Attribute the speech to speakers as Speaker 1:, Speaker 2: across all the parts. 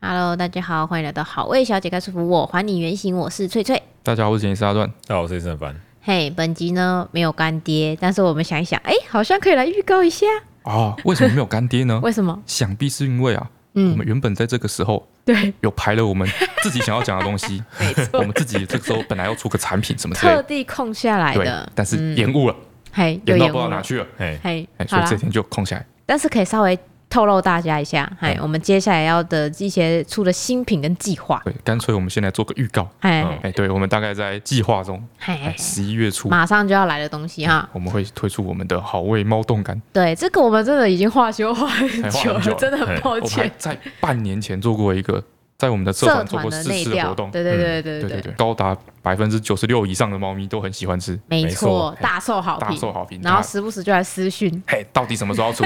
Speaker 1: Hello，大家好，欢迎来到好味小姐开束缚，我还你原形，我是翠翠。
Speaker 2: 大家好，我是剪辑师阿段。
Speaker 3: 大家好，我是陈凡。
Speaker 1: 嘿、本集呢没有干爹，但是我们想一想，哎、好像可以来预告一下，
Speaker 2: 啊，为什么没有干 爹呢？
Speaker 1: 为什么？
Speaker 2: 想必是因为啊，
Speaker 1: 嗯
Speaker 2: 我们原本在这个时候
Speaker 1: 对，
Speaker 2: 有排了我们 自己想要讲的 东西， 我们自己这个时候本来要出个产品什么之类
Speaker 1: 特
Speaker 2: 的，
Speaker 1: 地空下来
Speaker 2: 对
Speaker 1: 的，，
Speaker 2: 但是延误了，
Speaker 1: 嘿，又
Speaker 2: 延到
Speaker 1: 延
Speaker 2: 不
Speaker 1: 误
Speaker 2: 知道哪
Speaker 1: 了，
Speaker 2: 去了，
Speaker 3: 哎，
Speaker 1: 嘿
Speaker 2: 哎，，所
Speaker 1: 好
Speaker 2: 以
Speaker 1: 啦
Speaker 2: 这，天就空下来。
Speaker 1: 但是可以稍微透露大家一下，嘿，
Speaker 2: 嗯
Speaker 1: 我们接下来要的一些出的新品跟计划，
Speaker 2: 对，干脆我们先来做个预告。
Speaker 1: 嘿，
Speaker 2: 哎，对，我们大概在计划中，
Speaker 1: 嘿
Speaker 2: 哎，，十一月初
Speaker 1: 马上就要来的东西哈，
Speaker 2: 我们会推出我们的好味猫冻干。
Speaker 1: 对，这个我们真的已经化修化很
Speaker 2: 哎化
Speaker 1: 久
Speaker 2: 很久
Speaker 1: 了，
Speaker 2: 了
Speaker 1: 真的很
Speaker 3: 嘿
Speaker 1: 抱
Speaker 2: 我们还
Speaker 1: 歉。
Speaker 2: 在半年前做过一个，在我们的社
Speaker 1: 社
Speaker 2: 团做
Speaker 1: 团
Speaker 2: 过
Speaker 1: 的
Speaker 2: 试
Speaker 1: 内
Speaker 2: 吃
Speaker 1: 调，
Speaker 2: 活动，嗯
Speaker 1: 对对对对
Speaker 2: 对对对，高达百分之九十六以上的猫咪都很喜欢吃。
Speaker 1: 没
Speaker 3: 没
Speaker 1: 错
Speaker 3: 错，
Speaker 1: 大受好
Speaker 2: 大
Speaker 1: 评，
Speaker 2: 受好评
Speaker 1: 然后
Speaker 2: 大
Speaker 1: 时不时就来私 讯，
Speaker 2: 嘿，到底什么时候要 出？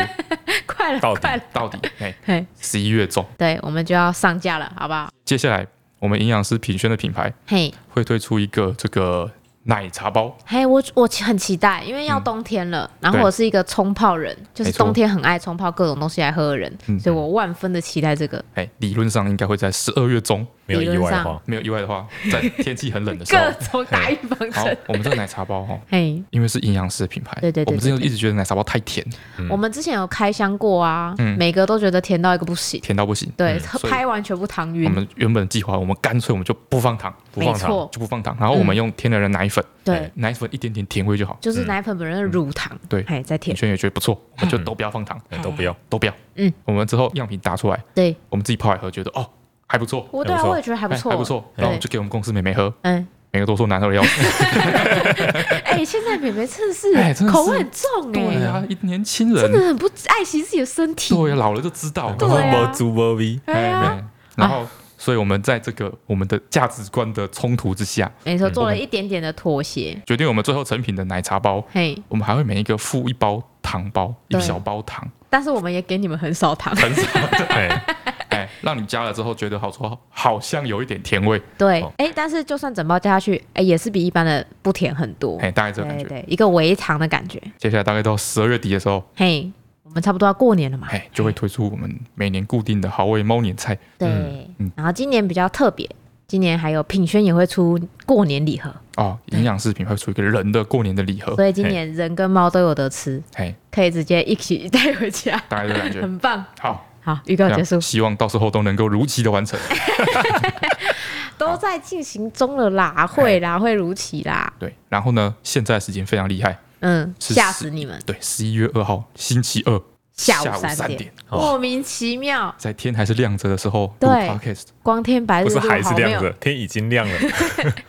Speaker 1: 快了，
Speaker 3: 到底
Speaker 1: 快了，
Speaker 2: 到底嘿，
Speaker 1: 嘿，
Speaker 2: 十一月中，
Speaker 1: 对，我们就要上架了，好不好？
Speaker 2: 接下来我们营养师品轩的品牌
Speaker 1: 嘿，
Speaker 2: 会推出一个这个奶茶包，
Speaker 1: 嘿，我我很期待，因为要冬天了，然后
Speaker 2: 嗯对
Speaker 1: 我是一个冲泡人，就是
Speaker 2: 没错
Speaker 1: 冬天很爱冲泡各种东西来喝的人，
Speaker 2: 嗯
Speaker 1: 所以我万分的期待这个，
Speaker 2: 哎，理论上应该会在十二月中，
Speaker 3: 没有意外
Speaker 1: 理论
Speaker 3: 的
Speaker 1: 上
Speaker 3: 话，
Speaker 2: 没有意外的话，在 天气很冷的时候
Speaker 1: 各。种打预防
Speaker 2: 好
Speaker 1: 针，，
Speaker 2: 我们这个奶茶包哈，
Speaker 1: 嘿。
Speaker 2: 因为是营养师的品牌，
Speaker 1: 对对对
Speaker 2: 我们之前一直觉得奶茶包太甜，
Speaker 1: 我们之前有开箱过啊，
Speaker 2: 嗯
Speaker 1: 每个都觉得甜到一个不行，
Speaker 2: 甜到不行。
Speaker 1: 对，
Speaker 2: 所以
Speaker 1: 拍完全部糖
Speaker 2: 我
Speaker 1: 晕，
Speaker 2: 们原本的计划，我们干脆我们就不放糖，
Speaker 3: 不
Speaker 1: 没
Speaker 3: 放糖，
Speaker 1: 错，
Speaker 2: 就不放糖，然后我
Speaker 1: 嗯
Speaker 2: 们用天然的奶粉，
Speaker 1: 对，
Speaker 2: 奶粉一点点甜味就好。
Speaker 1: 就是奶粉本人的乳糖，
Speaker 2: 嗯对
Speaker 1: 嘿，在
Speaker 2: 品
Speaker 1: 甜，
Speaker 2: 轩也觉得不错，我们就都不要放糖，
Speaker 3: 哎都不要。
Speaker 2: 都不要。
Speaker 1: 嗯，
Speaker 2: 我们之后样品打出来，
Speaker 1: 对，
Speaker 2: 我们自己泡来喝，觉得哦哎还不错，
Speaker 1: 我对啊，
Speaker 3: 还不错
Speaker 1: 我也觉得还不错，
Speaker 2: 哎还不错。
Speaker 1: 对啊
Speaker 2: 然后就给我们公司妹妹喝，
Speaker 1: 嗯，
Speaker 2: 每个都说难喝的要死。
Speaker 1: 哎、现在美眉真的是
Speaker 2: 哎真的是
Speaker 1: 口味很重哎、
Speaker 2: 对啊，一年轻
Speaker 1: 真的
Speaker 2: 人，
Speaker 1: 很不爱惜自己的身体。
Speaker 2: 对啊，老了就知道。哦
Speaker 1: 对啊
Speaker 3: 没猪没味
Speaker 1: 哎呀，
Speaker 2: 哎然后，所以我们在这个我们的价值观的冲突之下，
Speaker 1: 没错，做了一点点的妥协。
Speaker 2: 决定我们最后成品的奶茶包，
Speaker 1: 嘿，
Speaker 2: 我们还会每一个附一包糖包，一
Speaker 1: 对
Speaker 2: 个小包糖，
Speaker 1: 但是我们也给你们很少糖。
Speaker 2: 很少。
Speaker 3: 哎，
Speaker 2: 哎，让你加了之后觉得好说，好像有一点甜味。
Speaker 1: 对
Speaker 3: 哦，
Speaker 1: 哎、但是就算整包加下去，哎、也是比一般的不甜很多。
Speaker 2: 哎，大概这
Speaker 1: 对
Speaker 2: 个感
Speaker 1: 哦对
Speaker 2: 觉。
Speaker 1: 对，一个微糖的感觉。
Speaker 2: 接下来大概到十二月底的时候，
Speaker 1: 嘿，我们差不多要过年了嘛。
Speaker 2: 哎，就会推出我们每年固定的好味猫年菜。
Speaker 1: 对、
Speaker 2: 嗯
Speaker 1: 然后今年比较特别，今年还有品轩也会出过年礼盒，
Speaker 2: 哦，营养食品会出一个人的过年的礼盒，
Speaker 1: 所以今年人跟猫都有得吃，
Speaker 2: 嘿，
Speaker 1: 可以直接一起带回家，
Speaker 2: 大概这个 感觉。
Speaker 1: 很棒。
Speaker 2: 好，
Speaker 1: 好，预告结束。
Speaker 2: 希望到时候都能够如期的完 成。
Speaker 1: 都在进行中了啦，会啦，会如期啦。
Speaker 2: 对，然后呢，现在时间非常厉害，
Speaker 1: 嗯，
Speaker 2: 是
Speaker 1: 吓死你们！
Speaker 2: 对，十一月二号星期二
Speaker 1: 下
Speaker 2: 午
Speaker 1: 午
Speaker 2: 三
Speaker 1: 三点哦
Speaker 2: 点，，
Speaker 3: 哇
Speaker 1: 莫名其妙，
Speaker 2: 在天还是亮着的时候录
Speaker 1: 对
Speaker 2: podcast，
Speaker 1: 光天白日
Speaker 3: 不是
Speaker 1: 录
Speaker 3: 还是
Speaker 1: 好没
Speaker 3: 亮
Speaker 1: 有
Speaker 3: 着，天已经 亮了，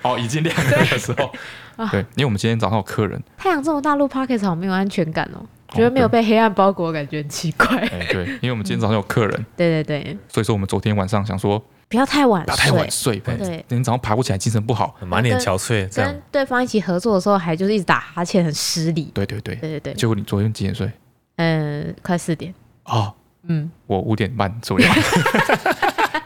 Speaker 2: 哦，已经亮着的时候，对，因为我们今天早上有客人，
Speaker 1: 太阳这么大，录 podcast 好没有安全感哦，觉得没有被黑暗包裹，感觉很奇怪。
Speaker 2: 哎， 对，因为我们今天早上有客人，
Speaker 1: 对对对，
Speaker 2: 所以说我们昨天晚上想说
Speaker 1: 不要太晚
Speaker 2: 不要太
Speaker 1: 睡
Speaker 2: 晚，睡，不然
Speaker 1: 对
Speaker 2: 今天早上爬不起来，精神不好。
Speaker 3: 满脸憔悴，这样
Speaker 1: 跟对方一起合作的时候还就是一直打哈欠，很失礼。
Speaker 2: 对对对，
Speaker 1: 对对对，
Speaker 2: 结果你昨天几点睡？
Speaker 1: 嗯，快四点，
Speaker 2: 哦，
Speaker 1: 嗯，
Speaker 2: 我五点半 左右，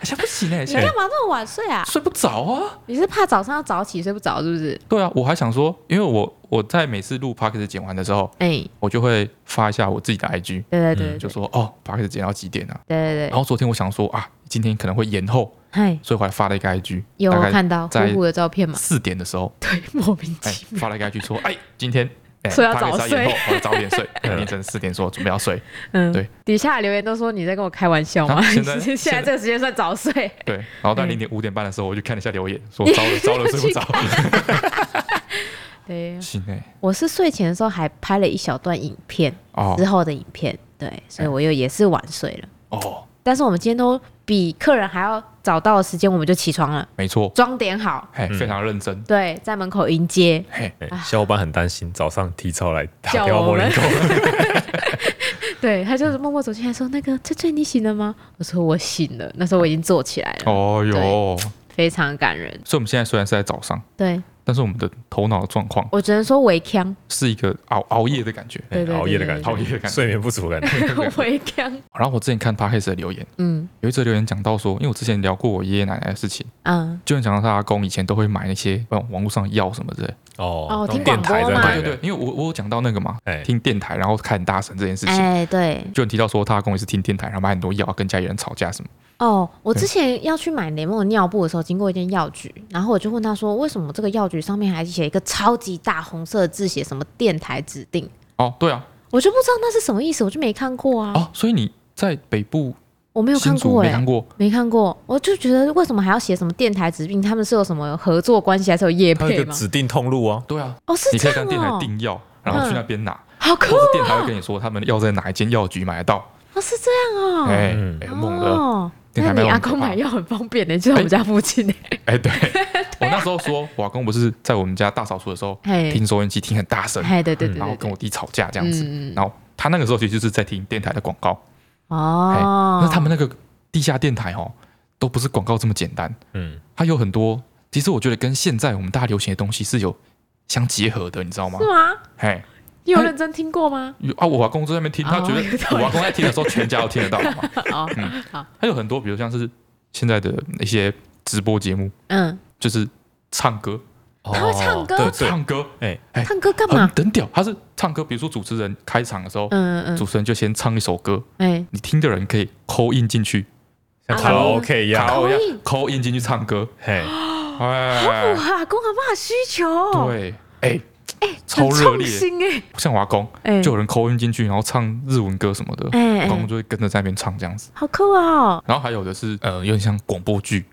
Speaker 2: 现在不行哎，
Speaker 1: 你
Speaker 2: 现
Speaker 1: 干
Speaker 2: 在
Speaker 1: 嘛这么晚睡啊？
Speaker 2: 睡不着啊。
Speaker 1: 你是怕早上要早起睡不着是不是？
Speaker 2: 对啊，我还想说，因为我我在每次录 podcast 剪完的时候，
Speaker 1: 哎，
Speaker 2: 我就会发一下我自己的 IG，
Speaker 1: 对对对，
Speaker 2: 就
Speaker 1: 对
Speaker 2: 说哦 podcast 剪到几点啊？
Speaker 1: 对对
Speaker 2: 然
Speaker 1: 对，
Speaker 2: 后昨天我想说啊，今天可能会延后，
Speaker 1: 嗨，
Speaker 2: 所以我还发了一个 IG，
Speaker 1: 有
Speaker 2: 大概
Speaker 1: 看到
Speaker 2: 在
Speaker 1: 呼呼的照片 吗？
Speaker 2: 四点的时候，
Speaker 1: 对，莫名
Speaker 2: 哎
Speaker 1: 其，
Speaker 2: 发了一个 IG 说， 哎，今天。哎
Speaker 1: 说要
Speaker 2: podcast
Speaker 1: 早睡
Speaker 2: 延后，我要早点 睡，哎凌晨四点说准备要睡。
Speaker 1: 妙。嗯，
Speaker 2: 对，
Speaker 1: 底下留言都说你在跟我开玩笑吗？
Speaker 2: 啊现在
Speaker 1: 现在这个时间算早 睡，
Speaker 2: 对，然
Speaker 1: 嗯
Speaker 2: 后到零点五点半的时候，我就看了一下留言， 说糟了糟了，睡不着。
Speaker 1: 对，
Speaker 2: 行哎，
Speaker 1: 我是睡前的时候还拍了一小段影片，
Speaker 2: 哦哎
Speaker 1: 之后的影片，对，所以我又也是晚睡了。
Speaker 2: 哦，
Speaker 1: 但是我们今天都比客人还要早到的时间，我们就起床了，
Speaker 2: 没错，
Speaker 1: 装点好，
Speaker 2: 嘿，
Speaker 3: 嗯
Speaker 2: 非常认真，
Speaker 1: 对，在门口迎接，
Speaker 2: 嘿，
Speaker 3: 哎小伙伴很担心，早上提早来打
Speaker 1: 啊叫
Speaker 3: 电话
Speaker 1: 我
Speaker 3: 莫
Speaker 1: 们
Speaker 3: 林狗，
Speaker 1: 对他就是默默走进来说：“那个翠翠，你醒了吗？”我说：“我醒了。”那时候我已经坐起来了，
Speaker 2: 哦哟，
Speaker 1: 非常感人。
Speaker 2: 所以我们现在虽然是在早上，
Speaker 1: 对
Speaker 2: 但是我们的头脑的状况
Speaker 1: 我只能说围腔，
Speaker 2: 是一个熬熬夜的感 觉，
Speaker 1: 对对对
Speaker 3: 哎熬夜的感
Speaker 2: 熬
Speaker 3: 觉，
Speaker 2: 夜的感觉。
Speaker 3: 睡眠不足 的感觉，
Speaker 1: 围腔，
Speaker 2: 然后我之前看 p a c a s 的留言，
Speaker 1: 嗯
Speaker 2: 有一则留言讲到说，因为我之前聊过我爷爷奶奶的事情，
Speaker 1: 嗯，
Speaker 2: 就讲到他阿公以前都会买那些嗯网络上的药什么之类，
Speaker 3: 哦
Speaker 1: 哦，听
Speaker 3: 电
Speaker 1: 广播
Speaker 3: 台在
Speaker 1: 吗
Speaker 3: 卖
Speaker 2: 对
Speaker 3: 的，
Speaker 2: 对对，因为我我有讲到那个嘛
Speaker 3: 哎，
Speaker 2: 听电台然后看大神这件事情，
Speaker 1: 哎，对，
Speaker 2: 就你提到说他跟我也是听电台，然后买很多药，跟家里人吵架什么。
Speaker 1: 哦，我
Speaker 2: 对
Speaker 1: 之前要去买雷梦的尿布的时候，经过一间药局，然后我就问他说，为什么这个药局上面还写一个超级大红色的字，写什么电台指定？
Speaker 2: 哦，对啊，
Speaker 1: 我就不知道那是什么意思，我就没看过啊，
Speaker 2: 哦，所以你在北部
Speaker 1: 我没有看
Speaker 2: 新竹
Speaker 1: 过哎、
Speaker 2: 没看过，
Speaker 1: 没看过，我就觉得为什么还要写什么电台指定？他们是有什么合作关系，还是有业
Speaker 3: 它有一
Speaker 1: 配
Speaker 3: 个
Speaker 1: 吗？
Speaker 3: 指定通路哦，
Speaker 2: 对啊，
Speaker 1: 哦，是
Speaker 2: 你可
Speaker 1: 这
Speaker 2: 以
Speaker 1: 样
Speaker 2: 跟电台
Speaker 1: 哦，
Speaker 2: 订药，然后去那边拿，
Speaker 1: 好酷
Speaker 2: 或是电台会跟你说他们要在哪一间药局买得到。
Speaker 1: 哦，是这样哦，
Speaker 2: 哎，
Speaker 3: 嗯
Speaker 2: 哎很猛的，
Speaker 1: 哦，
Speaker 2: 电
Speaker 1: 那
Speaker 2: 台卖
Speaker 1: 你
Speaker 2: 药
Speaker 1: 阿
Speaker 2: 很可
Speaker 1: 公
Speaker 2: 怕
Speaker 1: 买药很方便的、就在我们家附近呢、
Speaker 2: 哎，对，我那时候说，我阿公不是在我们家大扫除的时候
Speaker 1: 嘿
Speaker 2: 哎听收音机听很大声，
Speaker 1: 哎，对对对
Speaker 2: 然后
Speaker 1: 对
Speaker 2: 跟
Speaker 1: 对，
Speaker 2: 我弟吵架这样子，
Speaker 1: 嗯
Speaker 2: 然后他那个时候其实就是在听电台的广告，
Speaker 1: 哦，
Speaker 2: 那他们那个地下电台哦，都不是广告这么简单，
Speaker 3: 嗯，
Speaker 2: 它有很多，其实我觉得跟现在我们大家流行的东西是有相结合的，你知道吗
Speaker 1: 是？吗？
Speaker 2: 嘿，
Speaker 1: 你有
Speaker 2: 哎
Speaker 1: 认真听过 吗？
Speaker 2: 有啊，我阿公就在那边听，
Speaker 1: 哦
Speaker 2: 他觉
Speaker 1: 有道
Speaker 2: 得
Speaker 1: 理
Speaker 2: 我阿公在听的时候，全家都听得到嘛。
Speaker 1: 哦，
Speaker 2: 嗯
Speaker 1: 好，
Speaker 2: 他有很多，比如像是现在的一些直播节目，
Speaker 1: 嗯，
Speaker 2: 就是唱歌，
Speaker 1: 他会唱歌
Speaker 3: 哦对对，
Speaker 2: 唱歌，
Speaker 3: 哎，
Speaker 2: 哎
Speaker 1: 唱歌干
Speaker 2: 很
Speaker 1: 嘛？
Speaker 2: 很屌。他是唱歌，比如说主持人开场的时候，
Speaker 1: 嗯嗯
Speaker 2: 主持人就先唱一首歌，
Speaker 1: 嗯，哎，
Speaker 2: 你听的人可以扣印进去，
Speaker 1: 啊
Speaker 3: 像卡拉 OK 一
Speaker 2: 然
Speaker 3: 样，
Speaker 2: 后
Speaker 1: call in
Speaker 2: 扣印进去唱歌，
Speaker 3: 嘿，
Speaker 2: 哎，
Speaker 1: 哇，阿公阿妈需求哦，
Speaker 2: 对，哎，超
Speaker 1: 很
Speaker 2: 热
Speaker 1: 创
Speaker 2: 烈，
Speaker 1: 新哎，
Speaker 2: 像我阿公，
Speaker 1: 哎
Speaker 2: 就有人扣音进去，然后唱日文歌什么的，
Speaker 1: 哎
Speaker 2: 我
Speaker 1: 哎
Speaker 2: 公公就会跟着在那边唱这样子。
Speaker 1: 好酷哦，
Speaker 2: 然后还有的是，呃，有点像广播剧，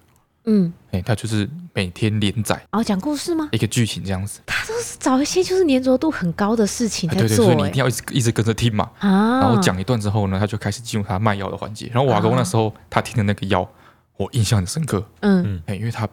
Speaker 1: 嗯，
Speaker 2: 哎，它就是每天连载
Speaker 1: 哦，讲故事吗？
Speaker 2: 一个剧情这样子，
Speaker 1: 他都是找一些就是粘着度很高的事情
Speaker 2: 哎
Speaker 1: 在
Speaker 2: 对对，所
Speaker 1: 做
Speaker 2: 以你一
Speaker 1: 哎
Speaker 2: 定，要一直一直跟着听嘛。
Speaker 1: 啊，
Speaker 2: 然后讲一段之后呢，他就开始进入他卖药的环节。然后我阿公那时候他听的那个药，我印象很深刻，
Speaker 1: 嗯，
Speaker 2: 哎，因为他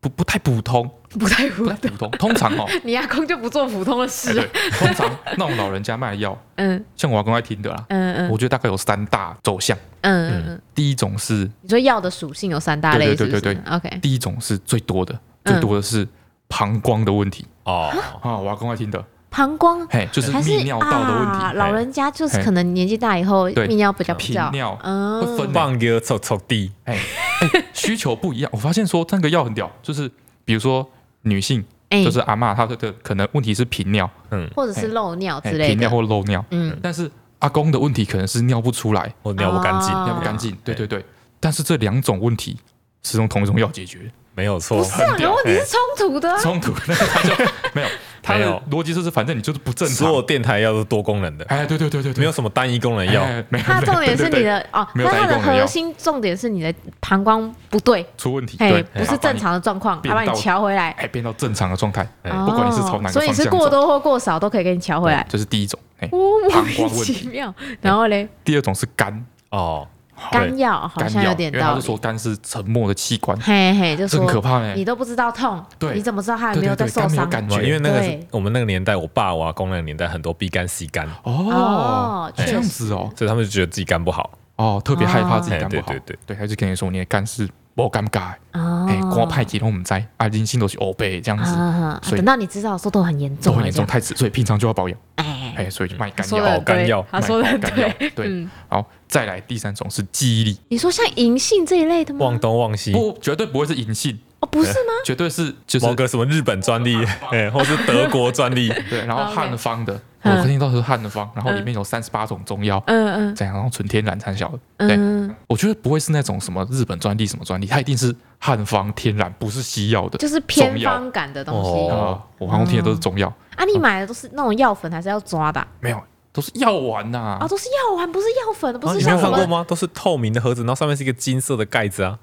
Speaker 2: 不不太普通，
Speaker 1: 不太
Speaker 2: 不
Speaker 1: 普
Speaker 2: 太普通。通常哦，
Speaker 1: 你阿公就不做普通的
Speaker 2: 哎
Speaker 1: 事
Speaker 2: 对，，通常那种老人家卖药，
Speaker 1: 嗯
Speaker 2: 像我阿公在听的啦，
Speaker 1: 嗯嗯
Speaker 2: 我觉得大概有三大走向。
Speaker 1: 嗯嗯嗯，
Speaker 2: 第一种是
Speaker 1: 你说药的属性有三大类，
Speaker 2: 对对对对
Speaker 1: 是不是，OK，啊
Speaker 2: 第一种是最多的，
Speaker 1: 嗯
Speaker 2: 最多的是膀胱的问题、
Speaker 3: 哦，
Speaker 2: 啊，我阿公爱听的，
Speaker 1: 膀胱
Speaker 2: 嘿，就是
Speaker 1: 还是
Speaker 2: 泌尿道的问题，哎
Speaker 1: 啊老人家就是可能年纪大以后
Speaker 2: 对
Speaker 1: 泌尿比较
Speaker 2: 频
Speaker 1: 比较，
Speaker 2: 尿会
Speaker 1: 嗯，
Speaker 2: 分
Speaker 3: 棒哥臭臭地，
Speaker 2: 哎、哎需求不一样。我发现说那个药很屌，就是比如说女性，
Speaker 1: 哎
Speaker 2: 就是阿嬷，她的可能问题是频尿，
Speaker 1: 或者是漏尿
Speaker 2: 哎、
Speaker 1: 哦之类
Speaker 2: 频尿
Speaker 1: 的，
Speaker 2: 或漏尿，
Speaker 1: 嗯，
Speaker 2: 但是阿公的问题可能是尿不出来，
Speaker 3: 我尿不干净，
Speaker 1: 哦
Speaker 2: 尿不干净，对对对。但是这两种问题是用同一种药解决，
Speaker 3: 没有
Speaker 1: 不
Speaker 3: 错，
Speaker 1: 是啊，
Speaker 2: 屌哎
Speaker 1: 问题是冲突的啊，
Speaker 2: 冲突，那个他就没有，他
Speaker 3: 没
Speaker 2: 的
Speaker 3: 有
Speaker 2: 逻辑就是反正你就是不正
Speaker 3: 所
Speaker 2: 常
Speaker 3: 有。电台药都多功能的，
Speaker 2: 哎，对对对对对，
Speaker 3: 没有什么单一功能药，
Speaker 2: 哎没有，
Speaker 1: 它的重点是
Speaker 2: 对对
Speaker 1: 你
Speaker 2: 对
Speaker 1: 的哦，
Speaker 2: 没
Speaker 1: 但
Speaker 2: 有
Speaker 1: 它的
Speaker 2: 带动的药
Speaker 1: 核心重点是你的膀胱不对，
Speaker 2: 出问题，
Speaker 1: 哎
Speaker 2: 对，，
Speaker 1: 不是正，常的状况，
Speaker 2: 变
Speaker 1: 要把你
Speaker 2: 到
Speaker 1: 调回来，
Speaker 2: 哎，变到正常的状态，
Speaker 3: 哎
Speaker 1: 哦
Speaker 2: 不管你是朝哪个
Speaker 1: 所以你
Speaker 2: 方向
Speaker 1: 是
Speaker 2: 走
Speaker 1: 过多或过少都可以给你调回来
Speaker 2: 对，这是第一种。哎，
Speaker 1: 哦，莫
Speaker 2: 膀
Speaker 1: 名
Speaker 2: 胱问
Speaker 1: 其
Speaker 2: 题
Speaker 1: 妙。然后嘞，
Speaker 2: 第二种是肝，
Speaker 3: 哦，
Speaker 2: 哎
Speaker 1: 肝药好
Speaker 2: 肝
Speaker 1: 像
Speaker 2: 药，
Speaker 1: 有
Speaker 2: 因
Speaker 1: 点
Speaker 2: 为他
Speaker 1: 道
Speaker 2: 是说
Speaker 1: 理，
Speaker 2: 肝是沉默的器官，
Speaker 1: 嘿嘿，就
Speaker 2: 这很可
Speaker 1: 说
Speaker 2: 怕哎
Speaker 1: 你，都不知道痛，
Speaker 2: 对
Speaker 1: 你怎么知道他有
Speaker 2: 对
Speaker 1: 没有
Speaker 2: 对
Speaker 1: 在
Speaker 2: 对，
Speaker 1: 受
Speaker 2: 肝
Speaker 1: 伤？
Speaker 2: 没有感
Speaker 3: 因
Speaker 2: 觉
Speaker 3: 为那个是
Speaker 1: 对
Speaker 3: 我们那个年代，我爸我阿啊公那个年代很多 B 肝 C 肝，
Speaker 2: 哦
Speaker 1: 哦，
Speaker 2: 这
Speaker 1: 确
Speaker 2: 样子哦，
Speaker 3: 所以他们就觉得自己肝不好，
Speaker 2: 哦，特别害怕自己肝不好，
Speaker 3: 哎对对对，
Speaker 2: 哦对，他就跟你说你的肝是我尴尬，
Speaker 1: 哦，
Speaker 2: 哎，光派几通我们在啊，人性都是欧背这样
Speaker 1: 啊
Speaker 2: 子，
Speaker 1: 啊，
Speaker 2: 所以
Speaker 1: 等到你知道的时候都很严
Speaker 2: 都
Speaker 1: 重
Speaker 2: 很
Speaker 1: 了，
Speaker 2: 严重，
Speaker 1: 这样。
Speaker 2: 太迟，所以平常就要保养，
Speaker 1: 哎，
Speaker 2: 哎，所以就卖肝
Speaker 1: 说的
Speaker 2: 药，
Speaker 3: 肝药
Speaker 1: 他说的很
Speaker 2: 卖保肝
Speaker 1: 对
Speaker 2: 药，对
Speaker 1: 嗯
Speaker 2: 好，再来第三种是记忆力，
Speaker 1: 你说像银杏这一类的吗
Speaker 3: 忘？东忘西，
Speaker 2: 不，绝对不会是银杏，
Speaker 1: 哦，不是吗？
Speaker 2: 绝对是就是
Speaker 3: 某个什么日本专利， 哎，或是德国专利，
Speaker 2: 对，然后
Speaker 1: 哦，OK
Speaker 2: 汉方的，我
Speaker 1: 嗯
Speaker 2: 听到是汉方，然后里面有三十八种中药，
Speaker 1: 嗯嗯
Speaker 2: 这样然后纯天然产效的。对，
Speaker 1: 嗯，
Speaker 2: 我觉得不会是那种什么日本专利什么专利，它一定是汉方天然，不是西药的。
Speaker 1: 就是偏方感的东
Speaker 3: 中药
Speaker 1: 西
Speaker 2: 啊，
Speaker 3: 哦
Speaker 2: 我好像听的都是中药，
Speaker 1: 啊。你买的都是那种药粉，还是要抓的啊？
Speaker 2: 没有，都是药丸呐
Speaker 1: 啊，。都是药丸，不是药粉， 不
Speaker 3: 啊
Speaker 1: 是
Speaker 3: 你没
Speaker 1: 像
Speaker 3: 有
Speaker 1: 什
Speaker 3: 看过
Speaker 1: 么
Speaker 3: 吗？都是透明的盒子，然后上面是一个金色的盖子啊，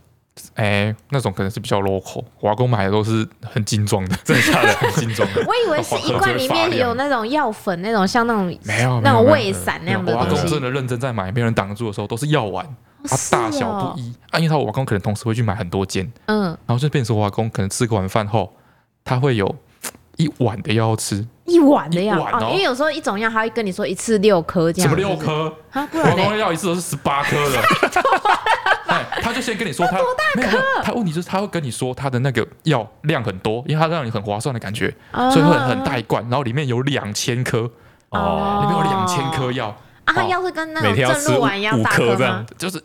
Speaker 2: 哎，那种可能是比较 local，华工买的都是很精装的，真的假的？很精装的。
Speaker 1: 我以为是一罐里面有那种药粉，那种像那种
Speaker 2: 没有
Speaker 1: 那种
Speaker 2: 没有
Speaker 1: 胃散 那样的
Speaker 2: 我阿
Speaker 1: 东
Speaker 2: 公
Speaker 1: 西
Speaker 2: 真。的认真在买，没有人挡得住的时候，都是药丸，它
Speaker 1: 哦是
Speaker 2: 大小
Speaker 1: 哦
Speaker 2: 不一啊。因为他我阿公可能同时会去买很多间，
Speaker 1: 嗯，
Speaker 2: 然后就变成我阿公可能吃个晚饭后，他会有一碗的药要吃，
Speaker 1: 一碗的药
Speaker 2: 一碗哦
Speaker 1: 哦，因为有时候一种药，他会跟你说一次六颗这
Speaker 2: 什
Speaker 1: 样。
Speaker 2: 么六颗，
Speaker 1: 是不是啊？不
Speaker 2: 我
Speaker 1: 然
Speaker 2: 阿公
Speaker 1: 呢？
Speaker 2: 的药一次都是十八颗的。哎，他就先跟你说他没有，没有他问题就是他会跟你说他的那个药量很多，因为他让你很划算的感觉，
Speaker 1: 啊
Speaker 2: 所以会很大一罐，然后里面有两千颗，里
Speaker 1: 哦
Speaker 2: 面有两千颗药，
Speaker 1: 啊，他
Speaker 2: 哦
Speaker 1: 药是跟那
Speaker 3: 每
Speaker 1: 种
Speaker 3: 天要
Speaker 1: 正
Speaker 3: 吃
Speaker 1: 露丸一样
Speaker 3: 五
Speaker 1: 大
Speaker 3: 颗这
Speaker 1: 吗
Speaker 3: 样？，
Speaker 2: 就是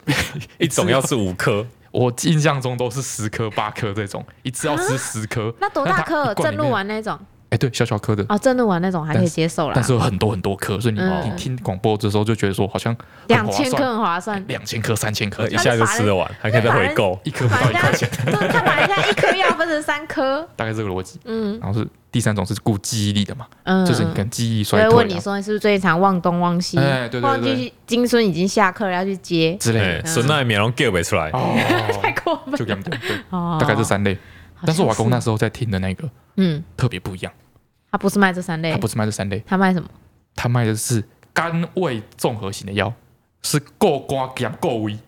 Speaker 3: 一种要吃五颗，
Speaker 2: 我印象中都是十颗八颗这种，一次要吃十颗，
Speaker 1: 啊那多大
Speaker 2: 但他
Speaker 1: 颗？
Speaker 2: 一罐
Speaker 1: 正
Speaker 2: 里
Speaker 1: 露
Speaker 2: 面
Speaker 1: 丸那种？
Speaker 2: 哎，对，小小颗的，
Speaker 1: 哦，震怒丸那种还可以接受啦
Speaker 2: 但，是有很多很多颗，所以你
Speaker 1: 嗯
Speaker 2: 你听广播的时候就觉得说好像很
Speaker 1: 两
Speaker 2: 划
Speaker 1: 千
Speaker 2: 算
Speaker 1: 克很划算。
Speaker 2: 两千颗、三千颗
Speaker 3: 呃，一下就吃得完，还可以再回购。
Speaker 2: 一颗不
Speaker 1: 把
Speaker 2: 到
Speaker 1: 人
Speaker 2: 一
Speaker 1: 家，
Speaker 2: 块钱，
Speaker 1: 就是他把人家一颗药分成三颗，
Speaker 2: 大概这个逻辑。
Speaker 1: 嗯
Speaker 2: 然后是第三种是顾记忆力的嘛，
Speaker 1: 嗯，
Speaker 2: 就是你可
Speaker 1: 嗯
Speaker 2: 能记忆力
Speaker 1: 我
Speaker 2: 衰
Speaker 1: 会
Speaker 2: 退
Speaker 1: 问
Speaker 2: 啊
Speaker 1: 你说你是不是最近常忘东忘西，
Speaker 2: 哎对对对
Speaker 1: 忘记金孙已经下课了要去 接，
Speaker 2: 之类
Speaker 3: 哎
Speaker 2: 的，。
Speaker 3: 孙奈免龙 get 不出来，
Speaker 1: 太
Speaker 2: 哦，
Speaker 1: 过分了，
Speaker 2: 就这样对，对
Speaker 1: 哦
Speaker 2: 大概这，三类。
Speaker 1: 好像
Speaker 2: 但是我阿公那
Speaker 1: 是
Speaker 2: 时候在听的那个
Speaker 1: 嗯，
Speaker 2: 特别不一样，
Speaker 1: 他不是卖这三类
Speaker 2: 他，不是卖这三类，
Speaker 1: 他卖什么？
Speaker 2: 他卖的是甘味综合型的药，是够瓜减够味，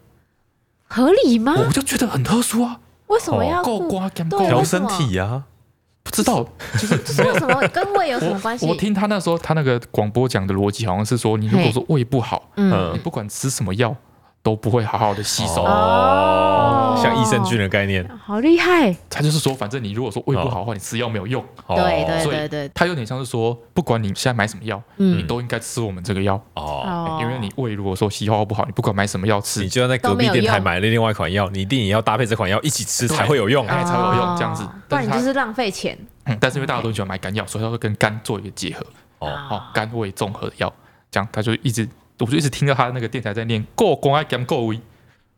Speaker 1: 合理吗？
Speaker 2: 我就觉得很特殊啊，
Speaker 1: 为什么啊要
Speaker 2: 够
Speaker 1: 顾？
Speaker 2: 瓜减
Speaker 1: 对
Speaker 2: 够
Speaker 1: 为
Speaker 3: 调
Speaker 1: 什
Speaker 3: 身体啊，
Speaker 2: 不知道
Speaker 1: 就是为什么跟胃有什么关系
Speaker 2: 我？我听他那时候他那个广播讲的逻辑好像是说，你如果说胃不好，
Speaker 1: 嗯
Speaker 2: 你不管吃什么药都不会好好的吸收。
Speaker 1: 哦
Speaker 3: 像益生菌的
Speaker 2: 嗯
Speaker 3: 概念。
Speaker 1: 好厉害，
Speaker 2: 他就是说，反正你如果说胃不好的话，你吃药没有用。
Speaker 3: 哦
Speaker 1: 对对
Speaker 2: 所以
Speaker 1: 对对，
Speaker 2: 他有点像是说，不管你现在买什么药，你
Speaker 1: 嗯，
Speaker 2: 都应该吃我们这个药，
Speaker 3: 哦，
Speaker 1: 哦嗯
Speaker 2: 因为你胃如果说消化不好，你不管买什么药吃
Speaker 3: 你，就算在隔壁电台买了另外一款药，你一定也要搭配这款药一起吃才会有用。
Speaker 2: 哎才有用
Speaker 1: 哦
Speaker 2: 这样子
Speaker 1: 不
Speaker 2: 但
Speaker 1: 然
Speaker 2: 是
Speaker 1: 你
Speaker 2: 他
Speaker 1: 就是浪费钱
Speaker 2: 嗯但是因为大家都喜欢买肝药，所以他会跟肝做一个结合，
Speaker 3: 哦，
Speaker 2: 哦，肝胃综合的药，这样他就一直，我就一直听到他那个电台在念“过关爱减过胃”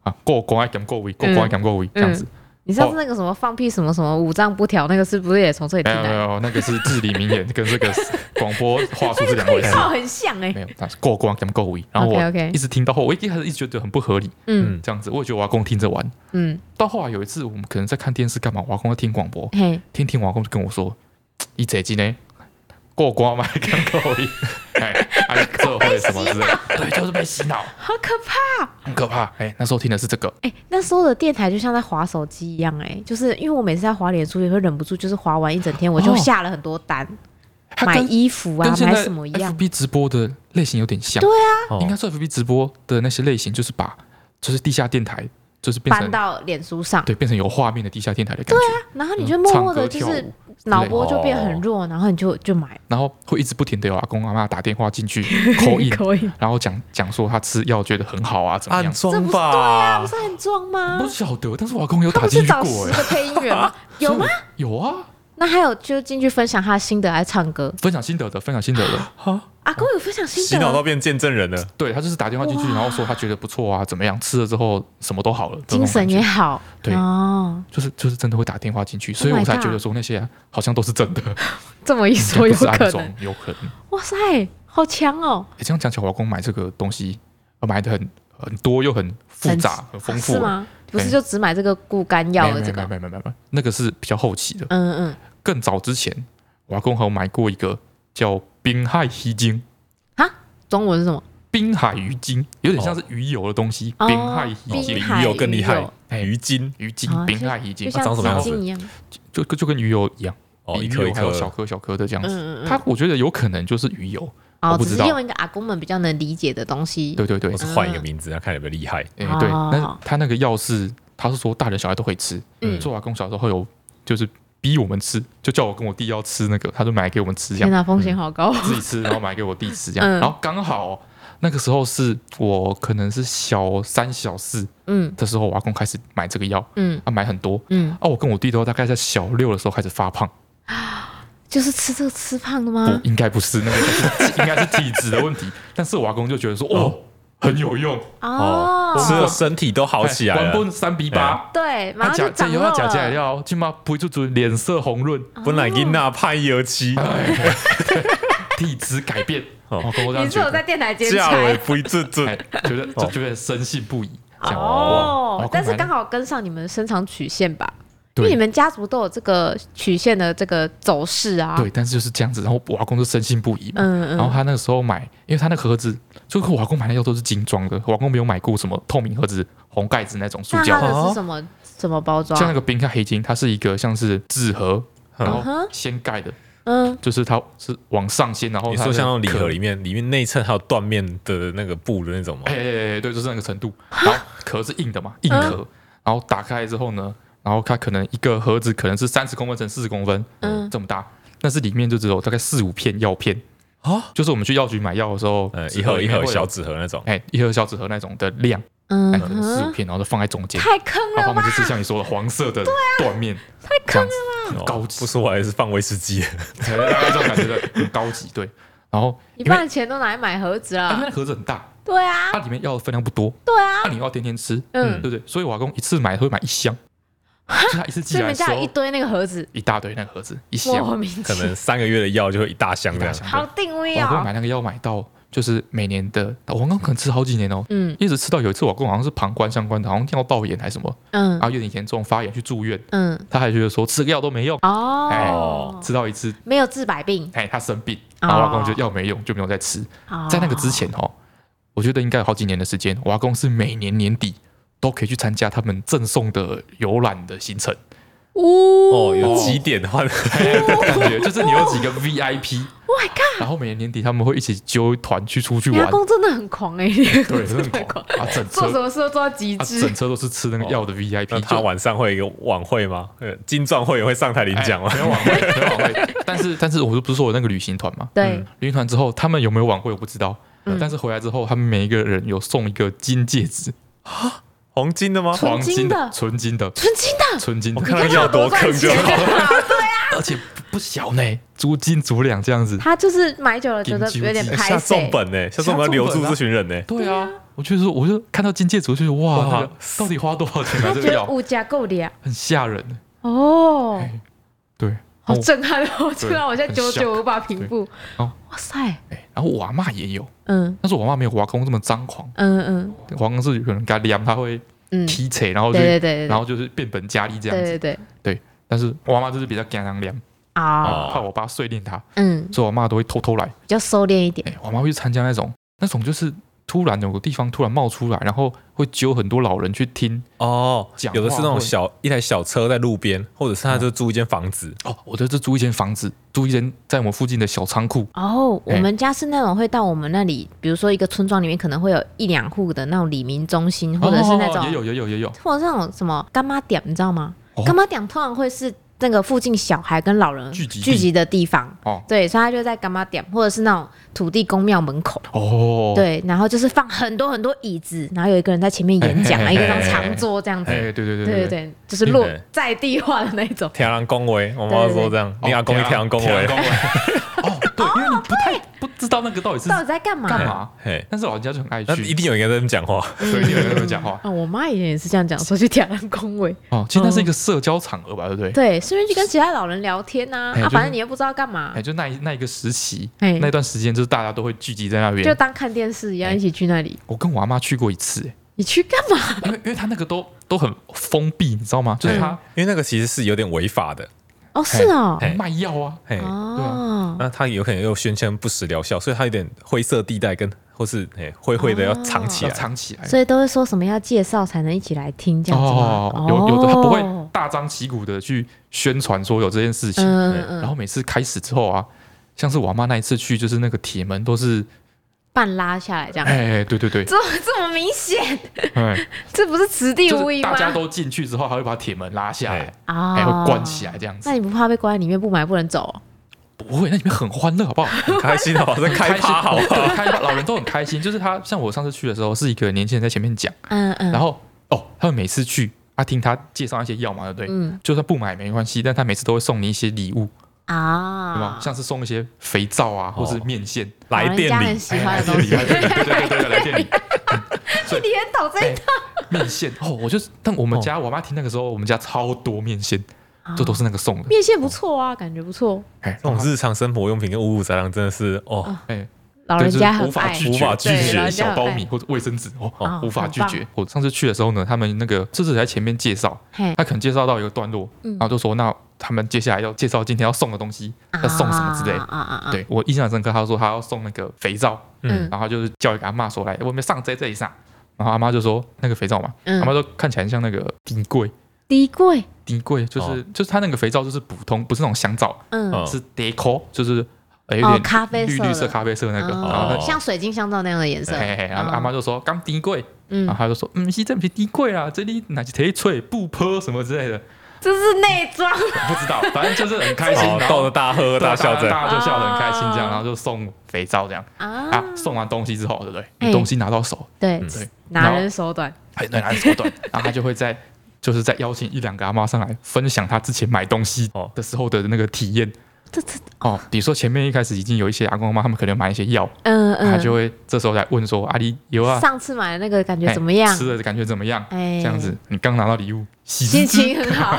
Speaker 2: 啊，“过关爱减过
Speaker 1: 嗯
Speaker 2: 胃”，“过关爱减过胃”这样子。
Speaker 1: 你
Speaker 2: 哦
Speaker 1: 上次那个什么放屁什么什么五脏不调那个是不是也从这里
Speaker 2: 没
Speaker 1: 听
Speaker 2: 有没
Speaker 1: 来的？
Speaker 2: 有，那个是至理名言，跟这个广播话术是哦两 回事。
Speaker 1: 靠，很像哎
Speaker 2: 没，有，那是过关跟够味。然后我
Speaker 1: OK，OK
Speaker 2: 一直听到后，我一开始一直觉得很不合理，
Speaker 1: 嗯
Speaker 2: 这样子，我也觉得我阿公听着玩。
Speaker 1: 嗯，
Speaker 2: 到后来有一次，我们可能在看电视干嘛，我阿公在听广播，
Speaker 1: 嘿，
Speaker 2: 听听我阿公就跟我说：“一这集呢，过关嘛，跟够味， 哎，哎，这会什么之
Speaker 3: 啊
Speaker 2: 类的， 对，就是被洗脑，
Speaker 1: 好可怕！
Speaker 2: 很可怕。哎，那时候听的是这个，
Speaker 1: 哎、那时候的电台就像在划手机一样、哎，就是因为我每次在划脸书，也会忍不住就是划完一整天，我就
Speaker 2: 哦
Speaker 1: 下了很多单，
Speaker 2: 它
Speaker 1: 买
Speaker 2: 跟
Speaker 1: 衣服啊
Speaker 2: 跟，现
Speaker 1: 买
Speaker 2: 在
Speaker 1: 什么一样。
Speaker 2: FB 直播的类型有点像。
Speaker 3: 哦
Speaker 2: 应该说 FB 直播的那些类型，就是把就是地下电台，就是变
Speaker 1: 搬
Speaker 2: 成
Speaker 1: 到脸书上，
Speaker 2: 对变成有画面的地下电台的感觉，嗯
Speaker 1: 然后你就默默的，就
Speaker 2: 唱歌
Speaker 1: 是
Speaker 2: 跳舞
Speaker 1: 脑波就变很弱，然后你就就买
Speaker 2: 然后会一直不停的有阿公阿妈打电话进去 口音，
Speaker 1: 可以，
Speaker 2: 然后讲讲说他吃药觉得很好啊，怎么
Speaker 3: 暗
Speaker 2: 样？
Speaker 1: 这
Speaker 3: 装
Speaker 1: 不是对啊，
Speaker 3: 吧
Speaker 1: 不，是很装吗
Speaker 2: 不？晓得，但是我阿 公有
Speaker 1: 他
Speaker 2: 打
Speaker 1: 不
Speaker 2: 进
Speaker 1: 是
Speaker 2: 去
Speaker 1: 找
Speaker 2: 过
Speaker 1: 十
Speaker 2: 哎、
Speaker 1: 个配音员吗？有吗？
Speaker 2: 有啊，
Speaker 1: 那还有就进去分享他的心得，来唱歌。
Speaker 2: 分享心得的，分享心得 的，
Speaker 1: 阿公有分享
Speaker 3: 洗
Speaker 1: 心
Speaker 3: 脑
Speaker 1: 得
Speaker 3: 到
Speaker 1: 吗，
Speaker 3: 变见证人了。
Speaker 2: 对他就是打电话进去，
Speaker 1: 哇
Speaker 2: 然后说他觉得不错啊，怎么样？吃了之后什么都好了，这
Speaker 1: 精
Speaker 2: 种
Speaker 1: 神
Speaker 2: 感觉
Speaker 1: 也好，
Speaker 2: 对
Speaker 1: 哦，
Speaker 2: 就是就是真的会打电话进去，所以
Speaker 1: my
Speaker 2: 我才
Speaker 1: God
Speaker 2: 觉得说那些啊好像都是 真的，
Speaker 1: 这么一说
Speaker 2: 不
Speaker 1: 有
Speaker 2: 是暗
Speaker 1: 可能，
Speaker 2: 装，有可能。
Speaker 1: 哇塞，好强哦！
Speaker 2: 欸、这样讲起来，我老公买这个东西，呃买的很很多又很复杂、很丰富。
Speaker 1: 啊是吗？不是
Speaker 2: 哎
Speaker 1: 就只买这个固肝
Speaker 2: 没
Speaker 1: 药
Speaker 2: 有？
Speaker 1: 的这
Speaker 2: 没有
Speaker 1: 个
Speaker 2: 没有？没有没有没有，那个是比较后期的。
Speaker 1: 嗯嗯，
Speaker 2: 更早之前，我阿公还有买过一个叫滨海鱼精，
Speaker 1: 中文是什么？
Speaker 2: 滨海鱼精，有点像是鱼油的东西。滨、海鱼
Speaker 1: 哦滨
Speaker 2: 精，
Speaker 1: 海
Speaker 3: 鱼油更厉害
Speaker 1: 鱼油
Speaker 2: 哎
Speaker 3: 鱼筋
Speaker 2: 鱼精
Speaker 1: 哦，
Speaker 2: 滨海鱼
Speaker 1: 就
Speaker 2: 精，啊
Speaker 1: 像
Speaker 3: 长什么样
Speaker 1: 纸
Speaker 3: 子
Speaker 1: 巾一样。
Speaker 2: 就就就跟鱼油一样，
Speaker 3: 哦，
Speaker 2: 比
Speaker 3: 一
Speaker 2: 鱼
Speaker 3: 颗一
Speaker 2: 油还有小
Speaker 3: 颗，
Speaker 2: 颗小颗的这样
Speaker 1: 嗯
Speaker 2: 子。
Speaker 1: 嗯
Speaker 2: 它
Speaker 1: 嗯。
Speaker 2: 我觉得有可能就是鱼油，我
Speaker 1: 哦，
Speaker 2: 不
Speaker 1: 只
Speaker 2: 知
Speaker 1: 是
Speaker 2: 道
Speaker 1: 用一个阿公们比较能理解的东西。
Speaker 2: 对对对
Speaker 3: 我，是换一个名字，看有没有厉害。
Speaker 2: 哎、对，
Speaker 1: 哦
Speaker 2: 但是他那个药是，他是说大人小孩都会吃。嗯，
Speaker 1: 嗯
Speaker 2: 做阿公小时候有就是逼我们吃，就叫我跟我弟要吃那个，他就买给我们吃这
Speaker 1: 天
Speaker 2: 样，
Speaker 1: 哪，风险好高。
Speaker 2: 自己吃，然后买给我弟吃这样。
Speaker 1: 嗯
Speaker 2: 然后刚好哦、那个时候是我可能是小三小四
Speaker 1: 嗯
Speaker 2: 的时候，我阿公开始买这个药，
Speaker 1: 嗯
Speaker 2: 啊买很多。
Speaker 1: 嗯，
Speaker 2: 啊，我跟我弟都大概在小六的时候开始发胖，
Speaker 1: 就是吃这个吃胖的
Speaker 2: 不、
Speaker 1: 吗？
Speaker 2: 应该不是那个是，应该是体质的问题。 但是我阿公就觉得说，哦，很有用，
Speaker 1: 哦，
Speaker 3: 吃了身体都好起来
Speaker 2: 哎关
Speaker 3: 了。
Speaker 2: 奔三比八。
Speaker 1: 对，马
Speaker 2: 他
Speaker 1: 上就
Speaker 2: 讲这
Speaker 1: 长肉
Speaker 2: 有他讲起来
Speaker 1: 了。
Speaker 2: 要，起码不就准脸色 红润，
Speaker 3: 本来因那派油漆，
Speaker 2: 体质改变。
Speaker 3: 哦
Speaker 2: 我跟我这样
Speaker 1: 你是
Speaker 2: 觉
Speaker 1: 有
Speaker 2: 得，
Speaker 1: 在电台兼
Speaker 3: 价位
Speaker 1: 差
Speaker 3: 不准
Speaker 2: 哎
Speaker 3: 准。
Speaker 2: 觉得
Speaker 3: 哦
Speaker 2: 就觉得深信不疑。这样
Speaker 1: 哦，但是刚
Speaker 2: 好
Speaker 1: 好跟上你们生长曲线吧，因为你
Speaker 2: 对
Speaker 1: 们家族都有这个曲线的这个走势啊。
Speaker 2: 对，但是就是这样子，然后我阿公就深信不疑嘛。
Speaker 1: 嗯，嗯
Speaker 2: 然后他那个时候买，因为他那个盒子，就是我阿公买的药都是精装的，我阿公没有买过什么透明盒子、红盖子那种塑
Speaker 1: 那
Speaker 2: 胶
Speaker 1: 它
Speaker 2: 的。
Speaker 1: 的是什么什么包装？
Speaker 2: 像那个冰开黑金，它是一个像是纸盒，然
Speaker 1: 嗯
Speaker 2: 后
Speaker 1: 哼，
Speaker 2: 掀盖的，
Speaker 1: 嗯，
Speaker 2: 就是它是往上掀，然后
Speaker 3: 你
Speaker 2: 它
Speaker 3: 说
Speaker 2: 的
Speaker 3: 像那种礼盒
Speaker 2: 壳
Speaker 3: 里面，里面内衬还有缎面的那个布的那种吗
Speaker 2: 哎、？哎哎对，就是那个程度。然后壳是硬的
Speaker 1: 啊
Speaker 2: 嘛，硬壳。然后打开来之后呢，然后它可能一个盒子可能是三十公分乘四十公分，嗯
Speaker 1: 嗯，
Speaker 2: 这么大。但是里面就只有大概四五片药片，
Speaker 3: 啊，
Speaker 2: 就是我们去药局买药的时候，
Speaker 3: 呃，
Speaker 2: 纸
Speaker 3: 一盒
Speaker 2: 里
Speaker 3: 一
Speaker 2: 面
Speaker 3: 盒
Speaker 2: 会有
Speaker 3: 小，纸盒那种。
Speaker 2: 哎、一盒小纸盒那种的量，哎、
Speaker 1: 嗯
Speaker 2: 可能四五
Speaker 1: 哼，
Speaker 2: 片，然后就放在中间。
Speaker 1: 太坑
Speaker 2: 然
Speaker 1: 了
Speaker 2: 后我们
Speaker 1: 吧
Speaker 2: 就！是像你说的黄色的缎面，太坑了很高级
Speaker 3: 哦不，说我还是放威士忌，
Speaker 2: 对大概这种感觉对，很高级对。然后
Speaker 1: 一
Speaker 2: 因为
Speaker 1: 半钱都拿来买盒子
Speaker 2: 啊因为
Speaker 1: 了。
Speaker 2: 那盒子很大，
Speaker 1: 对啊，
Speaker 2: 它里面要的分量不多，
Speaker 1: 对啊，
Speaker 2: 那你又要天天吃，
Speaker 1: 嗯
Speaker 2: 对不对？所以我阿公一次买会买一箱，就是他一次寄
Speaker 1: 所以你
Speaker 2: 来
Speaker 1: 们
Speaker 2: 的时
Speaker 1: 家有一
Speaker 2: 候
Speaker 1: 堆那个盒子，
Speaker 2: 一大堆那个盒子，一箱
Speaker 1: 莫名
Speaker 3: 可
Speaker 1: 其
Speaker 3: 能
Speaker 1: 妙，
Speaker 3: 三个月的药就会一大箱
Speaker 2: 一
Speaker 3: 这
Speaker 2: 大
Speaker 3: 样。
Speaker 2: 箱。
Speaker 1: 好定位
Speaker 2: 对我阿公
Speaker 1: 啊。
Speaker 2: 买那个药买到就是每年的，我阿公可能吃好几年哦。
Speaker 1: 嗯
Speaker 2: 一直吃到有一次，我阿公好像是膀胱相关的，好像尿道炎还是什么，啊
Speaker 1: 嗯
Speaker 2: 然后有点严重发炎去住院，
Speaker 1: 嗯，
Speaker 2: 他还觉得说吃个药都没用，
Speaker 1: 哦哦
Speaker 3: 哎，
Speaker 2: 吃到一次，
Speaker 1: 没有治百病，
Speaker 2: 哎，他生病，然后我阿公觉得药没用，就没有再吃。在那个之前哦，我觉得应该有好几年的时间，我阿公是每年年底都可以去参加他们赠送的游览的行程，
Speaker 1: 哦
Speaker 3: 哦，有几点换？
Speaker 2: 感觉就是你有几个 VIP，
Speaker 1: ，My God，
Speaker 2: 然后每年年底他们会一起揪团去出去
Speaker 1: 你阿
Speaker 2: 玩，
Speaker 1: 公真的很狂哎，
Speaker 2: 对，真的很
Speaker 1: 太
Speaker 2: 狂啊，整
Speaker 1: 做什
Speaker 2: 车
Speaker 1: 么事都做到极
Speaker 2: 啊，
Speaker 1: 致
Speaker 2: 整。车都是吃那个药的 VIP，
Speaker 3: 那他
Speaker 2: 就
Speaker 3: 晚上会有一个晚会吗？呃金钻会也会上台领奖吗
Speaker 2: 哎？没有晚会，没有晚会，但是但是我就不是说我那个旅行团嘛，
Speaker 1: 对，
Speaker 2: 旅行团之后他们有没有晚会我不知道，
Speaker 1: 嗯
Speaker 2: 但是回来之后他们每一个人有送一个金戒指，
Speaker 3: 黄金的吗？
Speaker 1: 纯
Speaker 2: 黄
Speaker 1: 金的
Speaker 2: 纯金的，
Speaker 1: 纯金的，
Speaker 2: 纯金
Speaker 3: 我
Speaker 2: 的。
Speaker 3: 看他药多坑就好。
Speaker 2: 而且不不小呢，足斤足两这样 子。
Speaker 1: 他就是买久了觉得有点
Speaker 2: 顶级
Speaker 1: 拍
Speaker 3: 哎下重
Speaker 1: 碎，
Speaker 3: 本呢，下
Speaker 2: 啊
Speaker 3: 重本要留住这群人呢。
Speaker 2: 对啊，我就是我就看到金戒指，我就觉得哇，
Speaker 3: 哇
Speaker 2: 那个到底花多少钱买
Speaker 1: 他
Speaker 2: 这
Speaker 1: 觉
Speaker 2: 个
Speaker 1: 得
Speaker 2: 药，
Speaker 1: 物价够的呀。
Speaker 2: 很吓人。
Speaker 1: 哦，
Speaker 2: 哎对，然
Speaker 1: 好
Speaker 2: 后我
Speaker 1: 震撼哦！ 这让我现在久久无法平复
Speaker 2: 很 shock 对哦。
Speaker 1: 哇塞，
Speaker 2: 哎然后我阿妈也有，
Speaker 1: 嗯
Speaker 2: 但是我阿妈没有我阿公这么张狂，
Speaker 1: 嗯嗯
Speaker 2: 我阿公是有可能给他量，他会
Speaker 1: 嗯，
Speaker 2: 踢扯，然后就
Speaker 1: 对对对对
Speaker 2: 然
Speaker 1: 对
Speaker 2: 后就是变本加厉这样
Speaker 1: 对
Speaker 2: 子。
Speaker 1: 对对，
Speaker 2: 但是我阿妈就是比较敢量量，
Speaker 1: 啊，
Speaker 3: 哦
Speaker 2: 怕我爸碎念他，
Speaker 1: 嗯，
Speaker 2: 所以我阿妈都会偷偷来。
Speaker 1: 比较收敛一点。
Speaker 2: 哎，我妈会去参加那种那种就是突然有个地方突然冒出来，然后会揪很多老人去听。
Speaker 3: 哦
Speaker 2: 讲，话
Speaker 3: 有的是那种
Speaker 2: 会
Speaker 3: 小一台小车在路边，或者是他就租一间房子，
Speaker 2: 哦，我这是租一间房子，租一间在我们附近的小仓库。
Speaker 1: 哦，我
Speaker 2: 哎
Speaker 1: 们家是那种会到我们那里，比如说一个村庄里面可能会有一两户的那种李明中心，或者是那
Speaker 2: 哦也
Speaker 1: 种，
Speaker 2: 有也有也有，
Speaker 1: 或者是那种什么干妈点，你知道吗
Speaker 2: 哦？
Speaker 1: 干妈点通常会是那个附近小孩跟老人
Speaker 2: 聚集地
Speaker 1: 聚集的地方。
Speaker 2: 哦
Speaker 1: 对，所以他就在干妈点，或者是那种土地公庙门口。
Speaker 2: 哦，
Speaker 1: 对，然后就是放很多很多椅子，然后有一个人在前面演讲，
Speaker 2: 哎
Speaker 1: 啊，
Speaker 2: 哎
Speaker 1: 一个当长桌这样子。
Speaker 2: 哎，对对对
Speaker 1: 对对
Speaker 2: 对，
Speaker 1: 对，就是落
Speaker 3: 哎
Speaker 1: 在地化的那一种。
Speaker 3: 天狼恭维，我妈说这样，
Speaker 2: 哦
Speaker 3: 你阿公一天狼恭维，
Speaker 2: 天狼恭维哦，对，因为你不太不知道那个到底是
Speaker 1: 到底在干嘛？
Speaker 2: 干嘛，
Speaker 3: 嘿，
Speaker 2: 但是老人家就很爱
Speaker 3: 那一
Speaker 2: 去，
Speaker 3: 定有一个人在那边讲话，
Speaker 2: 所以你有跟他们讲话
Speaker 1: 啊，我妈以前也是这样讲，说去挑人恭维。
Speaker 2: 哦。其实那是一个社交场合吧，对不对？
Speaker 1: 对，顺便去跟其他老人聊天呐、啊，
Speaker 2: 哎就是
Speaker 1: 反正你也不知道干嘛
Speaker 2: 哎，，就那一那一个时期，
Speaker 1: 哎
Speaker 2: 那段时间就是大家都会聚集在那
Speaker 1: 就
Speaker 2: 边。
Speaker 1: 当看电视一样，
Speaker 2: 哎
Speaker 1: 一起去那里。
Speaker 2: 我跟我阿妈去过一次，哎
Speaker 1: 你去干嘛？
Speaker 2: 因为因为他那个都都很封闭，你知道吗？就是他
Speaker 3: 因为那个其实是有点违法的，
Speaker 1: 哦，是哦，
Speaker 3: 哎
Speaker 2: 卖药啊，
Speaker 3: 嘿，
Speaker 1: 哦，
Speaker 3: 那他有可能又宣称不实疗效，所以他有点灰色地带跟或是嘿灰灰
Speaker 1: 哦
Speaker 3: 的要藏起
Speaker 2: 要
Speaker 3: 来，
Speaker 2: 藏起来。
Speaker 1: 所以都会说什么要介绍才能一起来听这样子吗？
Speaker 2: 哦，有有的他不会
Speaker 1: 哦
Speaker 2: 大张旗鼓的去宣传说有这件事情，
Speaker 1: 嗯
Speaker 3: 对
Speaker 1: 嗯
Speaker 2: 然
Speaker 1: 嗯，
Speaker 2: 后每次开始之后啊，像是我阿妈那一次去，就是那个铁门都是，
Speaker 1: 半拉下来这样，
Speaker 2: 哎，对对对，
Speaker 1: 这么这么明显，
Speaker 2: 哎，
Speaker 1: 这不是此地
Speaker 2: 就
Speaker 1: 无
Speaker 2: 是
Speaker 1: 银
Speaker 2: 大
Speaker 1: 吗？
Speaker 2: 家都进去之后，还会把铁门拉下来
Speaker 3: 哎，
Speaker 1: 啊
Speaker 2: 还会关起来这样子
Speaker 1: 那。你不怕被关在里面不买不能走、哦？
Speaker 2: 不会，那里面很欢乐，好不好？
Speaker 3: 很开心好不好？在开
Speaker 2: 心，
Speaker 3: 趴好不好？
Speaker 2: 对开趴，老人都很开心。就是他，像我上次去的时候，是一个年轻人在前面讲，
Speaker 1: 嗯嗯，
Speaker 2: 然后哦，他们每次去啊，听他介绍那些药嘛，对不对？
Speaker 1: 嗯
Speaker 2: 就算不买没关系，但他每次都会送你一些礼物，对吧
Speaker 1: 啊？，
Speaker 2: 像是送一些肥皂啊，或是面线，
Speaker 1: 老
Speaker 3: 来
Speaker 1: 人
Speaker 3: 店
Speaker 1: 家很
Speaker 3: 里，
Speaker 1: 喜欢的东
Speaker 2: 对
Speaker 1: 西，
Speaker 2: 对对对对对，来店里
Speaker 1: 你也懂这
Speaker 2: 哎
Speaker 1: 一套
Speaker 2: 面线哦，我就是，但我们家我妈听那个时候，我们家超多面线，这都是那个送的，
Speaker 1: 啊面线不错啊，感觉不错，
Speaker 2: 哎，
Speaker 3: 这种日常生活用品跟五五杂粮真的是哦，
Speaker 2: 哎，
Speaker 1: 老
Speaker 2: 对
Speaker 1: 人
Speaker 2: 就是
Speaker 1: 家很
Speaker 2: 无法
Speaker 1: 爱。
Speaker 2: 拒
Speaker 3: 无法
Speaker 2: 绝，
Speaker 3: 拒绝对
Speaker 1: 老人家
Speaker 2: 小
Speaker 1: 很
Speaker 2: 苞
Speaker 1: 爱
Speaker 2: 米或者卫生纸哦，
Speaker 1: 哦
Speaker 2: 无法
Speaker 1: 很
Speaker 2: 拒
Speaker 1: 棒
Speaker 2: 绝。我上次去的时候呢，他们那个这是在前面介绍，
Speaker 1: 嘿，
Speaker 2: 他可能介绍到一个段落，
Speaker 1: 嗯
Speaker 2: 然后就说那他们接下来要介绍今天要送的东西，要送什么之类
Speaker 1: 啊
Speaker 2: 的。
Speaker 1: 啊啊！啊，
Speaker 2: 对我印象很深刻，他说他要送那个肥皂，
Speaker 1: 嗯
Speaker 2: 然后就是叫一个阿嬷说来，我们上在这里上，然后阿妈就说那个肥皂嘛，
Speaker 1: 嗯
Speaker 2: 阿妈说看起来像那个丁贵，
Speaker 1: 低贵，
Speaker 2: 丁贵就是、
Speaker 3: 哦
Speaker 2: 就是他那个肥皂就是普通，不是那种香皂，
Speaker 1: 嗯，
Speaker 3: 哦
Speaker 2: 是 deco，就是呃有
Speaker 1: 哦
Speaker 2: 点
Speaker 1: 咖啡
Speaker 2: 绿
Speaker 1: 色
Speaker 2: 绿
Speaker 1: 的
Speaker 2: 色咖啡色那个，
Speaker 1: 哦
Speaker 2: 然后
Speaker 3: 哦
Speaker 1: 像水晶香皂那样的颜色。
Speaker 2: 嘿嘿嘿，然
Speaker 1: 哦
Speaker 2: 后阿妈，就说刚丁贵，
Speaker 1: 嗯
Speaker 2: 然后，他就说嗯是这不是丁贵啊，这里哪是提脆不泼什么之类的，
Speaker 1: 这是内装，
Speaker 2: 不知道，反正就是很开心，
Speaker 3: 哦
Speaker 2: 哎然
Speaker 3: 逗
Speaker 2: 后
Speaker 3: 得大家喝大家笑
Speaker 2: 对
Speaker 3: 着，
Speaker 2: 大家就笑得很开心，这样，
Speaker 1: 啊
Speaker 2: 然后就送肥皂这样啊
Speaker 1: 啊，
Speaker 2: 送完东西之后，对不对？
Speaker 1: 哎
Speaker 2: 你东西拿到手，
Speaker 1: 对
Speaker 2: 对，
Speaker 1: 拿人手短，
Speaker 2: 哎，对，拿手短，然后他就会在就是在邀请一两个阿妈上来分享她之前买东西
Speaker 3: 哦
Speaker 2: 的时候的那个体验
Speaker 1: 这这
Speaker 2: 哦。比如说前面一开始已经有一些阿公阿妈，他们可能买一些药，
Speaker 1: 嗯
Speaker 2: 他
Speaker 1: 嗯，
Speaker 2: 就会这时候来问说：“阿、啊、你有啊，
Speaker 1: 上次买的那个感觉
Speaker 2: 哎
Speaker 1: 怎么样？
Speaker 2: 吃的感觉怎么样？”
Speaker 1: 哎，
Speaker 2: 这样子，你刚拿到礼物，喜
Speaker 1: 心
Speaker 2: 滋滋
Speaker 1: 情很好，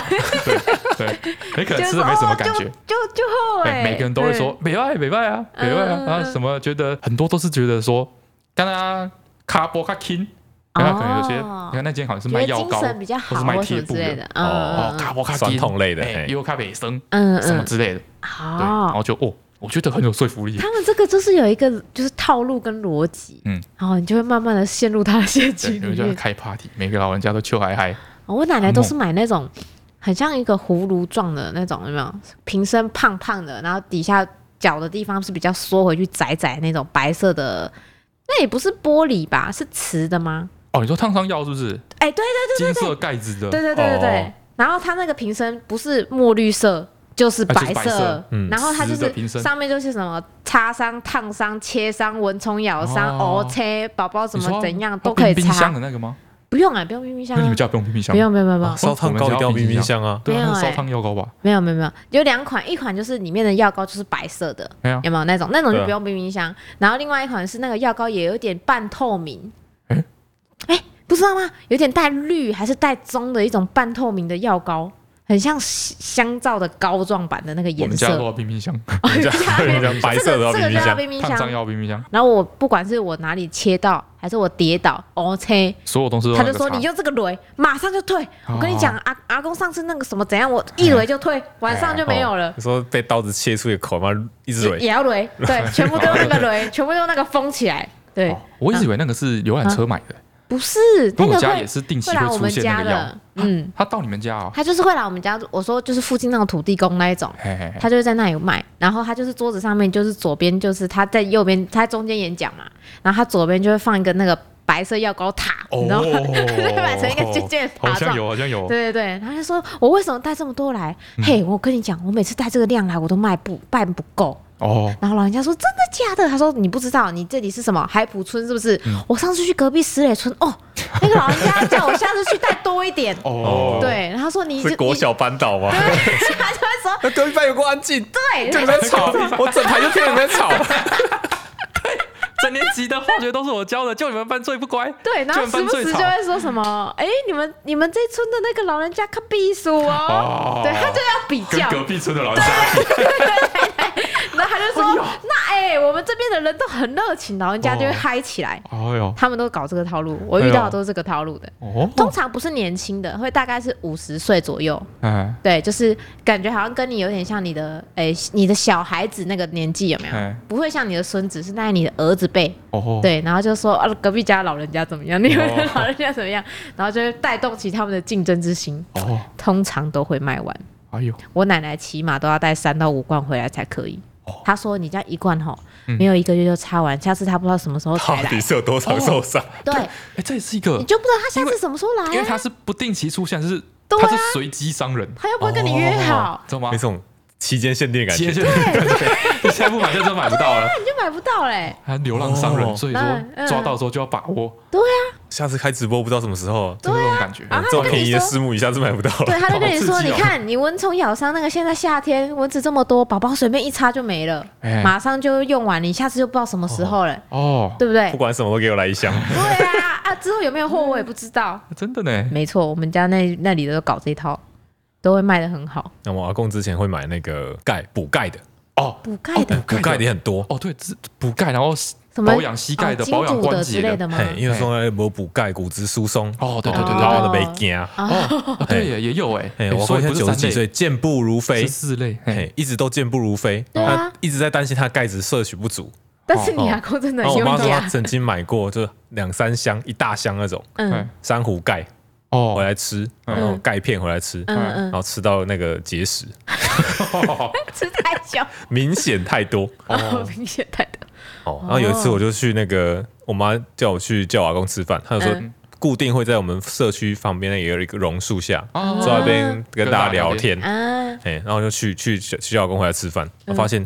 Speaker 2: 对， 你可
Speaker 1: 就
Speaker 2: 能
Speaker 1: 是
Speaker 2: 吃的没什么感
Speaker 1: 哦
Speaker 2: 觉，
Speaker 1: 就就后
Speaker 2: 对，
Speaker 1: 哎，
Speaker 2: 每个人都会说美外美外啊，美外啊，
Speaker 1: 嗯
Speaker 2: 然后什么觉得很多都是觉得说，当然卡波卡金，
Speaker 1: 哦
Speaker 2: 然后可能有些，你看那间好像是
Speaker 1: 觉
Speaker 2: 卖
Speaker 1: 得
Speaker 2: 药
Speaker 1: 精
Speaker 2: 膏，
Speaker 1: 神比较好
Speaker 2: 或是卖
Speaker 1: 或什
Speaker 2: 贴
Speaker 1: 么
Speaker 2: 布
Speaker 1: 之类的，
Speaker 2: 哦
Speaker 1: 嗯，
Speaker 2: 卡波卡
Speaker 3: 酸
Speaker 2: 金
Speaker 3: 痛类的，
Speaker 2: 哎，
Speaker 3: 嘿
Speaker 2: 优卡北生
Speaker 1: 嗯
Speaker 2: 什么
Speaker 1: 嗯，
Speaker 2: 之类的，对，然
Speaker 1: 好。
Speaker 2: 后就哦，我觉得很有说服力，
Speaker 1: 他们这个就是有一个就是套路跟逻辑，
Speaker 2: 嗯，
Speaker 1: 然后你就会慢慢的陷入他的陷
Speaker 2: 对，
Speaker 1: 阱
Speaker 2: 因
Speaker 1: 里
Speaker 2: 为就在
Speaker 1: 面。
Speaker 2: 开 party，每个老人家都秋嗨嗨，
Speaker 1: 哦我奶奶都是买那种很像一个葫芦状的那种，有没有？瓶身胖胖的，然后底下脚的地方是比较缩回去窄窄那种白色的，那也不是玻璃吧？是瓷的吗？
Speaker 2: 哦，你说烫伤药是不是？
Speaker 1: 哎、对
Speaker 2: 金色盖子的，
Speaker 1: 对对对对对。
Speaker 2: 哦
Speaker 1: 然后它那个瓶身不是墨绿色。就是
Speaker 2: 啊就是
Speaker 1: 白
Speaker 2: 白色
Speaker 3: 嗯
Speaker 1: 然后它就
Speaker 2: 瓷的
Speaker 1: 是
Speaker 2: 瓶身
Speaker 1: 上面就是什么擦伤、烫伤、切伤、蚊虫咬伤、
Speaker 2: 哦
Speaker 1: 哦切宝宝怎
Speaker 2: 你
Speaker 1: 么
Speaker 2: 说
Speaker 1: 怎样
Speaker 2: 要
Speaker 1: 都可以
Speaker 2: 啊冰冰箱
Speaker 1: 擦，
Speaker 2: 的那个吗？
Speaker 1: 不用啊，不用冰冰箱
Speaker 2: 那你
Speaker 1: 啊
Speaker 2: 们，家不用冰冰箱
Speaker 1: 不？用不用不用不用
Speaker 3: 哦，烧烫糕一定要冰冰箱啊，
Speaker 2: 对
Speaker 1: 没
Speaker 2: 啊，
Speaker 1: 有
Speaker 2: 那个烧
Speaker 1: 哎
Speaker 2: 烫药膏吧？
Speaker 1: 没有没有没有，有两款，一款就是里面的药膏就是白色的，
Speaker 2: 没有，
Speaker 1: 有没有那种？那种
Speaker 3: 对
Speaker 1: 就
Speaker 3: 啊
Speaker 1: 不用冰冰箱。然后另外一款是那个药膏也有点半透明，
Speaker 2: 诶
Speaker 1: 哎、不知道吗？有点带绿还是带棕的一种半透明的药膏，很像香皂的膏状版的那个
Speaker 2: 我
Speaker 1: 颜
Speaker 2: 们家
Speaker 1: 色
Speaker 2: 都。要冰冰箱，
Speaker 3: 人家 人家白色的要
Speaker 1: 这
Speaker 3: 冰
Speaker 1: 个
Speaker 3: 冰
Speaker 1: 叫
Speaker 3: 箱，
Speaker 1: 冰冰
Speaker 2: 烫伤
Speaker 1: 箱。
Speaker 2: 药冰冰箱，
Speaker 1: 然后我不管是我哪里切到，还是我跌倒，OK，
Speaker 2: 所有东西都
Speaker 1: 他
Speaker 2: 那
Speaker 1: 就
Speaker 2: 个
Speaker 1: 说
Speaker 2: 茶
Speaker 1: 你用这个雷，马上就退。我跟你讲，阿阿公上次那个什么怎样，我一雷就退，晚上就没有了。
Speaker 3: 哦你说被刀子切出一个口嘛，一直
Speaker 1: 也
Speaker 3: 蕊，
Speaker 1: 也要 雷，对，全部都用那个雷，全部用那个封起来。对
Speaker 2: 哦，我一直以为那个是游览车买的，
Speaker 1: 不是
Speaker 2: 因
Speaker 1: 嗯那
Speaker 2: 为
Speaker 1: 个
Speaker 2: 我家也
Speaker 1: 会
Speaker 2: 是定期
Speaker 1: 会来我
Speaker 2: 出
Speaker 1: 们
Speaker 2: 现那
Speaker 1: 家
Speaker 2: 个药
Speaker 1: 的。，嗯，
Speaker 2: 他到你们家啊？
Speaker 1: 他就是会来我们家。我说就是附近那种土地公那一种，
Speaker 2: 嘿嘿嘿
Speaker 1: 他就会在那里卖。然后他就是桌子上面就是左边就是他在右边，他中间演讲嘛，然后他左边就会放一个那个白色药膏塔，
Speaker 2: 哦
Speaker 1: 你知 道吗？就摆成一个尖尖的塔
Speaker 2: 好像
Speaker 1: 状。
Speaker 2: 有，好像有。
Speaker 1: 对对对，他就说：“我为什么带这么多来？
Speaker 2: 嗯
Speaker 1: 嘿，我跟你讲，我每次带这个量来，我都卖不卖不够。
Speaker 2: 哦，
Speaker 1: 然后老人家说：“真的假的？”他说：“你不知道，你这里是什么海浦村是不是？
Speaker 2: 嗯
Speaker 1: 我上次去隔壁石磊村， 哦，那个老人家叫我下次去带多一点。
Speaker 2: 哦，
Speaker 1: 对，然后他说你
Speaker 3: 是国，小班导吗？
Speaker 1: 你他就会说
Speaker 3: 那隔壁班有过安静，
Speaker 1: 对，
Speaker 3: 就你们在吵，我整排就听你们在 吵。
Speaker 2: 整年级的化学都是我教的，就你们班最不乖。
Speaker 1: 对，然后
Speaker 2: 就
Speaker 1: 时
Speaker 2: 班
Speaker 1: 不
Speaker 2: 最
Speaker 1: 时就
Speaker 2: 吵
Speaker 1: 会说什么：“哎，你们你们这村的那个老人家看避暑哦
Speaker 2: 哦。”
Speaker 1: 对，他就要比较，
Speaker 2: 壁村的老师，
Speaker 1: 然后他就说：“那哎，我们这边的人都很热情，老人家就会
Speaker 2: 哦
Speaker 1: 嗨起来。
Speaker 2: 哎呦，
Speaker 1: 他们都搞这个套路，我遇到的都是这个套路的。
Speaker 2: 哦，
Speaker 1: 通常不是年轻的，会大概是五十岁左右。
Speaker 2: 哎
Speaker 1: 对，就是感觉好像跟你有点像你的，诶、你的小孩子那个年纪有没有？
Speaker 2: 哎，
Speaker 1: 不会像你的孙子，是在你的儿子辈。
Speaker 2: 哦，
Speaker 1: 对，然后就说啊，隔壁家老人家怎么样，你们的
Speaker 2: 哦
Speaker 1: 老人家怎么样，然后就会带动起他们的竞争之心，
Speaker 2: 哦，
Speaker 1: 通常都会卖完。
Speaker 2: 哎呦，
Speaker 1: 我奶奶起码都要带三到五罐回来才可以。她说：“你家一罐吼，
Speaker 2: 哦嗯
Speaker 1: 没有一个月就擦完，下次她不知道什么时候才
Speaker 3: 到
Speaker 1: 来
Speaker 3: 底。是有多少受伤？
Speaker 1: 对，
Speaker 2: 哎，这也是一个
Speaker 1: 你，就不知道她下
Speaker 2: 因
Speaker 1: 次
Speaker 2: 为
Speaker 1: 什么时候来、
Speaker 2: 因为
Speaker 1: 啊，
Speaker 2: 他是不定期出现，就是
Speaker 1: 对
Speaker 2: 他是随机伤人，
Speaker 1: 她又不会跟你约好，
Speaker 2: 知道吗
Speaker 3: 那？种期间限定的感
Speaker 2: 接
Speaker 3: 觉，
Speaker 2: 就你现在不买就真的买不到了。
Speaker 1: 你就买不到嘞、
Speaker 2: 他流浪商人，
Speaker 3: 哦
Speaker 2: 所以
Speaker 1: 嗯嗯
Speaker 2: 说抓到的时候就要把握，
Speaker 3: 下次开直播不知道什么时候，
Speaker 2: 就是这种感觉。
Speaker 1: 啊
Speaker 3: 这么便宜的私募一下子买不到
Speaker 1: 对，
Speaker 3: 了。
Speaker 1: 他就跟你说，
Speaker 2: 好刺
Speaker 1: 你
Speaker 2: 激哦
Speaker 1: 看你蚊虫咬伤那个，现在夏天蚊子这么多，宝宝随便一擦就没了，
Speaker 2: 哎
Speaker 1: 马上就用完，你下次就不知道什么时候了，
Speaker 2: 哦，
Speaker 1: 对不对
Speaker 3: 不？管什么都给我来一箱，
Speaker 1: 对啊，啊，之后有没有货我也不知道。
Speaker 2: 啊真的呢，
Speaker 1: 没错，我们家那那里的都搞这一套，都会卖的很好，
Speaker 3: 那我阿公之前会买那个钙补钙的，
Speaker 2: 哦
Speaker 1: 补钙的、
Speaker 3: 补钙的也很多，
Speaker 2: 哦，对，这补钙，然后
Speaker 1: 什么
Speaker 2: 保养膝盖的
Speaker 1: 哦、，
Speaker 2: 保
Speaker 1: 金主
Speaker 2: 养关
Speaker 1: 的之
Speaker 2: 节
Speaker 1: 类的吗？
Speaker 3: 嘿，因为说那没补钙，骨质疏松，
Speaker 2: 哦，对对
Speaker 1: 哦
Speaker 2: 对对
Speaker 3: 老了没劲啊。
Speaker 2: 哦，哦对耶，也有哎，
Speaker 3: 嘿，
Speaker 2: 哎
Speaker 3: 我
Speaker 2: 所
Speaker 3: 公
Speaker 2: 以
Speaker 3: 现
Speaker 2: 不
Speaker 3: 在
Speaker 2: 是
Speaker 3: 九十
Speaker 2: 三
Speaker 3: 几岁，
Speaker 2: 类，
Speaker 3: 健步如飞
Speaker 2: 是，四类，哎，
Speaker 3: 嘿，一直都健步如飞，
Speaker 1: 对啊
Speaker 3: 他一直在担心他钙质摄取不足。
Speaker 1: 但是你阿公真的
Speaker 2: 哦
Speaker 1: 很
Speaker 3: 然后我
Speaker 1: 用
Speaker 3: 妈说
Speaker 1: 力
Speaker 3: 她
Speaker 1: 啊，
Speaker 3: 曾经买过，就是两三箱，一大箱那种
Speaker 1: 嗯
Speaker 2: 哎
Speaker 3: 珊瑚钙
Speaker 2: 哦
Speaker 3: 回，来吃，然后钙片回来吃，
Speaker 1: 嗯
Speaker 2: 嗯
Speaker 1: 嗯
Speaker 3: 然后吃到那个结石，
Speaker 1: 嗯，吃太 久，
Speaker 3: 明显太多。
Speaker 1: 哦，明显太多，
Speaker 3: 哦，然后有一次我就去那个，我妈叫我去叫我阿公吃饭，她就说
Speaker 2: 嗯
Speaker 3: 固定会在我们社区旁边有一个榕树下，
Speaker 2: 哦
Speaker 3: 坐在那边跟
Speaker 2: 跟
Speaker 3: 大
Speaker 2: 大
Speaker 3: 家
Speaker 2: 家
Speaker 3: 聊
Speaker 2: 聊天
Speaker 1: 啊，
Speaker 3: 天。
Speaker 1: 嗯
Speaker 3: 哎，然后就去去去叫我阿公回来吃饭，我发现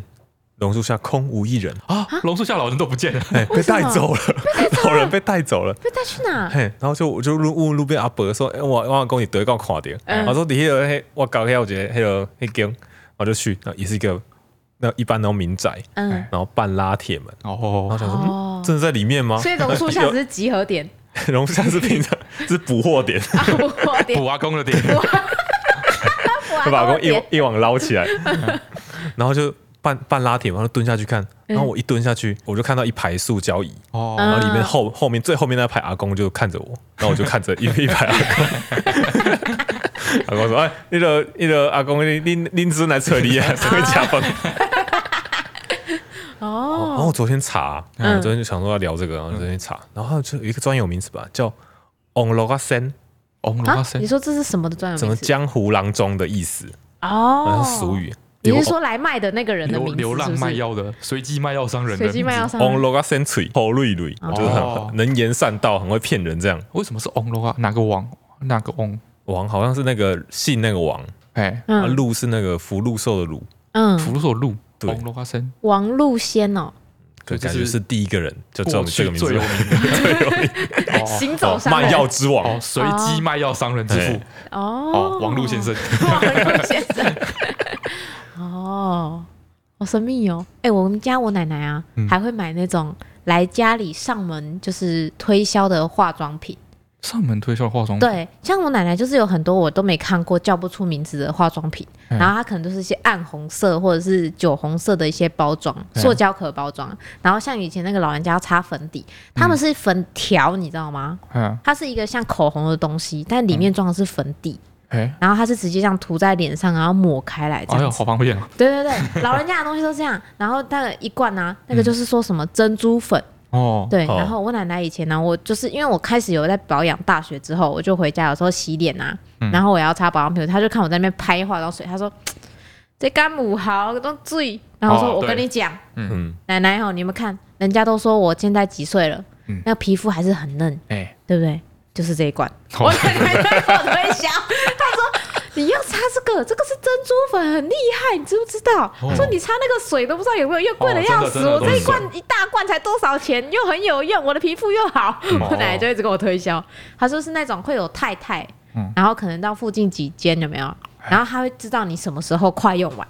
Speaker 3: 榕树下空无一人，
Speaker 2: 啊，榕树下老人都不见了，
Speaker 3: 哎，被
Speaker 1: 哦为什么
Speaker 3: 带走了，老人被带走了。
Speaker 1: 被带去哪？
Speaker 3: 嘿，然后就我就路问路边阿伯说，欸、我我讲你得到看点，
Speaker 1: 嗯
Speaker 3: 我说你迄、那个嘿，我搞遐有一个迄个迄间，我就去，那也是一个那一般那种民宅，
Speaker 1: 嗯
Speaker 2: 哎，
Speaker 3: 然后半拉铁门，然后
Speaker 2: 哦，
Speaker 3: 想说、
Speaker 1: 哦
Speaker 3: 嗯、真的在里面吗？
Speaker 1: 所以榕树下只是集合 点
Speaker 3: 榕树下是平常是捕获 点，
Speaker 1: 啊，我点
Speaker 2: 补阿公的点，
Speaker 1: 我
Speaker 3: 把公一网
Speaker 1: 点，
Speaker 3: 一网捞 起来，然后就半半拉铁门，然后蹲下去看，然后我一蹲下去，我就看到一排塑胶椅。
Speaker 2: 哦，
Speaker 1: 嗯
Speaker 3: 然后里面后后面最后面那排阿公就看着我，然后我就看着一一排 阿公， 阿公说：“哎，那个那个阿公，你你你只来 扯你啊，只会加分。”然后
Speaker 1: 哦
Speaker 3: 我昨天查，
Speaker 1: 嗯
Speaker 3: 我昨天就想说要聊这个，然后昨天查，然后就有一个专有名词吧，叫 “on l o g a s e n
Speaker 2: 红罗
Speaker 1: 啊
Speaker 2: 阿，森
Speaker 1: 你，说这是什么的专有
Speaker 3: 什么
Speaker 1: 名词？
Speaker 3: 江湖郎中的意思，
Speaker 1: 哦
Speaker 3: 好像，俗。语。
Speaker 1: 你是说来卖的那个人的
Speaker 2: 流
Speaker 1: 名字？
Speaker 2: 流
Speaker 1: 是
Speaker 2: 浪
Speaker 1: 不
Speaker 2: 卖
Speaker 1: 是？
Speaker 2: 药的，随机卖药商人的
Speaker 1: 随
Speaker 2: 名字，
Speaker 1: 机卖药商
Speaker 3: “on l o g a s e n 嘴头瑞瑞”，就是
Speaker 2: 哦
Speaker 3: 很能言善道，很会骗人这样。
Speaker 2: 为什么是翁罗啊？哪个王？哪个翁？
Speaker 3: 王好像是那个姓那个王，
Speaker 2: 哎，
Speaker 3: 啊
Speaker 1: 嗯
Speaker 3: 鹿是那个福禄寿的禄，
Speaker 2: 福
Speaker 1: 嗯，
Speaker 2: 禄寿禄，
Speaker 3: 对
Speaker 2: 翁罗啊阿森，
Speaker 1: 王路先哦，
Speaker 3: 对，
Speaker 2: 对
Speaker 3: 感
Speaker 2: 就
Speaker 3: 觉
Speaker 2: 是
Speaker 3: 是第一个人就知道
Speaker 2: 过
Speaker 3: 我们这
Speaker 2: 去
Speaker 3: 个名
Speaker 2: 最有
Speaker 3: 字，
Speaker 2: 名的哦
Speaker 1: 行走商
Speaker 3: 卖
Speaker 1: 人
Speaker 3: 药之王
Speaker 2: 哦，，随机卖药商人之父
Speaker 3: 哎
Speaker 1: 哦
Speaker 2: 哦，，王璐先，生，
Speaker 1: 王路先生，哦，好神秘哦。哎，我们家我奶奶啊，
Speaker 2: 嗯
Speaker 1: 还会买那种来家里上门就是推销的化妆品。
Speaker 2: 上门推销化妆品，
Speaker 1: 对，像我奶奶就是有很多我都没看过、叫不出名字的化妆品，
Speaker 2: 嗯
Speaker 1: 然后它可能都是一些暗红色或者是酒红色的一些包装，
Speaker 2: 嗯
Speaker 1: 塑胶壳包装。然后像以前那个老人家要擦粉底，他们是粉条，你知道吗？
Speaker 2: 嗯，
Speaker 1: 它是一个像口红的东西，但里面装的是粉底，
Speaker 2: 哎，
Speaker 1: 然后它是直接这样涂在脸上，然后抹开来这
Speaker 2: 哎
Speaker 1: 样
Speaker 2: 呦，
Speaker 1: 子。
Speaker 2: 好方便啊！
Speaker 1: 对对对，老人家的东西都这样。然后那个一罐啊，那
Speaker 2: 嗯
Speaker 1: 个就是说什么珍珠粉，
Speaker 2: 哦，
Speaker 1: 对，
Speaker 3: 哦
Speaker 1: 然后我奶奶以前呢，我就是因为我开始有在保养，大学之后我就回家，有时候洗脸啊，
Speaker 2: 嗯
Speaker 1: 然后我要擦保养品，她就看我在那边拍化妆水，她说嘖这干母好都醉，然后我说、
Speaker 2: 哦
Speaker 1: 我
Speaker 2: 对
Speaker 1: 跟你讲，
Speaker 3: 嗯，
Speaker 1: 奶奶哦，你们看，人家都说我现在几岁了，
Speaker 2: 嗯
Speaker 1: 那皮肤还是很嫩，
Speaker 2: 哎，
Speaker 1: 对不对？就是这一罐，
Speaker 2: 好
Speaker 1: 我奶奶在跟我推销，她说。你要擦这个，这个是珍珠粉，很厉害，你知不知道？她说你擦那个水都不知道有没有用，贵的
Speaker 2: 哦
Speaker 1: 要
Speaker 2: 真的
Speaker 1: 死。
Speaker 2: 真的
Speaker 1: 我这一
Speaker 2: 都是
Speaker 1: 罐一大罐才多少钱，又很有用，我的皮肤又好。
Speaker 2: 哦
Speaker 1: 我奶奶就一直跟我推销，她说是那种会有太太，
Speaker 2: 嗯哎
Speaker 1: 然后可能到附近几间有没有，然后她会知道你什么时候快用完，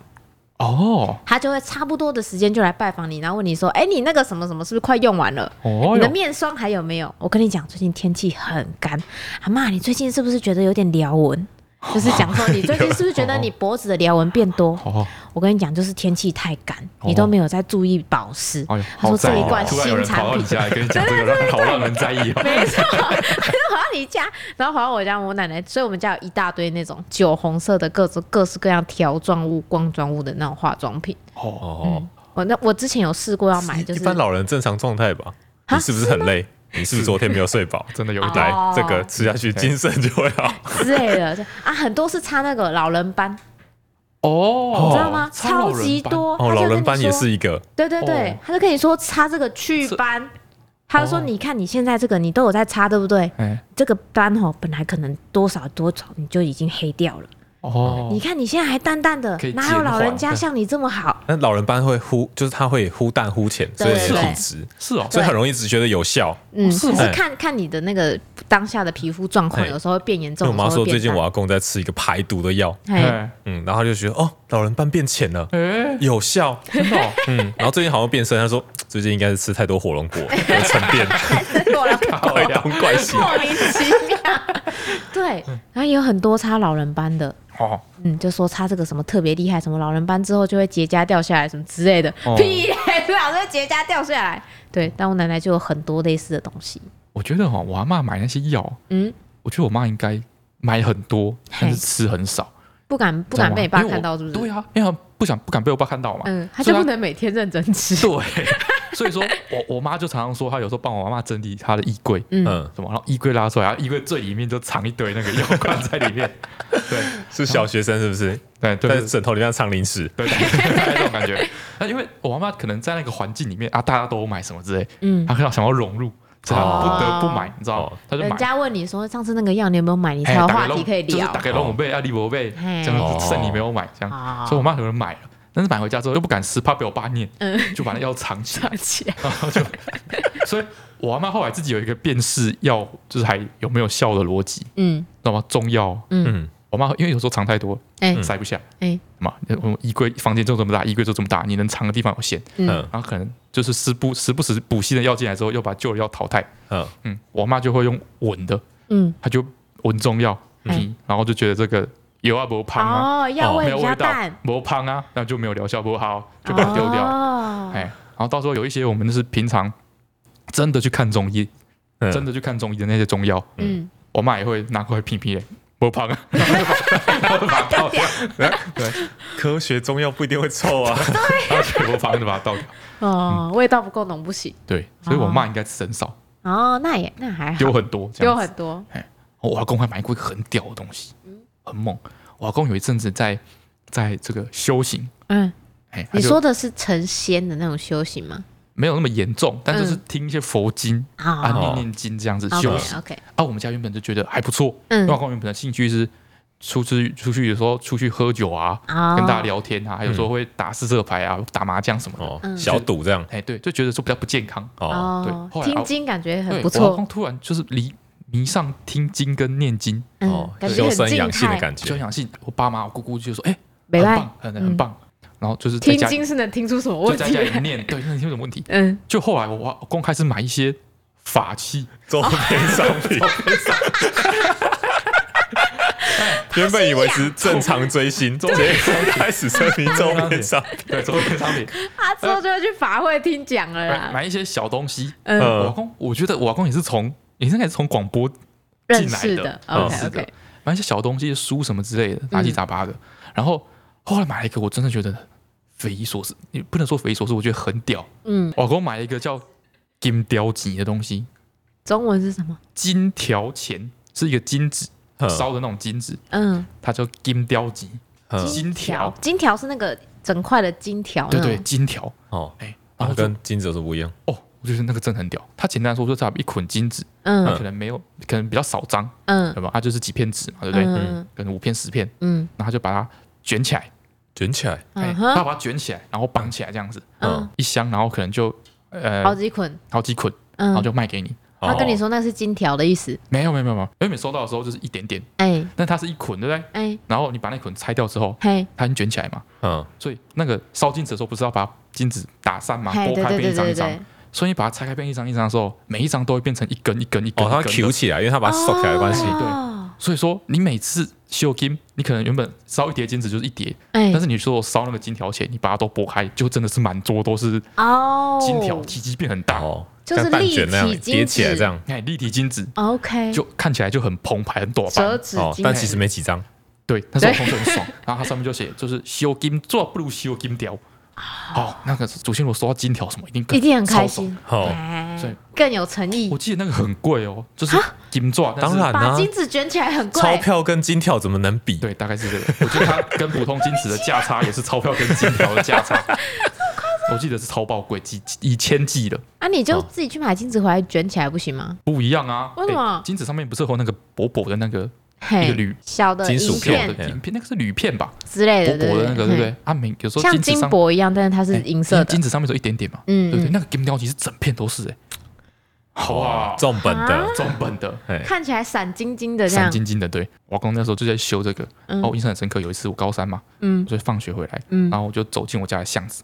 Speaker 2: 哦，
Speaker 1: 她就会差不多的时间就来拜访你，然后问你说，哎，你那个什么什么是不是快用完了？
Speaker 2: 哦
Speaker 1: 你的
Speaker 2: 哟，
Speaker 1: 面霜还有没有？我跟你讲，最近天气很干，阿妈，你最近是不是觉得有点撩纹？就是讲说你最近是不是觉得你脖子的撩纹变 多？
Speaker 2: 哦，
Speaker 1: 我跟你讲，就是天气太干，你都没有在注意保湿。
Speaker 2: 哎呦，
Speaker 1: 他
Speaker 2: 好
Speaker 1: 说这
Speaker 2: 在意
Speaker 1: 一
Speaker 2: 哦
Speaker 1: 罐
Speaker 2: 突然有
Speaker 1: 新
Speaker 2: 人跑
Speaker 1: 产
Speaker 2: 到
Speaker 1: 品
Speaker 2: 你，家来跟你讲这 个，让好让人在意哦。
Speaker 1: 没错，他就跑到你家，然后跑到我家，我奶奶，所以我们家有一大堆那种酒红色的各种各式各样条状物、光状物的那种化妆品。
Speaker 2: 哦，
Speaker 3: 哦，
Speaker 1: 我那我之前有试嗯过要买，就
Speaker 3: 一
Speaker 1: 是
Speaker 3: 般老人正常状态吧？
Speaker 1: 啊
Speaker 3: 你是不是很累？你是不是昨天没有睡饱？
Speaker 2: 真的有一
Speaker 1: 哦
Speaker 2: 点
Speaker 3: 来，这个吃下去精神就 会好。
Speaker 1: 之类的就啊，很多是擦那个老人斑，
Speaker 2: 哦
Speaker 1: 你知道吗？超
Speaker 2: 苍老人斑
Speaker 1: 级多，
Speaker 3: 哦，
Speaker 1: 他就
Speaker 3: 老
Speaker 1: 跟
Speaker 3: 人
Speaker 1: 你
Speaker 3: 斑也
Speaker 1: 说
Speaker 3: 是一个，
Speaker 1: 对对对，
Speaker 2: 哦
Speaker 1: 他就跟你说擦这个祛斑，他就说
Speaker 2: 哦
Speaker 1: 你看你现在这个你都有在擦，对不对？
Speaker 2: 哎，
Speaker 1: 这个斑哦，本来可能多少多少你就已经黑掉了，
Speaker 2: 哦，
Speaker 1: 你看你现在还淡淡的
Speaker 2: 可以，
Speaker 1: 哪有
Speaker 2: 减
Speaker 1: 老人
Speaker 2: 缓哦
Speaker 1: 家像你这么好？
Speaker 3: 但老人斑会忽，就是他会忽淡忽浅，所
Speaker 1: 对
Speaker 3: 以是
Speaker 1: 对
Speaker 3: 体质，
Speaker 2: 是哦，
Speaker 3: 所以很容易只觉得有效。
Speaker 1: 嗯，
Speaker 2: 是
Speaker 1: 只
Speaker 2: 哦
Speaker 1: 是看看你的那个当下的皮肤状况，
Speaker 3: 哎
Speaker 1: 有时候会变严
Speaker 3: 因
Speaker 1: 重，
Speaker 3: 为
Speaker 1: 有
Speaker 3: 我妈
Speaker 1: 时候
Speaker 3: 说
Speaker 1: 会
Speaker 3: 最
Speaker 1: 变
Speaker 3: 近
Speaker 1: 淡
Speaker 3: 我。阿公在吃一个排毒的药，
Speaker 1: 哎，
Speaker 2: 哎
Speaker 3: 嗯，然后她就觉得哦，老人斑变浅了，
Speaker 2: 哎，
Speaker 3: 有 效。
Speaker 2: 真的哦，
Speaker 3: 嗯，然后最近好像变深，她说最近应该是吃太多 火龙果，
Speaker 1: 哎
Speaker 3: 有沉淀，
Speaker 1: 我了
Speaker 3: 怪东怪西。
Speaker 1: 莫名其妙。 对，
Speaker 2: 嗯
Speaker 1: 然后也有很多擦老人斑的，
Speaker 2: 哦，
Speaker 1: 嗯，就说擦这个什么特别厉害，什么老人斑之后就会结痂掉下来，什么之类的，
Speaker 2: 哦
Speaker 1: 屁嘞，老是结痂掉下来。对，但我奶奶就有很多类似的东西。
Speaker 2: 我觉得哈，哦我阿妈买那些药，
Speaker 1: 嗯，
Speaker 2: 我觉得我妈应该买很多，但
Speaker 1: 嘿
Speaker 2: 是吃很少，
Speaker 1: 不敢不
Speaker 2: 知道
Speaker 1: 敢
Speaker 2: 吗
Speaker 1: 被你爸
Speaker 2: 因为我
Speaker 1: 看到，是不是？
Speaker 2: 对啊，因为她不想不敢被我爸看到嘛。
Speaker 1: 嗯，他
Speaker 2: 所
Speaker 1: 就
Speaker 2: 以
Speaker 1: 不能每天认真 吃。
Speaker 2: 对，所以说我我妈就常常说，她有时候帮我妈妈整理她的衣柜，
Speaker 1: 嗯，
Speaker 3: 嗯，
Speaker 2: 什么，然后衣柜拉出来，然后衣柜最里面就藏一堆那个药罐在里面，
Speaker 3: 是小学生是不是？
Speaker 2: 对对
Speaker 3: 在
Speaker 2: 对
Speaker 3: 枕头里面藏零食，
Speaker 2: 对， 大概这种感觉。那因为我妈妈可能在那个环境里面啊，大家都买什么之类，
Speaker 1: 嗯哦
Speaker 2: 她可能想要融入，所以她不得不买，你知道吗？她就
Speaker 1: 人
Speaker 2: 买。
Speaker 1: 家问你说上次那个药你有没有买，你才
Speaker 2: 哎，
Speaker 1: 有
Speaker 2: 大概
Speaker 1: 话
Speaker 2: 都
Speaker 1: 题可以
Speaker 2: 就是
Speaker 1: 聊
Speaker 2: 大。概让我背啊，你我背，
Speaker 1: 嘿
Speaker 2: 这样子剩你没有买，这样，
Speaker 1: 哦
Speaker 2: 所以我妈可能买了，但是买回家之后又不敢吃，怕被我爸念，
Speaker 1: 嗯，
Speaker 2: 就把那药藏起来
Speaker 1: 想。起来，
Speaker 2: 然后就，所以我阿妈后来自己有一个辨识药就是还有没有效的逻辑，
Speaker 1: 嗯
Speaker 2: 知道吗？中药，
Speaker 1: 嗯，
Speaker 3: 嗯，
Speaker 2: 我妈因为有时候藏太多，
Speaker 1: 哎
Speaker 2: 塞不下
Speaker 1: 哎
Speaker 2: 嘛，我们衣柜房间就这么大，衣柜就这么大，你能藏的地方有限，
Speaker 1: 嗯
Speaker 3: 嗯
Speaker 2: 然后可能就是时不时不时补新的药进来之后，又把旧的药淘汰。
Speaker 3: 嗯，
Speaker 2: 嗯，我妈就会用稳的，
Speaker 1: 嗯，
Speaker 2: 她就闻中药
Speaker 1: 嗯
Speaker 2: 嗯，然后就觉得这个有啊不胖啊，
Speaker 1: 哦，药
Speaker 2: 没
Speaker 1: 味
Speaker 2: 有
Speaker 1: 比
Speaker 2: 味
Speaker 1: 较
Speaker 2: 道
Speaker 1: 淡，，
Speaker 2: 不胖啊，那就没有疗效不好，就把它丢掉。
Speaker 1: 哦
Speaker 2: 哎，然后到时候有一些我们就是平常真的去看中医，
Speaker 3: 嗯
Speaker 2: 真的去看中医的那些中药，
Speaker 1: 嗯，
Speaker 2: 我妈也会拿过来批批嘞，不胖啊，把它倒掉，
Speaker 3: 科学中药不一定会臭啊。
Speaker 2: 她绝不胖就把它倒掉。嗯
Speaker 1: 哦，味道不够浓不行。
Speaker 2: 对，所以我妈应该吃很少，
Speaker 1: 哦，那也那还好，
Speaker 2: 丢很多，这
Speaker 1: 有
Speaker 2: 样子。
Speaker 1: 很多，
Speaker 2: 哦我阿公还买过一个很屌的东西，
Speaker 1: 嗯
Speaker 2: 很猛。我阿公有一阵子在在这个修行，
Speaker 1: 嗯，
Speaker 2: 哎，他
Speaker 1: 你
Speaker 2: 就
Speaker 1: 说的是成仙的那种修行吗？
Speaker 2: 没有那么严重，但就是听一些佛经啊，
Speaker 1: 啊
Speaker 2: 念念经这样子修
Speaker 1: 嗯
Speaker 2: 行。
Speaker 1: ，OK OK，
Speaker 2: 啊，我们家原本就觉得还不错，因
Speaker 1: 嗯
Speaker 2: 为，我阿公原本的兴趣是出去出去有时候出去喝酒啊，
Speaker 1: 哦
Speaker 2: 跟大家聊天啊，还有时候会打四色牌啊、打麻将什么的。
Speaker 3: 哦，
Speaker 1: 嗯
Speaker 3: 小赌这样
Speaker 2: 哎，对，就觉得说比较不健康。
Speaker 3: 哦，
Speaker 1: 哦
Speaker 2: 哦，对后来
Speaker 1: 听经感觉
Speaker 2: 对，哦
Speaker 1: 很不
Speaker 2: 我阿
Speaker 1: 错
Speaker 2: 公，突然就是离迷上听经跟念经，
Speaker 1: 嗯
Speaker 3: 哦，，
Speaker 1: 感觉
Speaker 3: 修
Speaker 1: 很
Speaker 3: 身
Speaker 1: 静
Speaker 3: 养性的
Speaker 1: 态，
Speaker 3: 感觉
Speaker 2: 就。想信我爸妈、我姑姑就说，哎，
Speaker 1: 没
Speaker 2: 很
Speaker 1: 办
Speaker 2: 棒，很
Speaker 1: 嗯
Speaker 2: 很棒。然后就是在
Speaker 1: 听
Speaker 2: 家里
Speaker 1: 经是能听出什么
Speaker 2: 就
Speaker 1: 问
Speaker 2: 在
Speaker 1: 题
Speaker 2: 家里
Speaker 1: 来？
Speaker 2: 念，对，那你有什么问题？
Speaker 1: 嗯，
Speaker 2: 就后来我阿公开始买一些法器，
Speaker 3: 周边商 品。原本以为只是正常追星，结果开始沉迷周边商品。
Speaker 2: 对，周边 商品，
Speaker 1: 他之后就会去法会听讲了
Speaker 2: 买
Speaker 1: 啦，
Speaker 2: 买一些小东西。
Speaker 1: 嗯，
Speaker 2: 我阿
Speaker 3: 呃，
Speaker 2: 公，我觉得我阿公也是从，也是应该是从广播
Speaker 1: 认
Speaker 2: 进来
Speaker 1: 识
Speaker 2: 的哦
Speaker 1: ，OK
Speaker 2: 是的
Speaker 1: OK，
Speaker 2: 买一些小东西、书什么之类的，杂
Speaker 1: 嗯
Speaker 2: 七杂八的。然后后来买了一个，我真的觉得匪夷所思，也不能说匪夷所思，我觉得很屌。
Speaker 1: 嗯，
Speaker 2: 我给我买了一个叫金雕钱的东西，
Speaker 1: 中文是什么？
Speaker 2: 金条钱是一个金纸
Speaker 3: 哦
Speaker 2: 烧的那种金纸，
Speaker 1: 嗯，
Speaker 2: 它叫金雕钱，
Speaker 3: 嗯
Speaker 2: 哦金条，
Speaker 1: 金条是那个整块的金条，嗯
Speaker 2: 对对，，金条。
Speaker 3: 哦，
Speaker 2: 哎，然
Speaker 3: 啊，
Speaker 2: 后就
Speaker 3: 跟金子是不一样。
Speaker 2: 哦，我觉得那个真的很屌。它简单说就是它一捆金纸，它
Speaker 1: 嗯
Speaker 2: 可能没有，可能比较少张，
Speaker 1: 嗯
Speaker 2: 对吧？它就是几片纸嘛，对不对？
Speaker 1: 嗯
Speaker 2: 可能五片十片，
Speaker 1: 嗯
Speaker 2: 然后它就把它卷起来，
Speaker 3: 卷起来，
Speaker 2: 哎，
Speaker 1: 嗯
Speaker 2: 它
Speaker 1: 哼，
Speaker 2: 把它卷起来，然后绑起来这样子。
Speaker 1: 嗯，
Speaker 2: 一箱，然后可能就
Speaker 1: 好
Speaker 2: 呃
Speaker 1: 几捆，
Speaker 2: 好几捆，
Speaker 1: 嗯
Speaker 2: 然后，就卖给你。
Speaker 1: 他跟你
Speaker 3: 哦，
Speaker 1: 说那是金条的意思，
Speaker 2: 没有没有没有没有，因为你收到的时候就是一点点，
Speaker 1: 哎
Speaker 2: 但它是一捆，对不对？
Speaker 1: 哎
Speaker 2: 然后你把那捆拆掉之后，
Speaker 1: 嘿，
Speaker 2: 它已经卷起来嘛，
Speaker 3: 嗯，
Speaker 2: 所以那个烧金纸的时候不是要把金纸打散嘛，
Speaker 1: 嘿，
Speaker 2: 剥
Speaker 1: 对
Speaker 2: 开
Speaker 1: 对
Speaker 2: 变
Speaker 1: 对
Speaker 2: 一张
Speaker 1: 对
Speaker 2: 一张
Speaker 1: 对，，
Speaker 2: 所以你把它拆开变一张一张的时候，每一张都会变成一根一根一根
Speaker 3: 哦，
Speaker 2: 一
Speaker 3: 它
Speaker 2: 根的
Speaker 3: Q 起来，因为它把它收起来的关系。
Speaker 1: 哦
Speaker 2: 所以说你每次修金，你可能原本烧一叠金纸就是一叠，
Speaker 1: 哎
Speaker 2: 但是你说我烧那个金条钱，你把它都剥开，就真的是满桌都是
Speaker 1: 哦，
Speaker 2: 金条，体积变很大，
Speaker 3: 哦，
Speaker 1: 就是
Speaker 3: 像蛋卷那
Speaker 1: 立
Speaker 3: 样
Speaker 1: 体金
Speaker 3: 叠起来
Speaker 1: 纸
Speaker 3: 这样。
Speaker 2: 哎，立体金纸
Speaker 1: OK，
Speaker 2: 就看起来就很澎湃很多吧。
Speaker 1: 折纸
Speaker 3: 哦，
Speaker 1: 巾，
Speaker 3: 但其实没几张。
Speaker 2: 对，但是我同学很 爽，然后它上面就写就是修金做不如修金条。哦，那个祖先如果收到金条什么，一定更
Speaker 1: 一定很开。
Speaker 2: 超
Speaker 1: 心，
Speaker 3: 哦，
Speaker 1: 哎
Speaker 2: 所以
Speaker 1: 更有诚意
Speaker 2: 爽我，记得那个很贵哦，就是金钻，但是
Speaker 3: 啊当然
Speaker 1: 把
Speaker 3: 啊，
Speaker 1: 金子卷起来很贵，
Speaker 3: 钞票跟金条怎么能比？
Speaker 2: 对，大概是这个。我觉得它跟普通金纸的价差也是钞票跟金条的 价差。我记得是超爆贵，几以千计的，
Speaker 1: 啊，你就
Speaker 3: 哦
Speaker 1: 自己去买金子回来卷起来不行吗？
Speaker 2: 不一样啊。
Speaker 1: 为什么
Speaker 2: 哎金纸上面不是有那个薄薄的那个一个
Speaker 1: 嘿
Speaker 2: 铝，
Speaker 1: 小的
Speaker 3: 金属
Speaker 1: 银
Speaker 2: 片
Speaker 1: 片
Speaker 2: 的银片，那个是铝片吧？
Speaker 1: 之类
Speaker 2: 薄
Speaker 1: 的，
Speaker 2: 薄的那个，对不对
Speaker 1: 嘿？
Speaker 2: 啊，每有时候
Speaker 1: 像
Speaker 2: 金纸
Speaker 1: 金
Speaker 2: 上
Speaker 1: 箔一样，但是它是
Speaker 2: 哎
Speaker 1: 银色的
Speaker 2: 金，纸上面只有一点点嘛，
Speaker 1: 嗯
Speaker 2: 对不对？
Speaker 1: 嗯
Speaker 2: 那个金标题是整片都是哎、好啊，重
Speaker 3: 重本的，
Speaker 2: 重本的，
Speaker 3: 哎，
Speaker 1: 看起来闪晶晶的这
Speaker 2: 闪
Speaker 1: 样，
Speaker 2: 晶晶的。对，我阿公那时候就在修这个，
Speaker 1: 嗯
Speaker 2: 然后我印象很深刻。有一次我高三嘛，
Speaker 1: 嗯
Speaker 2: 所以放学回来，
Speaker 1: 嗯
Speaker 2: 然后我就走进我家的巷子，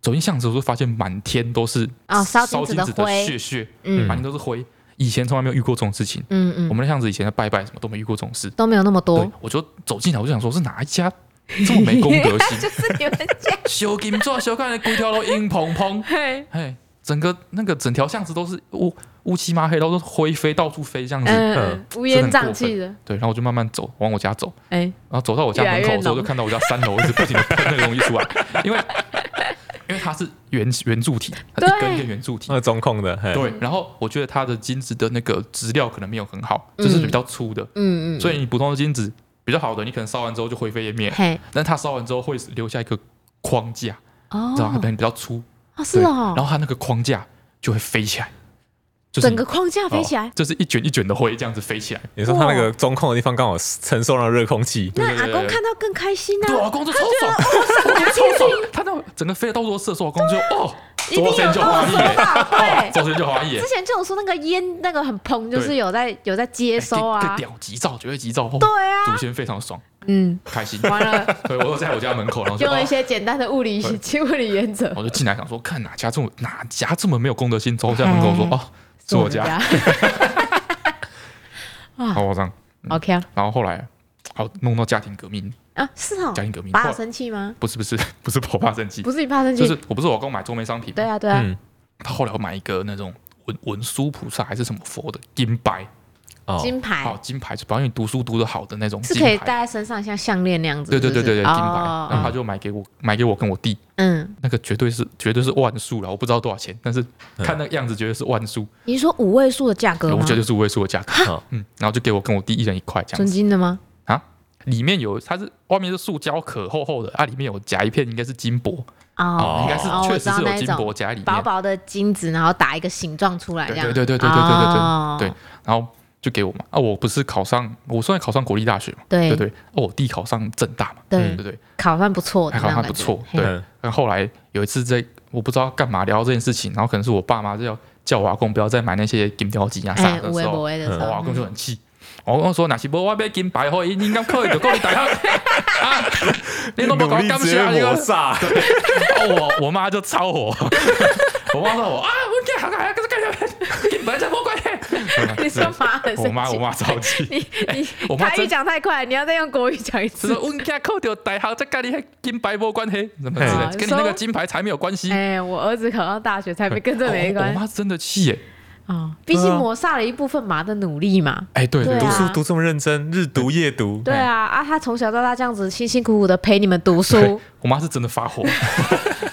Speaker 2: 走进巷子我就发现满天都是
Speaker 1: 哦烧金
Speaker 2: 烧
Speaker 1: 纸
Speaker 2: 金
Speaker 1: 的
Speaker 2: 纸
Speaker 1: 灰
Speaker 2: 屑屑，
Speaker 1: 嗯
Speaker 2: 满天都是灰。以前从来没有遇过这种事情，
Speaker 1: 嗯嗯哦
Speaker 2: 我，们那巷子以前在拜拜什么都没遇过这种事。
Speaker 1: 都没有那么多
Speaker 2: 对，，我就走进来，我就想说，是哪一家 这么没公德 心？
Speaker 1: 就是你们 家，
Speaker 2: 修金做修干的规条都硬蓬蓬。
Speaker 1: 嘿
Speaker 2: 嘿，整个那个整条巷子都是乌乌漆嘛黑，然后都是灰飞到处飞这样子。
Speaker 1: 嗯，嗯
Speaker 3: 嗯
Speaker 1: 乌烟瘴气的，
Speaker 2: 对，然后我就慢慢走，往我家走，
Speaker 1: 哎，
Speaker 2: 然后走到我家门口的时
Speaker 1: 越来越浓
Speaker 2: 候，就看到我家三楼一直不停的喷那个东西出来，因 为因为它是圆圆柱体，
Speaker 1: 对
Speaker 2: 它一根一根圆柱体
Speaker 3: 那。个中控的，嘿，
Speaker 2: 对，然后我觉得它的金子的那个质料可能没有很好，就是比较粗的，
Speaker 1: 嗯嗯，
Speaker 2: 所以你普通的金子比较好的，你可能烧完之后就灰飞烟灭，
Speaker 1: 嘿，
Speaker 2: 但它烧完之后会留下一个框架，知道吗？它
Speaker 1: 哦
Speaker 2: 可，能比较粗，
Speaker 1: 哦是
Speaker 2: 对，
Speaker 1: 哦
Speaker 2: 然，后它那个框架就会飞起来。就是哦
Speaker 1: 整个框架飞起来。
Speaker 2: 就是一卷一卷的灰这样子飞起来。
Speaker 3: 你说它那个中控的地方刚好承受到热空气，
Speaker 1: 那
Speaker 2: 对对
Speaker 1: 阿
Speaker 2: 对
Speaker 1: 公
Speaker 2: 对
Speaker 1: 看到更开心
Speaker 2: 对，我阿
Speaker 1: 啊！
Speaker 2: 公就超爽，我阿公超爽，他那整个飞得到处都是射手，我阿公就哦，
Speaker 1: 啊一定有
Speaker 2: 周身就华
Speaker 1: 多
Speaker 2: 裔
Speaker 1: 收
Speaker 2: 耶，
Speaker 1: 到，哦对。
Speaker 2: 周身就华裔耶
Speaker 1: 之，前就有说那个烟那个很蓬，就是
Speaker 2: 对
Speaker 1: 有在有在接收
Speaker 2: 哎
Speaker 1: 啊
Speaker 2: 更更，屌，急躁，绝对急躁，哦
Speaker 1: 对啊
Speaker 2: 祖，先非常爽，
Speaker 1: 嗯，
Speaker 2: 开心。
Speaker 1: 完 了，
Speaker 2: 对，我就在我家门口，然后就
Speaker 1: 用了一
Speaker 2: 哦
Speaker 1: 些简单的物理物理原则，
Speaker 2: 我就进来想说，看哪家这么哪家这么没有公德心，走在门口说
Speaker 1: 哎
Speaker 2: 哦，是我家，好我这样。
Speaker 1: ，OK 啊
Speaker 2: 然后后来好弄到家庭革命，
Speaker 1: 啊，是哦
Speaker 2: 家，庭革命，
Speaker 1: 爸
Speaker 2: 后
Speaker 1: 爸
Speaker 2: 来
Speaker 1: 生气吗？
Speaker 2: 不是不是不是我爸生气，
Speaker 1: 不是你爸生
Speaker 2: 就
Speaker 1: 气
Speaker 2: 是，我不是我刚买周边商品，
Speaker 1: 对啊对啊，
Speaker 3: 嗯
Speaker 2: 他后来我买一个那种文文殊菩萨还是什么佛的金牌，
Speaker 3: 哦，
Speaker 1: 金
Speaker 2: 好
Speaker 1: 牌
Speaker 2: 金牌，就保你读书读得好的那种
Speaker 1: 是
Speaker 2: 金
Speaker 1: 可以
Speaker 2: 牌。
Speaker 1: 戴在身上，像项链那样子，
Speaker 2: 对对对对对，
Speaker 1: 是
Speaker 2: 金
Speaker 1: 不是
Speaker 2: 牌，然后他
Speaker 1: 哦，
Speaker 2: 就买给我，买给我跟我弟，
Speaker 1: 嗯，
Speaker 2: 那个绝对是绝对是万数了，我不知道多少钱，但是看那个样子绝对是万数，
Speaker 1: 你是说五位数的价格
Speaker 2: 我
Speaker 1: 吗
Speaker 2: 觉？得就是五位数的价格
Speaker 3: 哈，
Speaker 2: 嗯，然后就给我跟我弟一人一块这样
Speaker 1: 纯
Speaker 2: 子，
Speaker 1: 金的吗？
Speaker 2: 里面有它是外面是塑胶壳厚厚的，啊，里面有夹一片应该是金箔，
Speaker 1: 哦，
Speaker 2: 应该是
Speaker 1: 哦
Speaker 2: 确
Speaker 1: 我
Speaker 2: 实
Speaker 1: 知道
Speaker 2: 是有
Speaker 1: 那一
Speaker 2: 金
Speaker 1: 种
Speaker 2: 箔夹在里面，
Speaker 1: 薄薄的金子，然后打一个形状出来，这
Speaker 2: 嗯对
Speaker 1: 样
Speaker 2: 对对对对对对
Speaker 1: 哦
Speaker 2: 对对对，然后就给我嘛，啊，我不是考上，我算考上国立大学嘛，对
Speaker 1: 对
Speaker 2: 对，嗯哦，我弟考上政大嘛，
Speaker 1: 对
Speaker 2: 对不对，
Speaker 1: 考上不错的
Speaker 2: 还
Speaker 1: 那种
Speaker 2: 考
Speaker 1: 感
Speaker 2: 上
Speaker 1: 觉，
Speaker 2: 哎不错，
Speaker 1: 嘿
Speaker 3: 嗯
Speaker 2: 对。但后来有一次在我不知道干嘛聊到这件事情，然后可能是我爸妈就要叫我阿公不要再买那些金条机啊啥
Speaker 1: 哎，
Speaker 2: 的
Speaker 1: 无为
Speaker 2: 时
Speaker 1: 不
Speaker 2: 候，
Speaker 1: 为的时
Speaker 2: 我阿
Speaker 1: 候，
Speaker 2: 公就很气。我阿公说：“那是无我买金牌货，伊应该可以就够你大家。啊”你都不
Speaker 3: 努
Speaker 2: 搞
Speaker 3: 力
Speaker 2: 感
Speaker 3: 直
Speaker 2: 谢
Speaker 3: 接
Speaker 2: 啊！你
Speaker 3: 磨
Speaker 2: 个
Speaker 3: 砂，
Speaker 2: 哦，我我妈就抄我，我妈说我啊，我这行啊，跟这跟这，你本身没关系。
Speaker 1: 你说妈很生气
Speaker 2: 我妈我妈超气，
Speaker 1: 你你
Speaker 2: 我妈
Speaker 1: 台语
Speaker 2: 真
Speaker 1: 讲太快，你要再用国语讲一
Speaker 2: 是
Speaker 1: 次
Speaker 2: 说。阮家考到大学，这跟你那金牌无关系，什么之类
Speaker 1: 哎
Speaker 2: 的，跟你那个金牌才没有关系。
Speaker 1: 哎，我儿子考上大学才没 跟这没
Speaker 2: 哦我
Speaker 1: 关
Speaker 2: 妈真的气耶！
Speaker 1: 哦，毕竟抹煞了一部分妈的努力嘛。
Speaker 2: 哎，对
Speaker 1: 对
Speaker 3: 读
Speaker 1: 啊
Speaker 3: 书读这么认真，日读夜读，
Speaker 1: 对啊，啊，他从小到大这样子辛辛苦苦的陪你们读
Speaker 2: 对
Speaker 1: 书，
Speaker 2: 我妈是真的发火。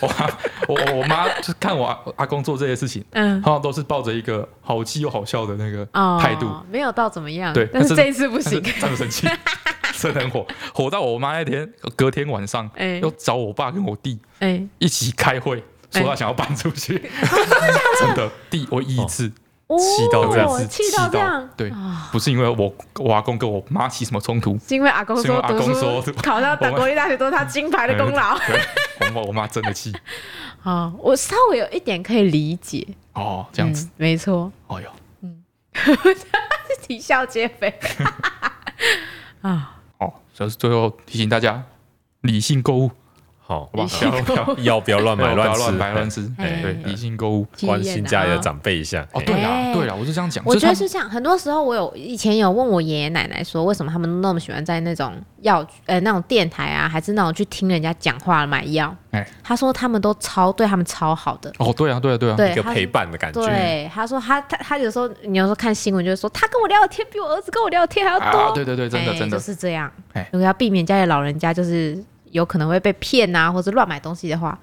Speaker 2: 我妈我我我妈就是看我阿阿公做这些事情，
Speaker 1: 嗯，
Speaker 2: 好像都是抱着一个好气又好笑的那个
Speaker 1: 哦，
Speaker 2: 态度。
Speaker 1: 没有到怎么样，
Speaker 2: 对，
Speaker 1: 但是这一次不行，
Speaker 2: 他们 生气，真的很火，火到我妈那天隔天晚上，
Speaker 1: 哎
Speaker 2: 又找我爸跟我弟
Speaker 1: 哎，
Speaker 2: 一起开会，说他想要搬出 去，真的，第我一次
Speaker 1: 哦
Speaker 3: 气到这样
Speaker 2: 子
Speaker 1: 气到这样，
Speaker 2: 对
Speaker 1: 啊，
Speaker 2: 不是因为我我阿公跟我妈起什么冲突，
Speaker 1: 是因为阿公
Speaker 2: 是因为
Speaker 1: 说
Speaker 2: 阿
Speaker 1: 读
Speaker 2: 公
Speaker 1: 书
Speaker 2: 说
Speaker 1: 考上
Speaker 2: 我
Speaker 1: 大
Speaker 2: 们
Speaker 1: 国立大学都是他金牌的功劳。
Speaker 2: 对，哎对我妈我妈真的气
Speaker 1: 啊，我稍微有一点可以理解，
Speaker 2: 哦，这样子，
Speaker 1: 嗯没错，
Speaker 2: 哎呦，
Speaker 1: 是 啼笑皆非啊，
Speaker 2: 哦，所以最后提醒大家理性购物，
Speaker 3: 好
Speaker 2: 好，吧，
Speaker 1: 理
Speaker 2: 不
Speaker 1: 性
Speaker 2: 要不要
Speaker 3: 药不要乱买
Speaker 2: 不要
Speaker 3: 乱吃，
Speaker 2: 乱买 乱吃，
Speaker 1: 哎
Speaker 2: 对，理性购物。
Speaker 1: 体验
Speaker 3: 关心家里的
Speaker 1: 啊
Speaker 3: 长辈一下。
Speaker 2: 哦，
Speaker 3: 哎
Speaker 2: 对啦
Speaker 1: 哎
Speaker 2: 对啦，我是这样讲，
Speaker 1: 我
Speaker 2: 就是
Speaker 1: 觉
Speaker 2: 他
Speaker 1: 得
Speaker 2: 们
Speaker 1: 是这样，很多时候我有以前有问我爷爷奶奶说，为什么他们那么喜欢在那种药局呃那种电台啊，还是那种去听人家讲话买药？
Speaker 2: 哎
Speaker 1: 他说他们都超对他们超好的，
Speaker 2: 哦，对啊对啊对啊，
Speaker 1: 对
Speaker 3: 一个
Speaker 1: 他
Speaker 3: 陪伴的感觉。
Speaker 1: 对，他说他他他有时候你有时候看新闻就是说他跟我聊的天比我儿子跟我聊的天还要多，
Speaker 2: 啊，对对对，真的
Speaker 1: 哎
Speaker 2: 真的
Speaker 1: 就，是这样。
Speaker 2: 哎
Speaker 1: 如果要避免家里老人家就是有可能会被骗啊，或者乱买东西的话，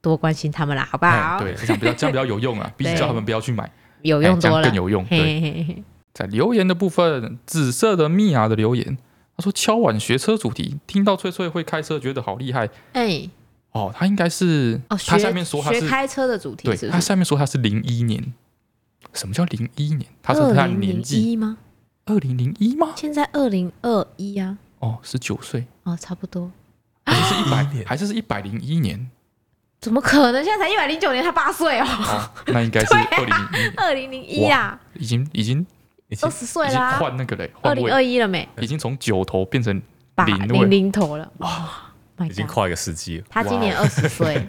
Speaker 1: 多关心他们啦，好不好？
Speaker 2: 哎对，这样比较这样比较有用 啊，比起叫他们不要去买，
Speaker 1: 有
Speaker 2: 哎
Speaker 1: 用
Speaker 2: 这
Speaker 1: 多
Speaker 2: 样
Speaker 1: 了，
Speaker 2: 更有用。对，
Speaker 1: 嘿嘿嘿，
Speaker 2: 在留言的部分，紫色的蜜雅的留言，他说敲碗学车主题，听到翠翠会开车，觉得好厉害
Speaker 1: 哎，
Speaker 2: 哦。他应该是
Speaker 1: 哦，
Speaker 2: 他
Speaker 1: 学
Speaker 2: 下面说他
Speaker 1: 学
Speaker 2: 是
Speaker 1: 开车的主题
Speaker 2: 对，
Speaker 1: 是
Speaker 2: 他
Speaker 1: 不是？
Speaker 2: 下面说他是零一年，什么叫零一年？他
Speaker 1: 二
Speaker 2: 说他的
Speaker 1: 零
Speaker 2: 年
Speaker 1: 零
Speaker 2: 纪
Speaker 1: 一吗？
Speaker 2: 二零零一吗？
Speaker 1: 现在二零二一啊，
Speaker 2: 哦，十九岁，
Speaker 1: 哦，差不多。
Speaker 2: 还是一百
Speaker 3: 年
Speaker 2: 还是是一百零一年？
Speaker 1: 怎么可能？现在才一百零九年，他八岁 哦，
Speaker 2: 哦，那应该是
Speaker 1: 啊
Speaker 2: 二零零
Speaker 1: 二零零一啊，
Speaker 2: 一，已经已经
Speaker 3: 已经
Speaker 1: 二十岁
Speaker 2: 已经
Speaker 1: 啦，
Speaker 2: 换那个嘞，
Speaker 1: 二
Speaker 2: 换
Speaker 1: 零
Speaker 2: 位，
Speaker 1: 二一了没？
Speaker 2: 已经从九头变成
Speaker 1: 八
Speaker 2: 零
Speaker 1: 零
Speaker 2: 位。
Speaker 1: 零头了，哇，My
Speaker 3: 已经
Speaker 1: God，
Speaker 3: 跨一个世纪了。
Speaker 1: 他今年二十岁，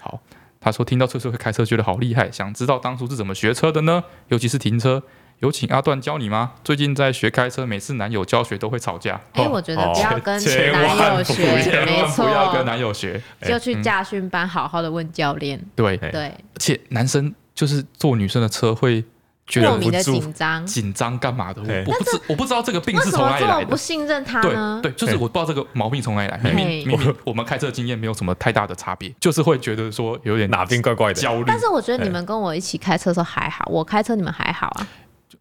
Speaker 2: 好，他说听到翠翠会开车，觉得好厉害，想知道当初是怎么学车的呢？尤其是停车，有请阿段教你吗？最近在学开车，每次男友教学都会吵架。
Speaker 1: 哎，
Speaker 2: 哦
Speaker 1: 我觉得不
Speaker 3: 哦
Speaker 1: 要跟
Speaker 3: 千万
Speaker 1: 男友
Speaker 3: 不
Speaker 1: 学
Speaker 3: 要，
Speaker 2: 千
Speaker 1: 没
Speaker 2: 万
Speaker 1: 错
Speaker 2: 不，要跟男友嗯学。
Speaker 1: 就去驾训班好好的问教练，
Speaker 2: 对，
Speaker 3: 哎
Speaker 1: 对，
Speaker 2: 而且男生就是坐女生的车会觉
Speaker 1: 莫
Speaker 2: 得
Speaker 1: 名
Speaker 2: 不
Speaker 1: 的
Speaker 2: 住、
Speaker 1: 紧张，
Speaker 2: 紧张干嘛的？
Speaker 3: 哎
Speaker 2: 我我不知我不知道这个病
Speaker 1: 为
Speaker 2: 是
Speaker 1: 什
Speaker 2: 从
Speaker 1: 么
Speaker 2: 哪里
Speaker 1: 这
Speaker 2: 来
Speaker 1: 么
Speaker 2: 的
Speaker 1: 不。信任他呢
Speaker 2: 对？对，就是
Speaker 3: 哎
Speaker 2: 我不知道这个毛病从哪里来。明
Speaker 1: 哎
Speaker 2: 明明明我们开车经验没有什么太大的差别，就是会觉得说有点
Speaker 3: 哪边怪怪的？
Speaker 2: 焦虑
Speaker 1: 但。是我
Speaker 2: 哎
Speaker 1: 觉得你们跟我一起开车的时候还好，我开车你们还好啊。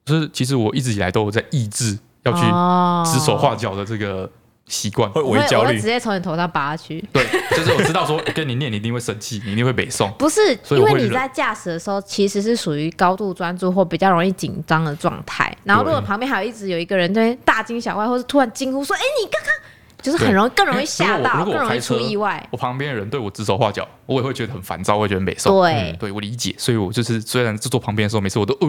Speaker 2: 就是其实我一直以来都有在抑制要去
Speaker 1: 哦
Speaker 2: 指手画脚的这个习惯。
Speaker 3: 会
Speaker 1: 我会
Speaker 3: 微焦
Speaker 1: 我会
Speaker 3: 虑
Speaker 1: 直。接从你头上拔下去。
Speaker 2: 对，就是我知道说跟你念，你一定会生气，你一定会北宋。
Speaker 1: 不是，
Speaker 2: 所以
Speaker 1: 因
Speaker 2: 我会
Speaker 1: 为你
Speaker 2: 忍
Speaker 1: 在驾驶的时候其实是属于高度专注或比较容易紧张的状态。然后如果
Speaker 2: 对
Speaker 1: 旁边还有一直有一个人在那边大惊小怪，或是突然惊呼说：“哎、你刚刚！”就是很容易更容易吓
Speaker 2: 因为
Speaker 1: 到，
Speaker 2: 哎如果
Speaker 1: 更
Speaker 2: 我
Speaker 1: 容易出意外。
Speaker 2: 我旁边的人对我指手画脚，我也会觉得很烦躁，会觉得很北宋。
Speaker 1: 对，
Speaker 2: 对我理解，所以我就是虽然是坐旁边的时候，每次我都呃，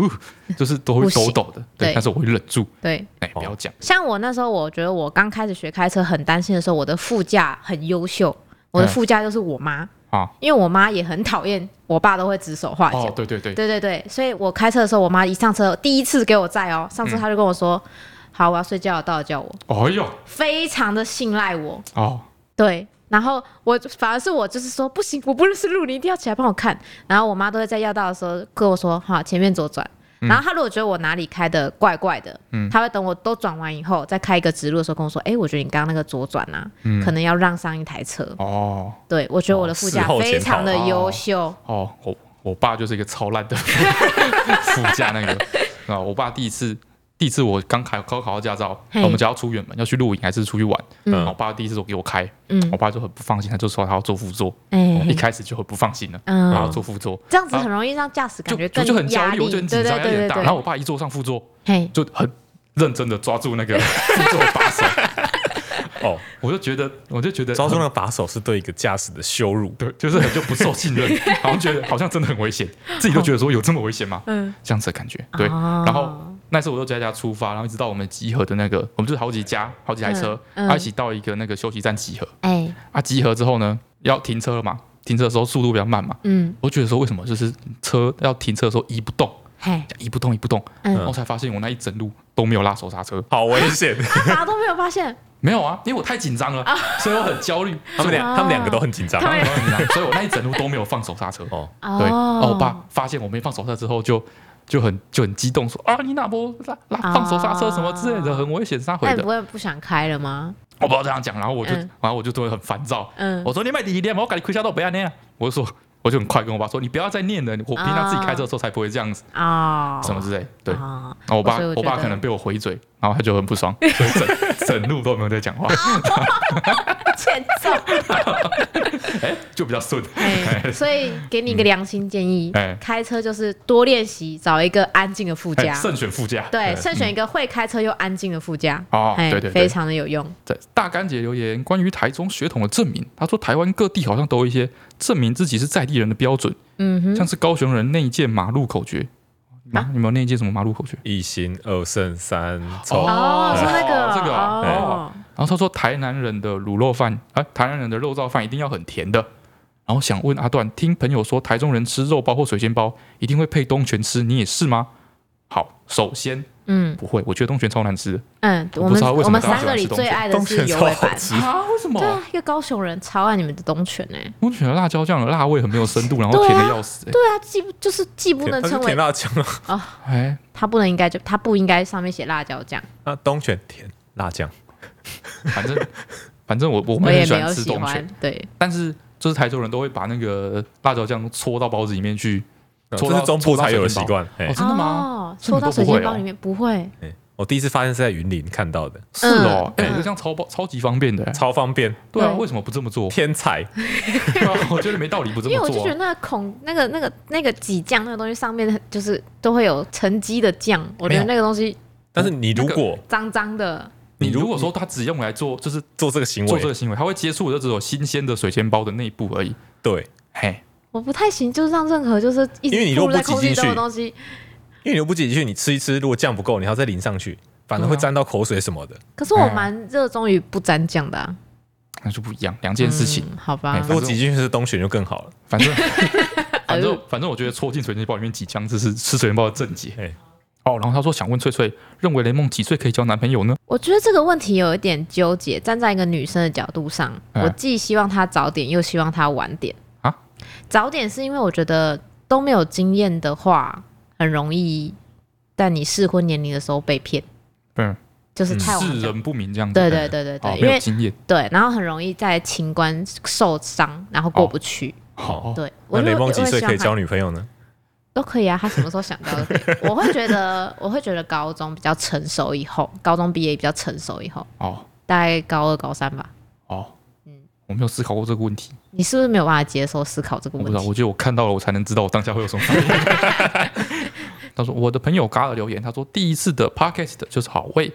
Speaker 2: 就是都会
Speaker 1: 不行
Speaker 2: 抖抖的，对，
Speaker 1: 对
Speaker 2: 但是我会忍住，
Speaker 1: 对。
Speaker 2: 哎，不要讲，
Speaker 1: 像我那时候，我觉得我刚开始学开车很担心的时候，我的副驾很优秀，我的
Speaker 2: 嗯
Speaker 1: 副驾就是我妈，
Speaker 2: 啊
Speaker 1: 因为我妈也很讨厌我爸都会指手画脚。
Speaker 2: 哦，对对对，
Speaker 1: 对对对，所以我开车的时候，我妈一上车第一次给我载哦，上车
Speaker 2: 嗯
Speaker 1: 她就跟我说：“好，我要睡觉了，到了叫我。
Speaker 2: 哎呦，”
Speaker 1: 非常的信赖我，
Speaker 2: 哦，
Speaker 1: 对。然后我反而是我就是说不行，我不认识路，你一定要起来帮我看。然后我妈都会在要道的时候跟我说：“好，前面左转。”
Speaker 2: 嗯
Speaker 1: 然后她如果觉得我哪里开的怪怪的，她会等我都转完以后，再开一个直路的时候跟我说：“哎，我觉得你刚刚那个左转啊，可能要让上一台车。
Speaker 2: 嗯哦，
Speaker 1: 对，我觉得我的
Speaker 3: 哦
Speaker 1: 副
Speaker 3: 事
Speaker 1: 驾
Speaker 3: 后
Speaker 1: 非
Speaker 3: 检讨
Speaker 1: 常的
Speaker 2: 哦
Speaker 1: 优秀。
Speaker 2: 哦，我我爸就是一个超烂的 副驾那个啊，我爸第一次。第一次我刚考高考到驾照，
Speaker 1: 嘿
Speaker 2: 我们家要出远门，要去露营还是出去玩？
Speaker 1: 嗯
Speaker 2: 我爸第一次说给我开，
Speaker 1: 嗯
Speaker 2: 我爸就很不放心，他就说他要坐副座，
Speaker 1: 哎
Speaker 2: 我，一开始就很不放心了，
Speaker 1: 嗯
Speaker 2: 然后坐副座，
Speaker 1: 这样子很容易让驾驶感
Speaker 2: 就
Speaker 1: 觉
Speaker 2: 啊就
Speaker 1: 更
Speaker 2: 就很焦
Speaker 1: 压
Speaker 2: 虑，
Speaker 1: 力，
Speaker 2: 我就很紧
Speaker 1: 对
Speaker 2: 张，
Speaker 1: 对
Speaker 2: 压力很
Speaker 1: 对对
Speaker 2: 大。
Speaker 1: 对。
Speaker 2: 然后我爸一坐上副座，
Speaker 1: 嘿，
Speaker 2: 就很认真的抓住那 个副座把手，
Speaker 3: 哦，
Speaker 2: 我就觉得，我就觉得
Speaker 3: 抓住那
Speaker 2: 了，
Speaker 3: 个把手是对一个驾驶的羞辱。
Speaker 2: 对，就是很就不受 信任，好像觉得好像真的很危险，自己都觉得说有这么危险吗？
Speaker 1: 嗯，
Speaker 2: 这样子的感觉，对。
Speaker 1: 哦
Speaker 2: 然后那次我就在家出发，然后一直到我们集合的那个，我们就是好几家、好几台车，啊
Speaker 1: 嗯嗯
Speaker 2: 然后一起到一个那个休息站集合。
Speaker 1: 哎，
Speaker 2: 啊，集合之后呢，要停车了嘛，停车的时候速度比较慢嘛，
Speaker 1: 嗯，
Speaker 2: 我觉得说为什么就是车要停车的时候移不动，
Speaker 1: 嘿，
Speaker 2: 移不动，移不动，
Speaker 1: 嗯
Speaker 2: 然后才发现我那一整路都没有拉手刹车。
Speaker 3: 好危险！
Speaker 1: 他啥都没有发现，
Speaker 2: 没有啊，因为我太紧张了，所以我很焦虑。
Speaker 3: 他们
Speaker 1: 啊
Speaker 3: 俩，他们两个都很紧张。
Speaker 1: 他们
Speaker 2: 然后我很紧张，所以我那一整路都没有放手刹车。
Speaker 3: 哦，
Speaker 2: 对，然后
Speaker 1: 哦
Speaker 2: 我爸发现我没放手刹车之后就，就很就很激动说啊，你哪波拉拉
Speaker 1: 哦
Speaker 2: 放手刹车什么之类的，很危险，撒
Speaker 1: 那
Speaker 2: 回
Speaker 1: 你
Speaker 2: 的
Speaker 1: 哎不。会不想开了吗？
Speaker 2: 我不知道这样讲，然后我就、
Speaker 1: 嗯
Speaker 2: 然后我就突然很烦躁，
Speaker 1: 嗯
Speaker 2: 我说你买第一念嘛，我赶紧亏下到不要念啊，我就说。 我就很快跟我爸说：“你不要再念了，我平常自己开车的时候才不会这样子，
Speaker 1: 啊，
Speaker 2: 什么之类。”对，然
Speaker 1: 啊，
Speaker 2: 后我爸
Speaker 1: 所以我觉
Speaker 2: 我爸
Speaker 1: 得
Speaker 2: 可能被我回嘴，然后他就很不爽， 所以整整路都没有在讲 话。
Speaker 1: 欠 揍。
Speaker 2: 哎、就比较顺。
Speaker 1: 哎，所以给你一个良心建议
Speaker 2: 哎，
Speaker 1: 开车就是多练习，找一个安静的副
Speaker 2: 哎
Speaker 1: 驾。
Speaker 2: 慎选副驾。嗯
Speaker 1: 对，慎选一个会开车又安静的副驾，
Speaker 2: 哦
Speaker 1: 哎
Speaker 2: 对对对
Speaker 1: 非常的有用。
Speaker 2: 对，大干姐留言关于台中血统的证明，他说台湾各地好像都有一些证明自己是在地人的标准，
Speaker 1: 嗯哼，
Speaker 2: 像是高雄人内建马路口诀。马，
Speaker 1: 啊
Speaker 2: 你们有内建什么马路口诀？
Speaker 3: 一心二肾三臭
Speaker 2: 哦，
Speaker 1: 哦，是那个
Speaker 2: 这个啊
Speaker 1: 哦，
Speaker 2: 然后他说台南人的卤肉饭，啊，台南人的肉燥饭一定要很甜的。然后想问阿段，听朋友说台中人吃肉包或水煎包一定会配东泉吃，你也是吗？好，首先
Speaker 1: 嗯
Speaker 2: 不会，我觉得东泉超难吃的
Speaker 1: 嗯，
Speaker 2: 我
Speaker 1: 我
Speaker 2: 不
Speaker 1: 们
Speaker 2: 知道为什
Speaker 1: 我
Speaker 2: 么
Speaker 1: 们
Speaker 2: 大家
Speaker 1: 三个里
Speaker 2: 喜欢吃东
Speaker 1: 最
Speaker 2: 西
Speaker 1: 爱的
Speaker 3: 东
Speaker 1: 是
Speaker 3: 泉
Speaker 1: 油
Speaker 3: 超
Speaker 1: 味
Speaker 3: 好
Speaker 1: 版。
Speaker 3: 吃。
Speaker 2: 啊？为什么
Speaker 1: 对啊，一个高雄人超爱你们的东泉哎、
Speaker 2: 东泉的辣椒酱的辣味很没有深度，然后甜的要死、欸。
Speaker 1: 对啊，既不就是既不能
Speaker 3: 它是
Speaker 1: 称
Speaker 3: 甜
Speaker 1: 为
Speaker 3: 辣酱啊，
Speaker 2: 哎，
Speaker 1: 它不能应该就它不应该上面写辣椒酱，
Speaker 3: 那啊东泉甜辣酱
Speaker 2: 反正 反正我我
Speaker 1: 我
Speaker 2: 们
Speaker 1: 也
Speaker 2: 很
Speaker 1: 没有
Speaker 2: 欢吃
Speaker 1: 喜
Speaker 2: 东泉
Speaker 1: 欢，。对，
Speaker 2: 但是就是台州人都会把那个辣椒酱搓到包子里面去，
Speaker 3: 啊
Speaker 2: 搓
Speaker 3: 这
Speaker 2: 到
Speaker 3: 是中部才有的习。惯。
Speaker 2: 搓到水
Speaker 3: 哎
Speaker 2: 煎
Speaker 1: 哦
Speaker 2: 包哦，真的吗？这
Speaker 1: 戳
Speaker 2: 你
Speaker 1: 到
Speaker 2: 都
Speaker 1: 水
Speaker 2: 不会
Speaker 1: 煎包里
Speaker 2: 哦。
Speaker 1: 面不会，
Speaker 3: 哎我第一次发现是在云林看到的，
Speaker 2: 是哦，
Speaker 1: 嗯
Speaker 2: 哎，这样超包超级方便的。哎
Speaker 3: 超方便，
Speaker 2: 对啊，
Speaker 1: 对
Speaker 2: 为什么不这 么做？
Speaker 3: 天才。
Speaker 2: 对啊，我觉得没道理不这
Speaker 1: 因为
Speaker 2: 么
Speaker 1: 我就
Speaker 2: 做
Speaker 1: 觉得
Speaker 2: 啊。
Speaker 1: 那个孔那个那个那个挤酱那个东西上面就是都会有沉积的酱，我觉得
Speaker 2: 没
Speaker 1: 那个东西
Speaker 3: 但是你如果
Speaker 1: 脏脏的，
Speaker 2: 你
Speaker 3: 你如
Speaker 2: 如果说他只用来做，就是
Speaker 3: 做这个行
Speaker 2: 做这
Speaker 3: 为，
Speaker 2: 个行为，他会接触的只有新鲜的水煎包的内部而已。
Speaker 3: 对，
Speaker 2: 嘿，
Speaker 1: 我不太行，就是让任何就是一
Speaker 3: 因为你
Speaker 1: 直吐
Speaker 3: 如果不
Speaker 1: 在空
Speaker 3: 挤
Speaker 1: 气
Speaker 3: 进
Speaker 1: 中的
Speaker 3: 去
Speaker 1: 东西，
Speaker 3: 因为你又不挤进去，你吃一吃，如果酱不够，你还要再淋上去，反而
Speaker 1: 嗯
Speaker 3: 会沾到口水什么的。
Speaker 1: 可是我
Speaker 2: 嗯
Speaker 1: 蛮热衷于不沾酱的、啊，
Speaker 2: 那就不一样，两件事情。
Speaker 1: 嗯好吧
Speaker 2: 哎？
Speaker 3: 如果挤进去是东泉就更好了。
Speaker 2: 反正
Speaker 1: 哎
Speaker 2: 反
Speaker 1: 呦
Speaker 2: 正反正我觉得戳进水煎包里面挤姜汁是吃水煎包的正解。
Speaker 3: 哎
Speaker 2: 哦，然后他说想问翠翠，认为雷梦几岁可以交男朋友呢？
Speaker 1: 我觉得这个问题有一点纠结。站在一个女生的角度上，
Speaker 2: 嗯
Speaker 1: 我既希望她早点，又希望她晚点。
Speaker 2: 啊，
Speaker 1: 早点是因为我觉得都没有经验的话，很容易在你适婚年龄的时候被骗，
Speaker 2: 嗯，
Speaker 1: 就是
Speaker 3: 嗯
Speaker 1: 太晚
Speaker 2: 世
Speaker 1: 了。
Speaker 2: 人不明这样子。
Speaker 1: 对对对对对，
Speaker 2: 哦，
Speaker 1: 因
Speaker 2: 没
Speaker 1: 为
Speaker 2: 有经验。
Speaker 1: 对，然后很容易在情关受伤，然后过不去。
Speaker 2: 好，
Speaker 1: 对，我
Speaker 3: 那
Speaker 1: 就
Speaker 3: 雷梦
Speaker 1: 我
Speaker 3: 几
Speaker 1: 会
Speaker 3: 岁
Speaker 1: 希
Speaker 3: 可
Speaker 1: 望
Speaker 3: 以
Speaker 1: 她
Speaker 3: 交女朋友呢？
Speaker 1: 都可以啊，他什么时候想到都可以。我会觉得，我会觉得高中比较成熟以后，高中毕业比较成熟以后，
Speaker 2: 哦，
Speaker 1: 大概高二高三吧。
Speaker 2: 哦，
Speaker 1: 嗯
Speaker 2: 我没有思考过这个问题，
Speaker 1: 你是不是没有办法接受思考这个
Speaker 2: 我不
Speaker 1: 问
Speaker 2: 知道，
Speaker 1: 题？
Speaker 2: 我觉得我看到了，我才能知道我当下会有什么反应。 他说我的朋友嘎尔留言，他说第一次的 podcast 就是好味，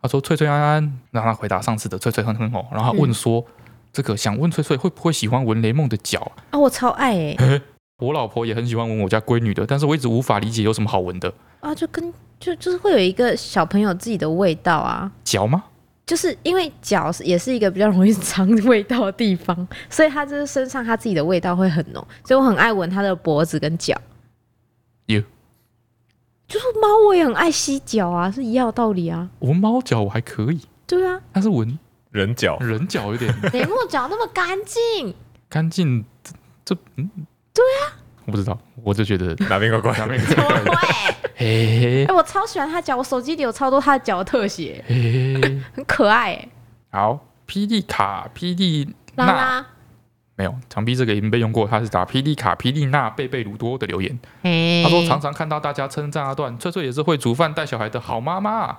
Speaker 2: 他说翠翠安安让他回答上次的翠翠很很好，然后他问说、这个想问翠翠会不会喜欢闻雷梦的脚？
Speaker 1: 啊，我超爱哎、
Speaker 2: 我老婆也很喜欢闻我家闺女的，但是我一直无法理解有什么好 闻的
Speaker 1: 啊，就跟就就是会有一个小朋友自己的味道啊，
Speaker 2: 脚吗？
Speaker 1: 就是因为脚是也是一个比较容易藏味道的地方， 所以他就是身上他自己的味道会很浓，所以我很爱闻他的脖子跟脚。
Speaker 2: You
Speaker 1: 就是猫，我也很爱吸脚啊，是一样的道理啊。
Speaker 2: 闻猫脚我还可以，
Speaker 1: 对啊，
Speaker 2: 但是闻
Speaker 3: 人脚
Speaker 2: 人脚有点
Speaker 1: 雷木脚那么干 净，
Speaker 2: 干净，这这嗯，对啊，我不知道，我就觉得
Speaker 3: 哪边怪怪
Speaker 2: 哪
Speaker 3: 的？
Speaker 2: 边
Speaker 1: 怎么会？
Speaker 2: 嘿嘿
Speaker 1: 哎、我超喜欢他脚，我手机里有超多他的脚的特写，
Speaker 2: 嘿嘿，
Speaker 1: 很可爱、欸。
Speaker 2: 好，霹雳卡霹雳
Speaker 1: 拉
Speaker 2: 娜
Speaker 1: 拉，
Speaker 2: 没有长臂这个已经被用过，他是打霹雳卡霹雳娜贝贝鲁多的留言，
Speaker 1: 哎
Speaker 2: 他说常常看到大家称赞阿段，翠翠也是会煮饭带小孩的好妈妈啊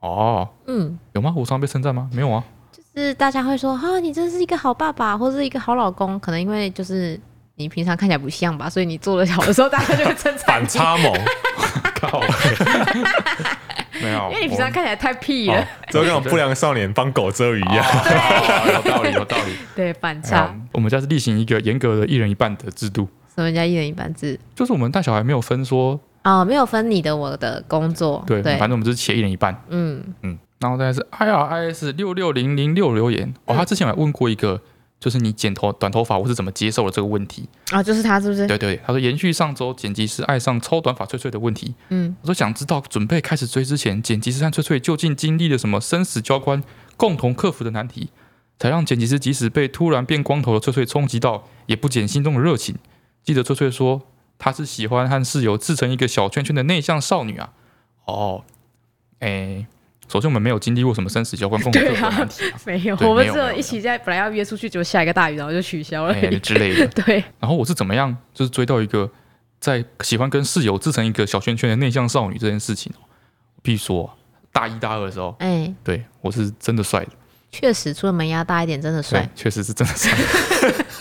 Speaker 2: 哦，
Speaker 1: 嗯，
Speaker 2: 有吗？我上被称赞吗？没 有啊，
Speaker 1: 就是大家会说啊，你真是一个好爸爸，或是一个好老公，可能因为就是你平常看起来不像吧，所以你做的好的时候，大家就会称赞
Speaker 3: 反
Speaker 1: 你，
Speaker 3: 差 萌，
Speaker 2: 靠，没有，
Speaker 1: 因为你平
Speaker 2: 我
Speaker 1: 常看起来太屁了，
Speaker 2: 哦
Speaker 3: 就跟我们不良少年帮狗遮雨一样。
Speaker 2: 哦 有道理，有道理。
Speaker 1: 对，反 差。
Speaker 2: 嗯我们家是例行一个严格的一人一半的制度，
Speaker 1: 什么叫一人一半制？
Speaker 2: 就是我们带小孩没有分说，
Speaker 1: 哦，没有分你的我的工作，
Speaker 2: 对，
Speaker 1: 对
Speaker 2: 反，正我们就是切一人一半。
Speaker 1: 嗯，
Speaker 2: 嗯，然后再来是 I R I S 六六零零六留言，哦，他之前有问过一个，就是你剪头短头发我是怎么接受的这个问题。
Speaker 1: 啊，就是他是不是？
Speaker 2: 对对，他说延续上周剪辑师爱上抽短发翠翠的问题，
Speaker 1: 嗯，
Speaker 2: 我说想知道准备开始追之前，剪辑师和翠翠究竟经历了什么生死交关，共同克服的难题，才让剪辑师即使被突然变光头的翠翠冲击到，也不减心中的热情。记得翠翠说，她是喜欢和室友制成一个小圈圈的内向少女啊。哦，哎，首先我们没有经历过什么生死交关，共同克服的难题、啊
Speaker 1: 没有，
Speaker 2: 对
Speaker 1: 我们
Speaker 2: 没有
Speaker 1: 只
Speaker 2: 没
Speaker 1: 有
Speaker 2: 有
Speaker 1: 一起在本来要约出去，结果下一个大雨，然后就取消了。
Speaker 2: 哎之类的。
Speaker 1: 对，
Speaker 2: 然后我是怎么样，就是追到一个在喜欢跟室友制成一个小圈圈的内向少女这件事情哦。必须说啊，大一大二的时候，
Speaker 1: 哎、
Speaker 2: 对我是真的帅的，
Speaker 1: 确实，除了门牙大一点，真的
Speaker 2: 对
Speaker 1: 帅，，
Speaker 2: 确实是真的帅。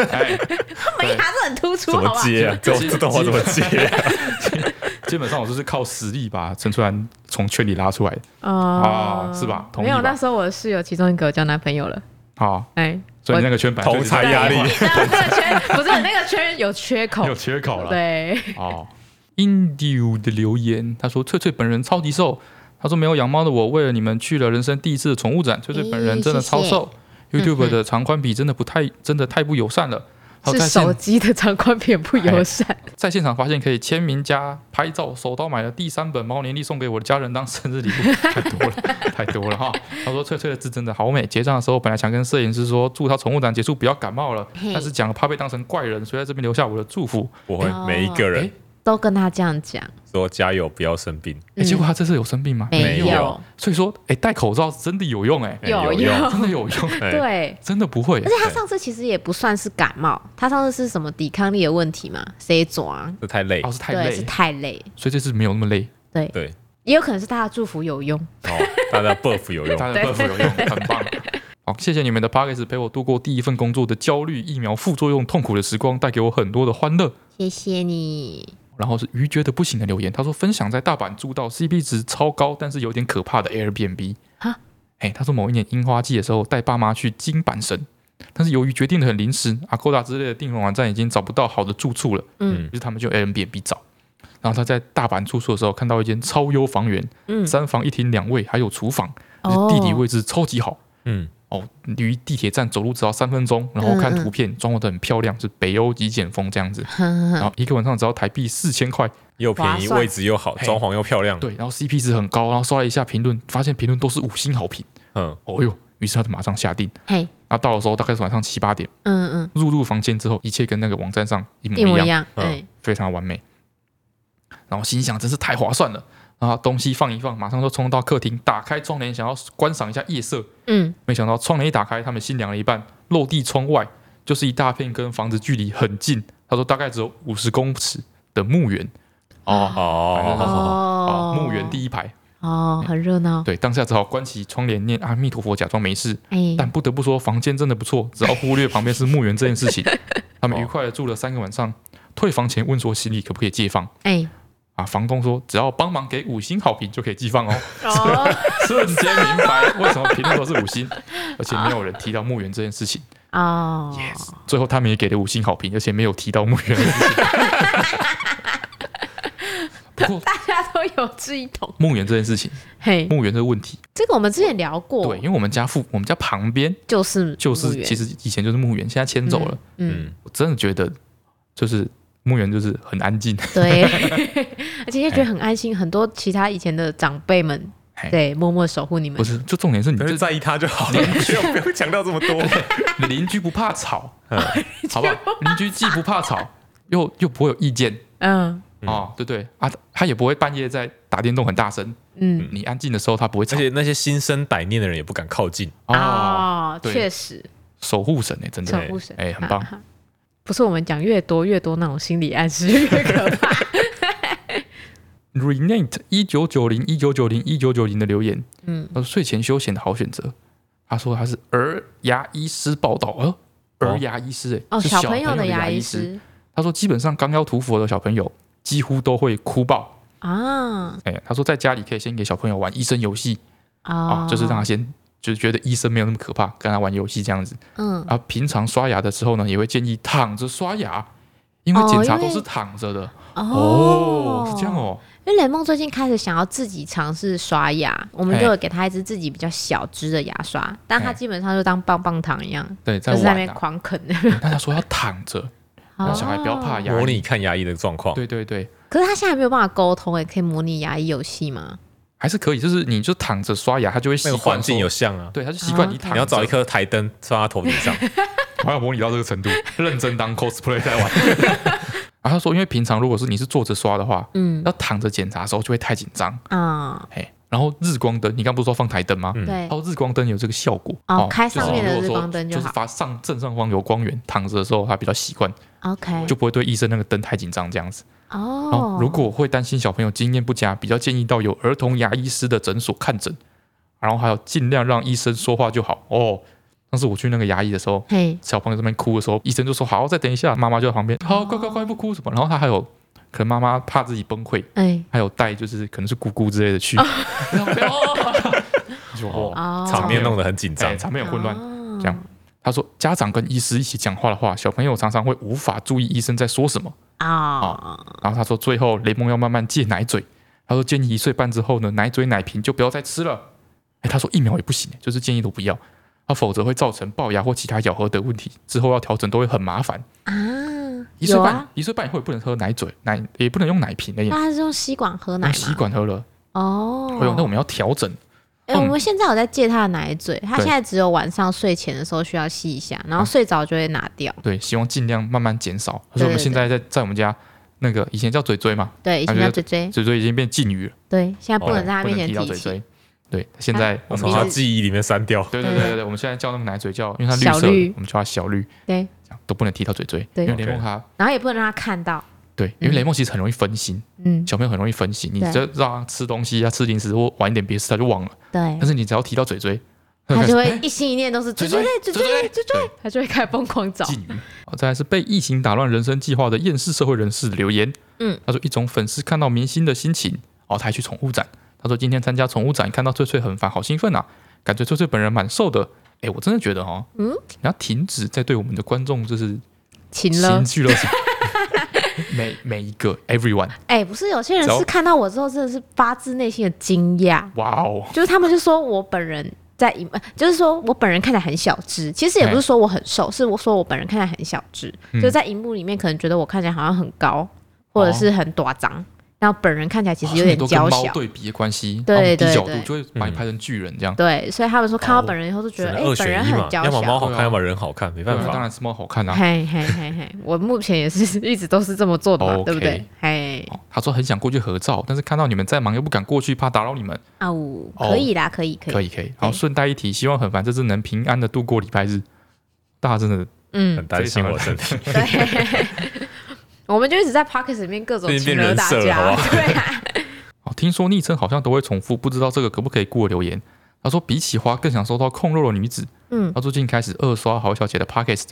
Speaker 2: 哎，
Speaker 1: 门
Speaker 2: 对
Speaker 1: 牙是很突出，
Speaker 3: 怎
Speaker 1: 好
Speaker 3: 么
Speaker 1: 吧？
Speaker 3: 接啊？这
Speaker 2: 其实
Speaker 3: 这段话怎么接啊？
Speaker 2: 基本上我就是靠实力把陈春兰从圈里拉出来的
Speaker 1: 哦
Speaker 2: 啊是吧同意
Speaker 1: 没有，
Speaker 2: 吧
Speaker 1: 那时候我的室友其中一个我交男朋友了，
Speaker 2: 啊，
Speaker 1: 哎，
Speaker 2: 所以那个圈本来就
Speaker 3: 同才
Speaker 2: 是
Speaker 3: 压力
Speaker 1: 对那那个圈不是那个圈有缺口
Speaker 2: 没有，缺口了。
Speaker 1: 对，
Speaker 2: 哦，Indio 的留言，他说翠翠本人超级瘦，他说没有养猫的我为了你们去了人生第一次的宠物展，翠翠本人真的超瘦、
Speaker 1: 谢谢
Speaker 2: y o u t u b e 的长宽比真的不太真的太不友善了。他
Speaker 1: 是
Speaker 2: 说在
Speaker 1: 手
Speaker 2: 现
Speaker 1: 机的长宽片不友善，
Speaker 2: 在现场发现可以签名加拍照，手刀买了第三本《猫年历》送给我的家人当生日礼 物，太多了，太多了哈。他说翠翠的字真的好美，结账的时候本来想跟摄影师说祝她宠物展结束不要感冒了，
Speaker 1: 嘿
Speaker 2: 但是讲了怕被当成怪人，所以在这边留下我的祝福。
Speaker 3: 不会，
Speaker 1: 哦
Speaker 3: 每一个人
Speaker 2: 哎
Speaker 1: 都跟他这样讲，
Speaker 3: 说加油，不要生病。
Speaker 1: 嗯
Speaker 2: 哎、结果他这次有生病吗？
Speaker 1: 没
Speaker 3: 没
Speaker 1: 有
Speaker 3: 有，
Speaker 2: 所以说，哎、戴口罩真的有用、诶
Speaker 3: 哎
Speaker 1: 有
Speaker 3: 有用
Speaker 2: 哎，真的有用，
Speaker 3: 哎，
Speaker 1: 对。
Speaker 2: 真的不会、
Speaker 1: 而且他上次其实也不算是感冒，他上次是什么抵抗力的问题嘛？谁抓？
Speaker 3: 这太累
Speaker 2: 哦，是太
Speaker 1: 对，
Speaker 2: 累
Speaker 1: 是，太累，
Speaker 2: 所以这次没有那么累，
Speaker 1: 对，
Speaker 3: 对，
Speaker 1: 也有可能是他的祝福有用。
Speaker 3: 哦，大家 buff 有用，
Speaker 2: 大家的 buff 有用，很棒。好，谢谢你们的 p a c k a g e 陪我度过第一份工作的焦虑、疫苗副作用、痛苦的时光，带给我很多的欢乐。
Speaker 1: 谢谢你，
Speaker 2: 然后是鱼觉得不行的留言，他说分享在大阪住到 CP 值超高，但是有点可怕的 Airbnb。
Speaker 1: 哈，
Speaker 2: 哎，他说某一年樱花季的时候带爸妈去金阪神，但是由于决定的很临时，阿勾达之类的订房网站已经找不到好的住处了，
Speaker 1: 嗯
Speaker 2: 于是他们就 Airbnb 找。然后他在大阪住宿的时候看到一间超优房源，
Speaker 1: 嗯，
Speaker 2: 三房一厅两卫，还有厨房，
Speaker 1: 哦
Speaker 2: 就是地理位置超级好。
Speaker 3: 嗯，
Speaker 2: 哦，离地铁站走路只要三分钟，然后
Speaker 1: 嗯
Speaker 2: 看图片，装潢的很漂亮，是北欧极简风这样子。然后一个晚上只要台币四千块，
Speaker 3: 又便
Speaker 1: 划
Speaker 3: 宜，
Speaker 1: 算
Speaker 3: 位置又好，
Speaker 2: 嘿
Speaker 3: 装潢又漂亮，
Speaker 2: 对，然后 CP 值很高，然后刷了一下评论，发现评论都是五星好评，
Speaker 3: 嗯，
Speaker 2: 哦哟，于是他就马上下定。
Speaker 1: 嘿，
Speaker 2: 那到的时候大概是晚上七八点，
Speaker 1: 嗯嗯，
Speaker 2: 入住房间之后，一切跟那个网站上一模
Speaker 1: 一模
Speaker 2: 一
Speaker 1: 一
Speaker 2: 样，
Speaker 1: 样，
Speaker 3: 嗯
Speaker 1: 哎，
Speaker 2: 非常完美。然后心想真是太划算了，然后东西放一放，马上就冲到客厅，打开窗帘想要观赏一下夜色，
Speaker 1: 嗯，
Speaker 2: 没想到窗帘一打开，他们心凉了一半，落地窗外就是一大片跟房子距离很近，他说大概只有五十公尺的墓园，哦啊
Speaker 3: 哦，
Speaker 2: 哦，墓园第一排，
Speaker 1: 哦，很热闹。
Speaker 2: 对，当下只好关起窗帘念啊阿弥陀佛，假装没事。
Speaker 1: 哎，
Speaker 2: 但不得不说，房间真的不错，只要忽略旁边是墓园这件事情，他们愉快的住了三个晚上。退房前问说行李可不可以借放
Speaker 1: 哎，
Speaker 2: 啊？房东说只要帮忙给五星好评就可以寄放哦。
Speaker 1: 哦，
Speaker 2: 瞬间明白为什么评论都是五星，而且没有人提到墓园这件事情。
Speaker 1: 哦
Speaker 2: Yes，最后他们也给了五星好评，而且没有提到墓园的事情。不过
Speaker 1: 大家都有志一同。
Speaker 2: 墓园这件事情，
Speaker 1: 嘿，
Speaker 2: 墓园这个问题，
Speaker 1: 这个我们之前聊过，
Speaker 2: 对，因为我们家附我们家旁边
Speaker 1: 就是
Speaker 2: 就是其
Speaker 1: 实
Speaker 2: 实以前就是墓园，现在迁走了。，
Speaker 1: 嗯，
Speaker 3: 嗯，
Speaker 2: 我真的觉得就是墓园就是很安静，
Speaker 1: 对，而且也觉得很安心，很多其他以前的长辈们
Speaker 2: 哎
Speaker 1: 对默默守护你们
Speaker 2: 不，是？就重点是你
Speaker 3: 但是
Speaker 2: 这
Speaker 3: 在意他就好了，
Speaker 2: 嗯
Speaker 3: 不用不用强调 这么多。
Speaker 2: 你邻居不怕吵，
Speaker 3: 嗯
Speaker 2: 好吧？邻居既不怕吵，又又不会有意见。
Speaker 1: 嗯
Speaker 3: 嗯
Speaker 2: 哦，对对啊，他也不会半夜在打电动很大声，
Speaker 1: 嗯，
Speaker 2: 你安静的时候他不会吵
Speaker 3: 而。且那些心生歹念的人也不敢靠近。
Speaker 2: 哦，
Speaker 1: 哦，
Speaker 2: 对
Speaker 1: 确实，
Speaker 2: 守护神哎、真
Speaker 1: 守
Speaker 2: 的
Speaker 1: 护神，啊
Speaker 2: 哎很棒
Speaker 1: 哈。哈不是我们讲越多越多那种心理暗示越可 怕，
Speaker 2: Renate 一九九零一九九零一九九零的留言，
Speaker 1: 嗯，
Speaker 2: 他说睡前休闲的好选择。他说他是儿牙医师报道，
Speaker 3: 哦
Speaker 2: 呃，儿牙医师哎、
Speaker 1: 哦，
Speaker 2: 是
Speaker 1: 小
Speaker 2: 朋
Speaker 1: 朋友
Speaker 2: 的
Speaker 1: 的牙
Speaker 2: 医
Speaker 1: 医。师
Speaker 2: 他说基本上刚要涂佛的小朋友几乎都会哭爆。
Speaker 1: 啊
Speaker 2: 哎、他说在家里可以先给小朋友玩医生游戏啊，
Speaker 1: 啊
Speaker 2: 就是让他先就是觉得医生没有那么可怕，跟他玩游戏这样子。
Speaker 1: 嗯
Speaker 2: 啊，平常刷牙的时候呢，也会建议躺着刷牙，因为
Speaker 1: 哦
Speaker 2: 检查
Speaker 1: 因为
Speaker 2: 都是躺着的。
Speaker 1: 哦
Speaker 2: 是这样。哦。
Speaker 1: 因为雷梦最近开始想要自己尝试刷牙，我们
Speaker 2: 嘿
Speaker 1: 就有给他一支自己比较小支的牙刷，但他
Speaker 2: 嘿
Speaker 1: 基本上就当棒棒糖一样，
Speaker 2: 对，在
Speaker 1: 就是在那
Speaker 2: 玩
Speaker 1: 边哦
Speaker 2: 啊。
Speaker 1: 狂 啃。
Speaker 2: 大家说要躺着，让小孩不要怕牙
Speaker 3: 模
Speaker 2: 医。
Speaker 3: 拟看牙医的状况，
Speaker 2: 对对对，
Speaker 1: 可是他现在没有办法沟通，哎，可以模拟牙医游戏吗？
Speaker 2: 还是可以，就是你就躺着刷牙，他就会习
Speaker 3: 那个
Speaker 2: 惯
Speaker 3: 环境
Speaker 2: 说
Speaker 3: 有，像啊。
Speaker 2: 对，他就
Speaker 1: 哦
Speaker 2: 习惯你躺着。
Speaker 3: 你要找一颗台灯放他头顶上，
Speaker 2: 我要模拟到这个程度，认真当 cosplay 在玩。 啊，他说，因为平常如果是你是坐着刷的话，
Speaker 1: 嗯
Speaker 2: 要躺着检查的时候就会太紧张，
Speaker 1: 啊，
Speaker 2: 哎，然后日光灯，你刚不是说放台灯吗？
Speaker 3: 嗯
Speaker 1: 对
Speaker 2: 哦，日光灯有这个效果
Speaker 1: 哦开
Speaker 2: 就是
Speaker 1: 上面的
Speaker 2: 如果说
Speaker 1: 日光灯就
Speaker 2: 就是
Speaker 1: 好
Speaker 2: 发上正上方有光源，躺着的时候他比较习惯，
Speaker 1: 哦，OK，
Speaker 2: 就不会对医生那个灯太紧张这样子。然
Speaker 1: 哦
Speaker 2: 后，如果会担心小朋友经验不佳，比较建议到有儿童牙医师的诊所看诊，然后还有尽量让医生说话就好哦。当时我去那个牙医的时候，
Speaker 1: 嘿，
Speaker 2: 小朋友在那边哭的时候，医生就说好，再等一下，妈妈就在旁边，好，乖乖乖，不哭什么。然后他还有可能妈妈怕自己崩溃，
Speaker 1: 哎，
Speaker 2: 还有带就是可能是姑姑之类的去，然后不要就哦，
Speaker 1: 哦，
Speaker 3: 场面弄得很紧张
Speaker 2: 哎，。场面很混乱。
Speaker 1: 哦
Speaker 2: 这样他说，家长跟医师一起讲话的话，小朋友常常会无法注意医生在说什么。
Speaker 1: 啊，
Speaker 2: 然后他说，最后雷蒙要慢慢戒奶嘴。他说，建议一岁半之后呢，奶嘴奶瓶就不要再吃了。哎，他说疫苗也不行，就是建议都不要，啊，否则会造成龅牙或其他咬合的问题，之后要调整都会很麻烦。
Speaker 1: 啊，
Speaker 2: 一岁
Speaker 1: 有
Speaker 2: 半，
Speaker 1: 啊，
Speaker 2: 一岁半以后也不能喝奶嘴，奶也不能用奶瓶的，也
Speaker 1: 那他是用吸管喝哦奶
Speaker 2: 用
Speaker 1: 吗？
Speaker 2: 吸管喝了。
Speaker 1: 哦，
Speaker 2: 哎呦，那我们要调整。
Speaker 1: 哎、我们现在有在借他的奶嘴，他
Speaker 2: 嗯对
Speaker 1: 现在只有晚上睡前的时候需要吸一下，然
Speaker 2: 啊
Speaker 1: 后睡着就会拿掉。
Speaker 2: 对，希望尽量慢慢减少。所以我们
Speaker 1: 对对
Speaker 2: 现在在在我们家那个以前叫嘴嘴嘛，
Speaker 1: 对，以前
Speaker 2: 他
Speaker 1: 叫
Speaker 2: 觉
Speaker 1: 嘴嘴，
Speaker 2: 嘴嘴已经变禁语了，
Speaker 1: 对，现在不
Speaker 2: 哦
Speaker 1: 能在他面前
Speaker 2: 不能提到
Speaker 1: 提
Speaker 2: 嘴
Speaker 1: 起。
Speaker 2: 嘴。对，现
Speaker 1: 啊
Speaker 2: 在我
Speaker 3: 我
Speaker 2: 们
Speaker 3: 从他记忆里面删掉。
Speaker 2: 对对对对对，我们现在叫那个奶嘴叫，因为它绿
Speaker 1: 嗯小
Speaker 2: 色的
Speaker 1: 绿，
Speaker 2: 我们叫它小绿，
Speaker 1: 对，
Speaker 2: 这样都不能提到嘴嘴，
Speaker 1: 对
Speaker 2: 因为雷
Speaker 3: OK
Speaker 2: 梦他
Speaker 1: 然后也不能让他看到。
Speaker 2: 对，因为雷梦其实很容易分心，
Speaker 1: 嗯，
Speaker 2: 小朋友很容易分心，你
Speaker 1: 对
Speaker 2: 就让他吃东西啊，吃零食或玩一点别的事，他就忘了。
Speaker 1: 对
Speaker 2: 但，是你只要提到嘴嘴，
Speaker 1: 他就
Speaker 2: 会
Speaker 1: 会一心一念都是嘴嘴嘴嘴嘴嘴嘴，他就会开始疯狂找。
Speaker 2: 禁语。好哦再来是被疫情打乱人生计划的厌世社会人士留言，
Speaker 1: 嗯，
Speaker 2: 他说一种粉丝看到明星的心情，哦，他还去宠物展，他说今天参加宠物展看到翠翠很烦，好兴奋啊，感觉翠翠本人蛮瘦的。哎，我真的觉得哦，
Speaker 1: 嗯，
Speaker 2: 你要停止在对我们的观众就是
Speaker 1: 勤了
Speaker 2: 新。俱乐部，每每一个 everyone，
Speaker 1: 哎、不是有些人
Speaker 2: 走
Speaker 1: 是看到我之后真的是发自内心的惊讶，
Speaker 2: 哇哦，
Speaker 1: 就是他们就说我本人在影，呃就是说我本人看起来很小只，其实也不是说我很
Speaker 3: 哎
Speaker 1: 瘦，是我说我本人看起来很小只，
Speaker 2: 嗯
Speaker 1: 就在荧幕里面可能觉得我看起来好像很高，或者是
Speaker 3: 哦
Speaker 1: 很短张，然后本人看起 来其实有点
Speaker 2: 哇所以
Speaker 1: 娇
Speaker 2: 你都跟
Speaker 1: 小
Speaker 2: 猫。对比的关系，
Speaker 1: 对
Speaker 2: 然后
Speaker 1: 对
Speaker 2: 低角
Speaker 1: 对
Speaker 2: 度就会
Speaker 3: 嗯
Speaker 2: 把你拍成巨人这样。
Speaker 1: 对，所以他们说看到本人以后就觉
Speaker 3: 只
Speaker 1: 得，哎、
Speaker 3: 能哦二
Speaker 1: 本
Speaker 3: 选
Speaker 1: 人
Speaker 3: 一
Speaker 1: 很
Speaker 3: 嘛，
Speaker 1: 娇
Speaker 3: 要么
Speaker 1: 小。
Speaker 3: 猫好看，要么人好看，没
Speaker 2: 对
Speaker 3: 办
Speaker 2: 啊，当
Speaker 3: 法。
Speaker 2: 然是猫好看啊。
Speaker 1: 嘿嘿嘿嘿，我目前也是一直都是这么做
Speaker 3: 哦
Speaker 1: 的嘛
Speaker 2: OK
Speaker 1: 对不对？嘿，
Speaker 2: 哦他说很想过去合照，但是看到你们在忙又不敢过去，怕打扰你们。
Speaker 1: 啊呜，
Speaker 2: 哦
Speaker 1: 可以啦，可以，可以，
Speaker 2: 可以可以。好，顺带一提，希望很烦这次能平安的度过礼拜日。大家真的
Speaker 1: 嗯
Speaker 3: 很，担心我身 体，
Speaker 1: 对。我们就一直在 p o c k e t 里面各种
Speaker 3: 变
Speaker 1: 请
Speaker 3: 变
Speaker 1: 惹
Speaker 3: 人
Speaker 1: 大
Speaker 3: 设了
Speaker 1: 家，
Speaker 3: 好不
Speaker 1: 对啊，
Speaker 2: 哦，听说昵称好像都会重复，不知道这个可不可以过留言。他说，比起花更想收到控肉的女子。
Speaker 1: 嗯，
Speaker 2: 他最近开始二刷郝小姐的 podcast，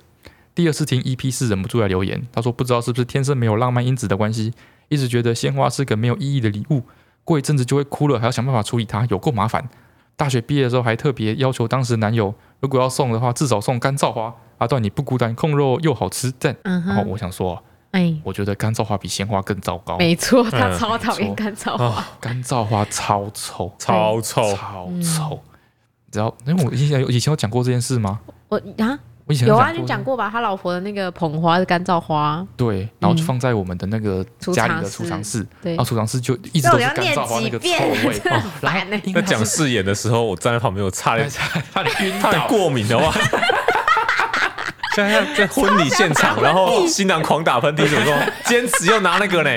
Speaker 2: 第二次听 EP 四忍不住来留言，他说不知道是不是天生没有浪漫因子的关系，一直觉得鲜花是个没有意义的礼物，过一阵子就会哭了，还要想办法处理它，有够麻烦。大学毕业的时候还特别要求当时男友，如果要送的话，至少送干燥花。阿段你不孤单，控肉又好吃，赞。
Speaker 1: 嗯
Speaker 2: 然后
Speaker 1: 哼，
Speaker 2: 我想说啊，
Speaker 1: 哎，
Speaker 2: 我觉得干燥花比鲜花更糟糕，
Speaker 1: 没错，他
Speaker 3: 嗯
Speaker 1: 超讨厌
Speaker 2: 哦没错
Speaker 1: 干
Speaker 2: 哦
Speaker 1: 燥花，
Speaker 3: 啊，
Speaker 2: 干燥花超臭，
Speaker 3: 超 臭，
Speaker 2: 超
Speaker 1: 嗯
Speaker 2: 臭。你知道，因为我以前有以前有讲过这件事吗？
Speaker 1: 我啊，
Speaker 2: 我以前
Speaker 1: 有啊，你
Speaker 2: 过
Speaker 1: 讲过吧？他老婆的那个捧花是干燥花，
Speaker 2: 对，然后就
Speaker 1: 嗯
Speaker 2: 放在我们的那个
Speaker 1: 储
Speaker 2: 家
Speaker 1: 藏
Speaker 2: 里的
Speaker 1: 室
Speaker 2: 储藏室，
Speaker 1: 对
Speaker 2: 然后储藏室就一直都是干燥花那个臭 味，哦然后
Speaker 1: 烦欸呢。
Speaker 2: 因
Speaker 3: 在
Speaker 2: 为它
Speaker 3: 讲
Speaker 2: 是
Speaker 3: 誓言的时候，我站在旁边，我差 点
Speaker 2: 差点晕
Speaker 3: 差点
Speaker 2: 倒，
Speaker 3: 过敏的 话。现在在婚礼现场，然后新郎狂打喷嚏，怎 么说？坚持要拿那个 呢？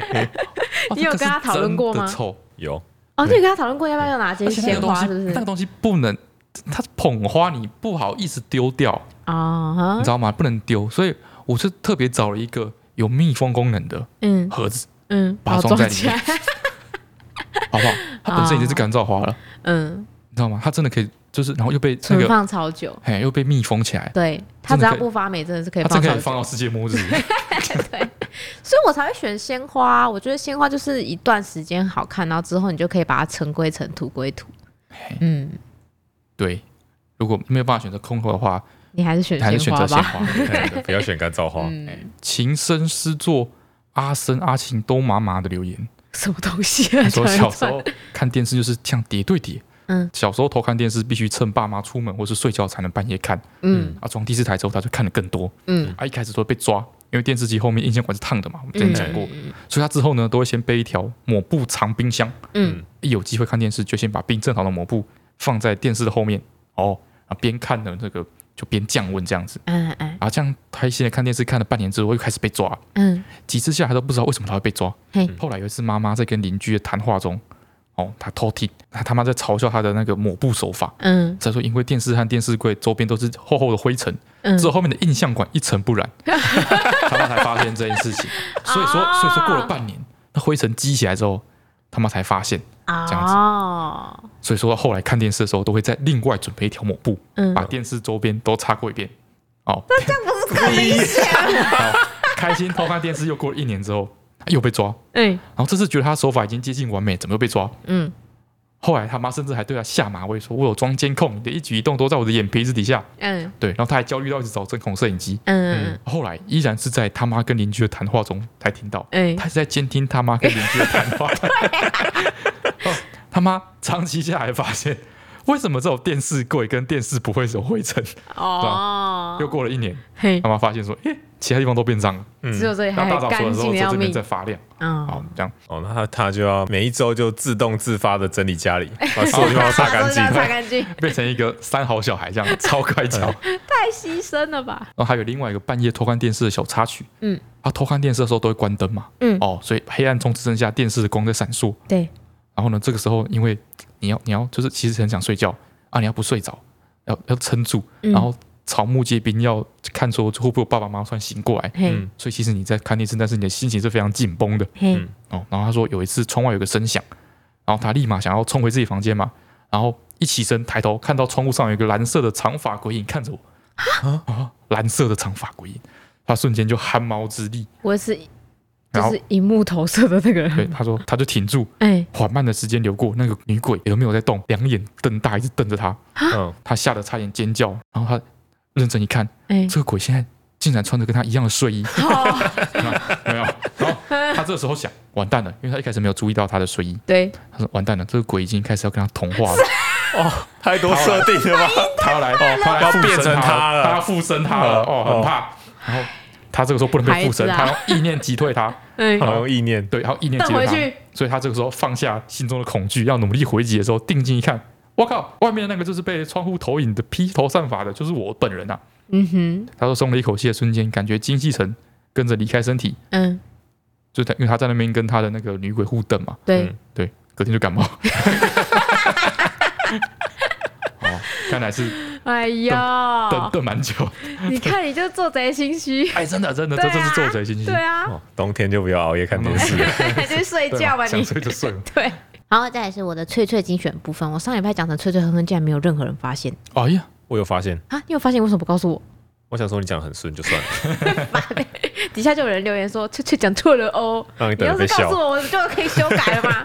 Speaker 1: 你有跟他讨论过吗
Speaker 2: 那个是真的臭，
Speaker 3: 有，
Speaker 1: 哦，你有跟他讨论过要不要拿这
Speaker 2: 而
Speaker 1: 些
Speaker 2: 且那
Speaker 1: 鲜
Speaker 2: 个东
Speaker 1: 花，是
Speaker 2: 西，
Speaker 1: 不
Speaker 2: 那个
Speaker 1: 是？
Speaker 2: 东西不能，它是捧花，你不好意思丢掉，
Speaker 1: 啊
Speaker 2: 你
Speaker 1: 哈
Speaker 2: 知，道吗？不能丢，所以我是特别找了一个有密封功能的
Speaker 1: 嗯
Speaker 2: 盒子，
Speaker 1: 嗯，
Speaker 2: 把它
Speaker 1: 包
Speaker 2: 装在里
Speaker 1: 起来，
Speaker 2: 好不好？
Speaker 1: 啊
Speaker 2: 它本身已经是干燥花了，
Speaker 1: 嗯，
Speaker 2: 你知道吗？它真的可以，就是然后又被那
Speaker 1: 存
Speaker 2: 个，
Speaker 1: 放超久。
Speaker 2: 哎，又被密封起来，
Speaker 1: 对他
Speaker 2: 真的
Speaker 1: 只要
Speaker 2: 可以
Speaker 1: 不发霉，真的是可以
Speaker 2: 它
Speaker 1: 放
Speaker 2: 真的
Speaker 1: 超
Speaker 2: 可以
Speaker 1: 久
Speaker 2: 放，到世界末日。
Speaker 1: 所以我才会选鲜花。我觉得鲜花就是一段时间好看，然后之后你就可以把它尘归尘，土归土。
Speaker 2: 嘿
Speaker 1: 嗯，
Speaker 2: 对，如果没有办法选择空头的话，
Speaker 1: 你还是选
Speaker 2: 还是
Speaker 1: 鲜
Speaker 2: 选
Speaker 1: 花
Speaker 2: 择鲜
Speaker 1: 吧。
Speaker 2: 花。
Speaker 3: 不要选干燥花。
Speaker 2: 哎
Speaker 1: 嗯，
Speaker 2: 琴声诗作，阿生阿庆都麻麻的 留言，
Speaker 1: 什么东西啊？
Speaker 2: 他说
Speaker 1: 突然
Speaker 2: 小时
Speaker 1: 窜
Speaker 2: 候看电视就是像叠对叠，
Speaker 1: 嗯，
Speaker 2: 小时候偷看电视必须趁爸妈出门或是睡觉才能半夜看，
Speaker 1: 嗯
Speaker 2: 啊，装第四台之后他就看的更多，
Speaker 1: 嗯，
Speaker 2: 啊，一开始都会被抓。因为电视机后面音响管是烫的嘛，我们之前
Speaker 1: 嗯
Speaker 2: 讲过，所以他之后呢都会先备一条抹布藏冰箱，
Speaker 1: 嗯
Speaker 2: 一有机会看电视就先把冰镇好的抹布放在电视的后面，哦，啊边看呢这个就边降温这样子，
Speaker 1: 嗯嗯
Speaker 2: 啊，这样他现在看电视看了半年之后，又开始被抓，
Speaker 1: 嗯，
Speaker 2: 几次下来都不知道为什么他会被抓。
Speaker 1: 嘿
Speaker 2: 后来有一次，妈妈在跟邻居的谈话中，哦，他偷听，他他妈在嘲笑他的那个抹布手法。
Speaker 1: 嗯
Speaker 2: 他说，因为电视和电视柜周边都是厚厚的灰尘，
Speaker 1: 嗯
Speaker 2: 之后后面的印象馆一尘 不染，他妈才发现这件事情。所以说，
Speaker 1: 啊
Speaker 2: 所以说过了半年，那灰尘积起来之后，他妈才发现。这样子
Speaker 1: 哦，
Speaker 2: 所以说后来看电视的时候，都会再另外准备一条抹布，
Speaker 1: 嗯
Speaker 2: 把电视周边都擦过一遍。哦，好， 开心偷看电视，又过了一年之后，他又被抓。
Speaker 1: 哎
Speaker 2: 然后这次觉得他手法已经接近完美，怎么又被抓？
Speaker 1: 嗯，
Speaker 2: 后来他妈甚至还对他下马威，说我有装监控，你的一举一动都在我的眼皮子底下。
Speaker 1: 嗯
Speaker 2: 对，然后他还焦虑到一直找针孔摄影机。
Speaker 1: 嗯
Speaker 2: 后来依然是在他妈跟邻居的谈话中才听到，
Speaker 1: 哎啊
Speaker 2: 他是在监听他妈跟邻居的 谈话。 哦他妈长期下来发现，为什么这种电视柜跟电视不会有灰尘？
Speaker 1: 哦，
Speaker 2: 啊又过了一年，
Speaker 1: 嘿
Speaker 2: 他，妈发现说，诶，其他地方都变脏了。
Speaker 3: 嗯
Speaker 1: 只有这里
Speaker 2: 然
Speaker 1: 还
Speaker 2: 后大扫除
Speaker 1: 哎干
Speaker 2: 的时
Speaker 1: 净
Speaker 2: 候，
Speaker 1: 的要
Speaker 2: 这边
Speaker 1: 命
Speaker 2: 在发亮。好
Speaker 1: 啊，，
Speaker 2: 这样。
Speaker 3: 哦，那他他就要每一周就自动自发的整理 家里，把所有地方都擦干净。
Speaker 1: 擦干净，
Speaker 2: 变成一个三好小孩这样，超乖巧。然
Speaker 1: 太牺牲了吧？
Speaker 2: 后还有另外一个半夜偷看电视的小插曲，
Speaker 1: 嗯，
Speaker 2: 他偷看电视的时候都会关灯嘛，
Speaker 1: 嗯
Speaker 2: 哦，所以黑暗中只剩下电视的光在闪烁。
Speaker 1: 对，
Speaker 2: 然后呢，这个时候因为你要你要就是其实很想睡觉啊，你要不睡着，要要撑住，
Speaker 1: 嗯
Speaker 2: 然后草木皆兵要看说会不会有爸爸妈妈突然醒过来。
Speaker 1: 嘿
Speaker 3: 嗯
Speaker 2: 所以其实你在看电视，但是你的心情是非常紧绷的
Speaker 1: 嘿，
Speaker 2: 哦。然后他说有一次窗外有个声响，然后他立马想要冲回自己房间嘛，然后一起身抬头看到窗户上有一个蓝色的长发鬼影看着我啊，蓝色的长发鬼影，他瞬间就汗毛直立，
Speaker 1: 我是就
Speaker 2: 然后
Speaker 1: 是荧幕投射的那个
Speaker 2: 对
Speaker 1: 人，
Speaker 2: 他说他就停住，
Speaker 1: 哎，
Speaker 2: 缓慢的时间流过，那个女鬼也都没有在动，两眼瞪大，一直瞪着他，
Speaker 3: 嗯，
Speaker 2: 他吓得差点尖叫，然后他认真一看，
Speaker 1: 哎，
Speaker 2: 这个鬼现在竟然穿着跟他一样的睡衣，
Speaker 1: 哦，
Speaker 2: 有没有？ 然后他这时候想，完蛋了，因为他一开始没有注意到他的睡衣，
Speaker 1: 对，
Speaker 2: 他说嗯完蛋了，这个鬼已经开始要跟他同化了，
Speaker 3: 哦，太多设定了吧？
Speaker 2: 他要来，哦，他
Speaker 3: 要
Speaker 2: 要来附
Speaker 3: 变
Speaker 2: 身
Speaker 3: 成他了
Speaker 2: 他要附身他了，哦，很怕。然后他这个时候不能被附身，
Speaker 1: 孩子
Speaker 2: 他
Speaker 1: 啊
Speaker 2: 要意念击退他，
Speaker 1: 哎，
Speaker 3: 好用意念，
Speaker 2: 对，然后意念
Speaker 1: 瞪
Speaker 2: 击退
Speaker 1: 回
Speaker 2: 他，
Speaker 1: 去，
Speaker 2: 所以他这个时候放下心中的恐惧，要努力回击的时候，定睛一看，我靠，外面那个就是被窗户投影的披头散发的，就是我本人啊！
Speaker 1: 嗯哼，
Speaker 2: 他说松了一口气的瞬间，感觉精气神跟着离开身体，
Speaker 1: 嗯，
Speaker 2: 就他因为他在那边跟他的那个女鬼互瞪嘛，
Speaker 1: 对
Speaker 3: 嗯，
Speaker 2: 对，隔天就感冒。哦，看来是
Speaker 1: 哎呀，
Speaker 2: 瞪瞪蛮久，
Speaker 1: 你看，你就做贼心 虚。
Speaker 2: 哎，真的真的，
Speaker 1: 对
Speaker 2: 这
Speaker 1: 啊
Speaker 2: 真是做贼心虚
Speaker 1: 对，啊，
Speaker 3: 哦，冬天就不要熬夜看电视了。
Speaker 1: 还去睡
Speaker 2: 对
Speaker 1: 觉吧
Speaker 2: 想
Speaker 1: 你。
Speaker 2: 睡就睡嘛。
Speaker 1: 对，然后再来是我的脆脆精选部分，我上礼拜讲成脆脆哼哼，竟然没有任何人发现
Speaker 2: 哎呀，
Speaker 3: 我有发现，
Speaker 1: 啊！你有发现为什么不告诉我？
Speaker 3: 我想说你讲得很顺就算了，
Speaker 1: 底下就有人留言说翠翠讲错了哦，
Speaker 3: 让你
Speaker 1: 你
Speaker 3: 等
Speaker 1: 要
Speaker 3: 着
Speaker 1: 是
Speaker 3: 被
Speaker 1: 告
Speaker 3: 笑
Speaker 1: 诉。我，我就可以修改了 吗？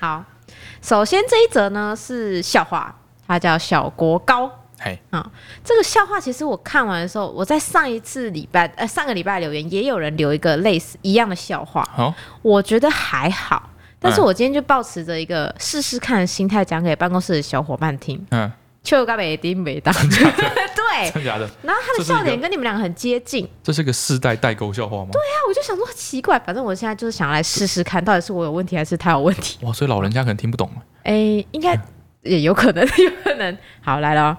Speaker 1: 好，首先这一则呢是笑话，它叫小国高。
Speaker 2: 嘿，
Speaker 1: 这个笑话其实我看完的时候，我在上一次礼拜呃上个礼拜留言也有人留一个类似一样的笑话，
Speaker 2: 好、
Speaker 1: 我觉得还好。但是
Speaker 2: 嗯
Speaker 1: 我今天就抱持着一个试试看的心态讲给办公室的小伙伴 听，
Speaker 2: 嗯，
Speaker 1: 就个北丁没当，对。
Speaker 2: 真假的？
Speaker 1: 然后他
Speaker 2: 这
Speaker 1: 的
Speaker 2: 是一个
Speaker 1: 笑点跟你们两个很接近，
Speaker 2: 这是个世代代沟笑话吗？对
Speaker 1: 那啊我就想说奇怪，反正我现在就是想来试试看，到底是我有问题还是他有问题？
Speaker 2: 哇，所以老人家可能听不懂啊。
Speaker 1: 哎、应该 也有可能， 有可能。好，来了哦。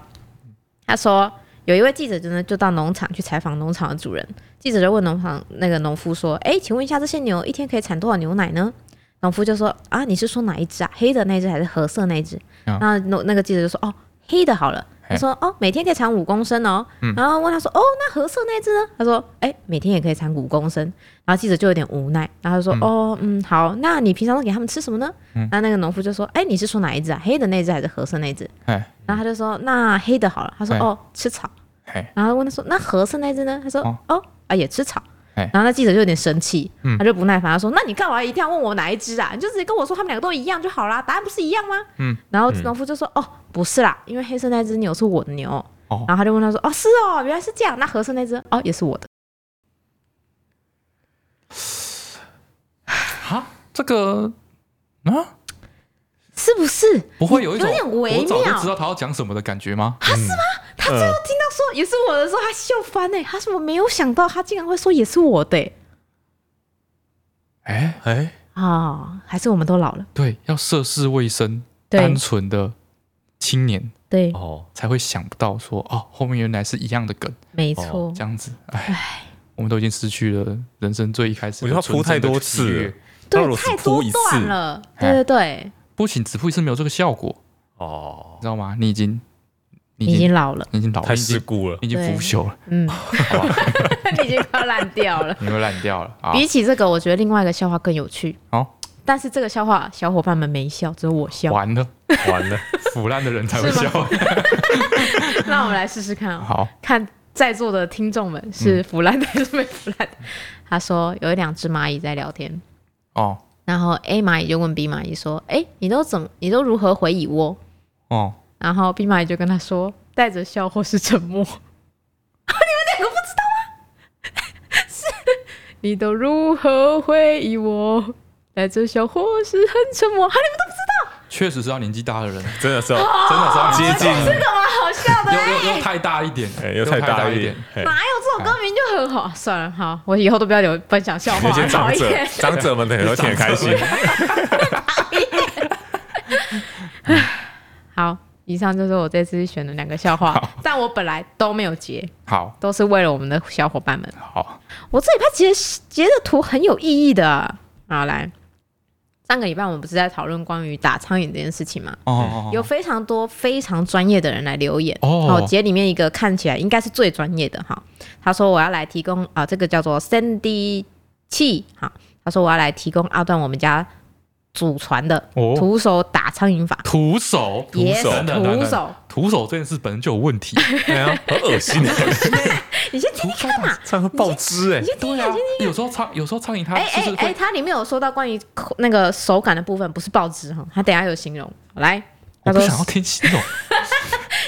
Speaker 1: 他说有一位记者就呢就到农场去采访农场的主人，记者就问农场那个农夫说：“哎、请问一下，这些牛一天可以产多少牛奶呢？”农夫就说：“啊，你是说哪一只啊？黑的那只还是褐色那只？”
Speaker 2: 嗯
Speaker 1: 那那那个记者就说：“哦，黑的好了。”他
Speaker 2: 嘿
Speaker 1: 说：“哦，每天可以产五公升哦。
Speaker 2: 嗯
Speaker 1: 然后问他说：“哦，那褐色那只呢？”他说：“哎、每天也可以产五公升。”然后记者就有点无奈，然后他就说：“哦，嗯，好，那你平常都给他们吃什么呢？”
Speaker 2: 嗯
Speaker 1: 那那个农夫就说：“哎、你是说哪一只啊？黑的那只还是褐色那只？”
Speaker 2: 哎，
Speaker 1: 然后他就说那黑的好了，他说
Speaker 2: 哎
Speaker 1: 哦吃草，
Speaker 2: 嘿，
Speaker 1: 然后问他说那褐色那只呢？他说
Speaker 2: 哦
Speaker 1: 哦啊也吃草，
Speaker 2: 哎
Speaker 1: 然后那记者就有点生气
Speaker 2: 嗯，
Speaker 1: 他就不耐烦，他说那你干嘛一定要问我哪一只啊？你就直接跟我说他们两个都一样就好啦，答案不是一样吗？
Speaker 2: 嗯，
Speaker 1: 然后农夫就说哦不是啦，因为黑色那只牛是我的牛，
Speaker 2: 哦
Speaker 1: 然后他就问他说哦是哦原来是这样，那褐色那只哦也是我的，
Speaker 2: 哈，这个啊，
Speaker 1: 是不是？
Speaker 2: 不会有一种
Speaker 1: 有点微
Speaker 2: 我早就
Speaker 1: 妙
Speaker 2: 知道他要讲什么的感觉吗？
Speaker 1: 他最后听到说也是我的时候，他笑翻哎、他说我没有想到他竟然会说也是我的欸
Speaker 2: 哎，
Speaker 3: 哎，
Speaker 1: 啊、还是我们都老了，
Speaker 2: 对，要涉世未深、
Speaker 1: 对
Speaker 2: 单纯的青年
Speaker 1: 对，
Speaker 3: 哦，
Speaker 2: 才会想不到说，哦，后面原来是一样的梗，
Speaker 1: 没
Speaker 3: 哦
Speaker 1: 错。
Speaker 2: 这样子，哎，我们都已经失去了人生最一开始
Speaker 3: 我
Speaker 2: 的
Speaker 3: 觉得他
Speaker 2: 纯
Speaker 3: 铺
Speaker 2: 真
Speaker 3: 太
Speaker 2: 的
Speaker 3: 多
Speaker 2: 喜
Speaker 3: 次
Speaker 2: 悦
Speaker 3: 了，他如果只
Speaker 1: 太
Speaker 3: 铺
Speaker 1: 多
Speaker 3: 一
Speaker 1: 段
Speaker 3: 次，
Speaker 1: 了，
Speaker 2: 哎
Speaker 1: 对对对，
Speaker 2: 不仅只铺一次没有这个效果，
Speaker 3: 哦
Speaker 2: 你，知道吗？你已经，你
Speaker 1: 你已
Speaker 2: 已
Speaker 1: 经
Speaker 2: 经，
Speaker 1: 老了，
Speaker 2: 你已经老了，
Speaker 3: 太
Speaker 2: 你已经
Speaker 3: 世故了。
Speaker 2: 你已经腐朽了，
Speaker 1: 嗯， 你已经快要烂掉了。
Speaker 2: 你会烂掉了啊！
Speaker 1: 比起这个，我觉得另外一个笑话更有趣。
Speaker 2: 哦，
Speaker 1: 但是这个笑话小伙伴们没笑，只有我笑。
Speaker 2: 完了，
Speaker 3: 完 了，
Speaker 2: 腐烂的人才会
Speaker 1: 是吗
Speaker 2: 笑。
Speaker 1: 那我们来试试看哦，
Speaker 2: 好，
Speaker 1: 看在座的听众们是腐烂的还是没腐烂的。他说有两只蚂蚁在聊天，
Speaker 2: 哦
Speaker 1: 然后 A 蚂蚁就问 B 蚂蚁说：“哎，你都怎么，你都如何回蚁窝
Speaker 2: 哦，？”
Speaker 1: 然后 B 蚂蚁就跟他说：“带着笑或是沉默。” 啊你都如何回忆我？带着笑或是很沉默，哈，你
Speaker 2: 确实是要年纪大的人，
Speaker 3: 真的是
Speaker 1: 哦
Speaker 3: 哦要
Speaker 2: 真的是要
Speaker 3: 接近，
Speaker 1: 们好笑的、
Speaker 2: 又又又太大一点，
Speaker 3: 哎，
Speaker 2: 又
Speaker 3: 又太大
Speaker 2: 一
Speaker 3: 一点。。哎
Speaker 1: 哪有这种歌名就很好？算了，好，我以后都不要留分享笑
Speaker 3: 那
Speaker 1: 话，
Speaker 3: 些
Speaker 1: 讨
Speaker 3: 长
Speaker 1: 厌
Speaker 3: 者，长者 们可能都挺开心。
Speaker 1: 好，以上就是我这次选的两个笑话，但我本来都没有截，
Speaker 2: 好
Speaker 1: 都是为了我们的小伙伴们。
Speaker 2: 好，
Speaker 1: 我这礼拜截截的图很有意义的啊，好来。上个礼拜我们不是在讨论关于打苍蝇这件事情吗？
Speaker 2: 哦哦
Speaker 1: 有
Speaker 2: 哦
Speaker 1: 非常多非常专业的人来留言。
Speaker 2: 哦
Speaker 1: 好，节里面一个看起来应该是最专业的哈，他说我要来提供啊、这个叫做 Sandy 气哈，他说我要来提供阿段我们家祖传的
Speaker 2: 哦
Speaker 1: 徒手打苍蝇法，
Speaker 2: 徒手，
Speaker 1: 也
Speaker 2: 徒手，
Speaker 1: 是
Speaker 2: 等等等
Speaker 1: 徒
Speaker 2: 等
Speaker 1: 手，
Speaker 2: 徒手这件事本身就有 问题，
Speaker 3: 哎呀，很恶心 的，
Speaker 1: 你先听听看嘛。
Speaker 3: 这样会爆汁哎。
Speaker 2: 对啊，有时候苍有时候苍蝇它
Speaker 1: 哎
Speaker 2: 就
Speaker 1: 哎
Speaker 2: 是
Speaker 1: 哎，
Speaker 2: 会，
Speaker 1: 它里面有说到关于口那个手感的部分，不是报纸哈，他等一下有形容。来，他
Speaker 2: 我
Speaker 1: 说
Speaker 2: 不想要听形 容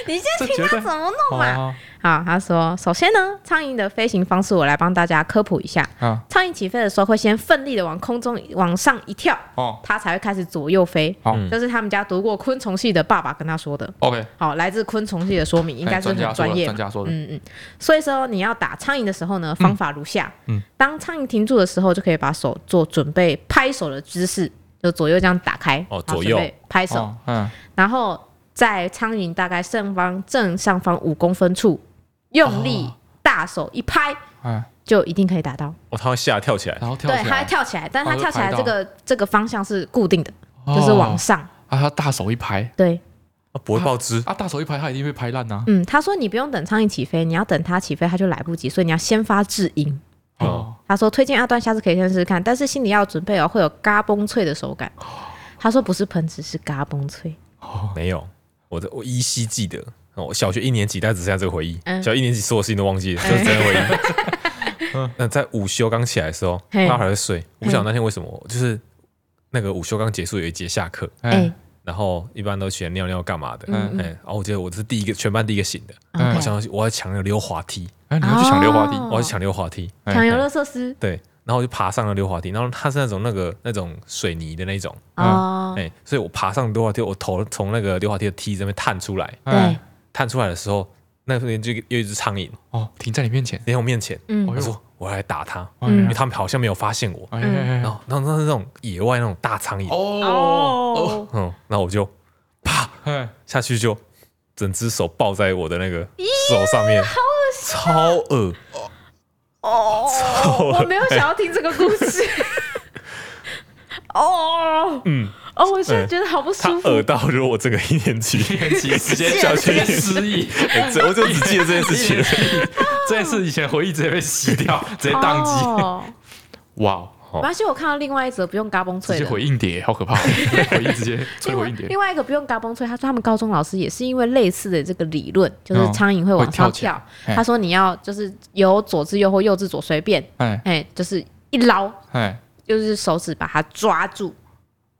Speaker 1: 你先听
Speaker 2: 这绝
Speaker 1: 他
Speaker 2: 对
Speaker 1: 怎么弄嘛。
Speaker 2: 啊
Speaker 1: 好，他说首先呢，苍蝇的飞行方式我来帮大家科普一下。
Speaker 2: 啊
Speaker 1: 苍蝇起飞的时候会先奋力的往空中往上一跳，
Speaker 2: 哦
Speaker 1: 它才会开始左右飞。
Speaker 2: 好
Speaker 1: 这是他们家读过昆虫系的爸爸跟他说的。
Speaker 2: ，OK，
Speaker 1: 好，来自昆虫系的说明，应该
Speaker 2: 哎
Speaker 1: 是很
Speaker 2: 专家说
Speaker 1: 专
Speaker 2: 的，
Speaker 1: 业
Speaker 2: 专
Speaker 1: 嘛。
Speaker 2: 家说的，
Speaker 1: 嗯嗯，所以说你要打苍蝇的时候呢，方法如下：
Speaker 2: 嗯
Speaker 1: 当苍蝇停住的时候，就可以把手做准备拍手的姿势，就左右这样打开，然
Speaker 3: 哦
Speaker 1: 后
Speaker 3: 左右
Speaker 1: 准备拍手，
Speaker 2: 哦嗯，
Speaker 1: 然后在苍蝇大概正方正上方五公分处用力
Speaker 2: 哦
Speaker 1: 大手一拍，
Speaker 2: 哎，
Speaker 1: 就一定可以打到。
Speaker 3: 哦，他会吓跳起来。
Speaker 2: 然后跳
Speaker 1: 对，
Speaker 2: 起
Speaker 1: 它会
Speaker 2: 来，
Speaker 1: 跳起来，但是它
Speaker 2: 哦就
Speaker 1: 跳起来
Speaker 2: 拍到
Speaker 1: 这个这个方向是固定的，
Speaker 2: 哦
Speaker 1: 就是往上。
Speaker 2: 啊，他大手一拍，
Speaker 1: 对，
Speaker 3: 啊不会爆汁，
Speaker 2: 啊，大手一拍，他一定会拍烂啊呐，
Speaker 1: 嗯，他说你不用等苍蝇起飞，你要等它起飞，它就来不及，所以你要先发制蝇。
Speaker 2: 哦，
Speaker 1: 他说推荐阿段下次可以先试试看，但是心里要有准备哦，会有嘎嘣脆的手感。他说不是喷汁，是嘎嘣脆。
Speaker 2: 哦，
Speaker 3: 没有，我的我依稀记得，哦我小学一年级，但只剩下这个回忆。
Speaker 1: 嗯
Speaker 3: 小学一年级所有事情都忘记了，就
Speaker 1: 嗯
Speaker 3: 是真的回忆。 嗯那在午休刚起来的时候，
Speaker 1: 嘿
Speaker 3: 他还在睡。我不晓得那天为什么，就是那个午休刚结束有一节下课，
Speaker 1: 哎
Speaker 2: 哎，，
Speaker 3: 然后一般都起来尿尿干嘛的。
Speaker 1: 嗯嗯
Speaker 3: 哎，然后我记得我是第一个，全班第一个醒的。
Speaker 2: 嗯
Speaker 3: 我
Speaker 1: 哎哦 OK，
Speaker 3: 想要去我要抢那个溜滑梯，
Speaker 2: 哎，你要去抢溜滑梯？
Speaker 1: 哦
Speaker 3: 我要去抢溜滑梯。
Speaker 2: 哎
Speaker 1: 抢游乐设施
Speaker 3: 对，然后我就爬上了溜滑梯，然后它是那种那个那种水泥的那种，
Speaker 2: 嗯
Speaker 1: 哦，
Speaker 3: 哎，所以我爬上溜滑梯，我头从那个溜滑梯的梯子那边探出来，
Speaker 1: 对
Speaker 2: 哎，
Speaker 3: 探出来的时候，那边就又一只苍蝇
Speaker 2: 哦，停在你面前。
Speaker 3: 在我面前，
Speaker 1: 嗯
Speaker 2: 哎
Speaker 3: 我
Speaker 2: 呦
Speaker 3: 说我要来打它，
Speaker 2: 哎
Speaker 1: 嗯
Speaker 3: 因为他们好像没有发现我。
Speaker 2: 哎哦哎
Speaker 3: 然
Speaker 2: 哎，
Speaker 3: 后，然后那是那种野外那种大苍蝇，
Speaker 2: 哦，
Speaker 1: 哦，
Speaker 3: 嗯，那我就啪
Speaker 2: 哎，
Speaker 3: 下去就整只手抱在我的那个手上面，
Speaker 1: 啊
Speaker 3: 超恶，
Speaker 1: 哦，我没有想要听这个故事。哦，
Speaker 3: 嗯，
Speaker 1: 哦，我现
Speaker 2: 哎
Speaker 1: 在觉得好不
Speaker 3: 它
Speaker 1: 舒服。哦
Speaker 3: 恶到就是我整个一年级，
Speaker 2: 天 气直接
Speaker 3: 小学一年级
Speaker 2: 失忆，
Speaker 3: 哎这我就只记得这件 事情，
Speaker 2: 这次以前的回忆直接被洗掉，直接宕机。
Speaker 1: 哦，
Speaker 2: 哇哦，
Speaker 1: 没关系，我看到另外一则不用嘎嘣
Speaker 2: 直
Speaker 1: 脆
Speaker 2: 接
Speaker 1: 的。
Speaker 2: 回应碟，好可怕！回忆直接摧
Speaker 1: 另
Speaker 2: 毁
Speaker 1: 外
Speaker 2: 硬碟。
Speaker 1: 另外一个不用嘎嘣脆，他说他们高中老师也是因为类似的这个理论，就是
Speaker 2: 嗯
Speaker 1: 苍蝇会往上
Speaker 2: 会跳起来
Speaker 1: 跳。
Speaker 2: 嘿
Speaker 1: 他说你要就是由左至右或右至左随便，
Speaker 2: 哎
Speaker 1: 哎，就是一捞，
Speaker 2: 哎，
Speaker 1: 就是手指把它抓住，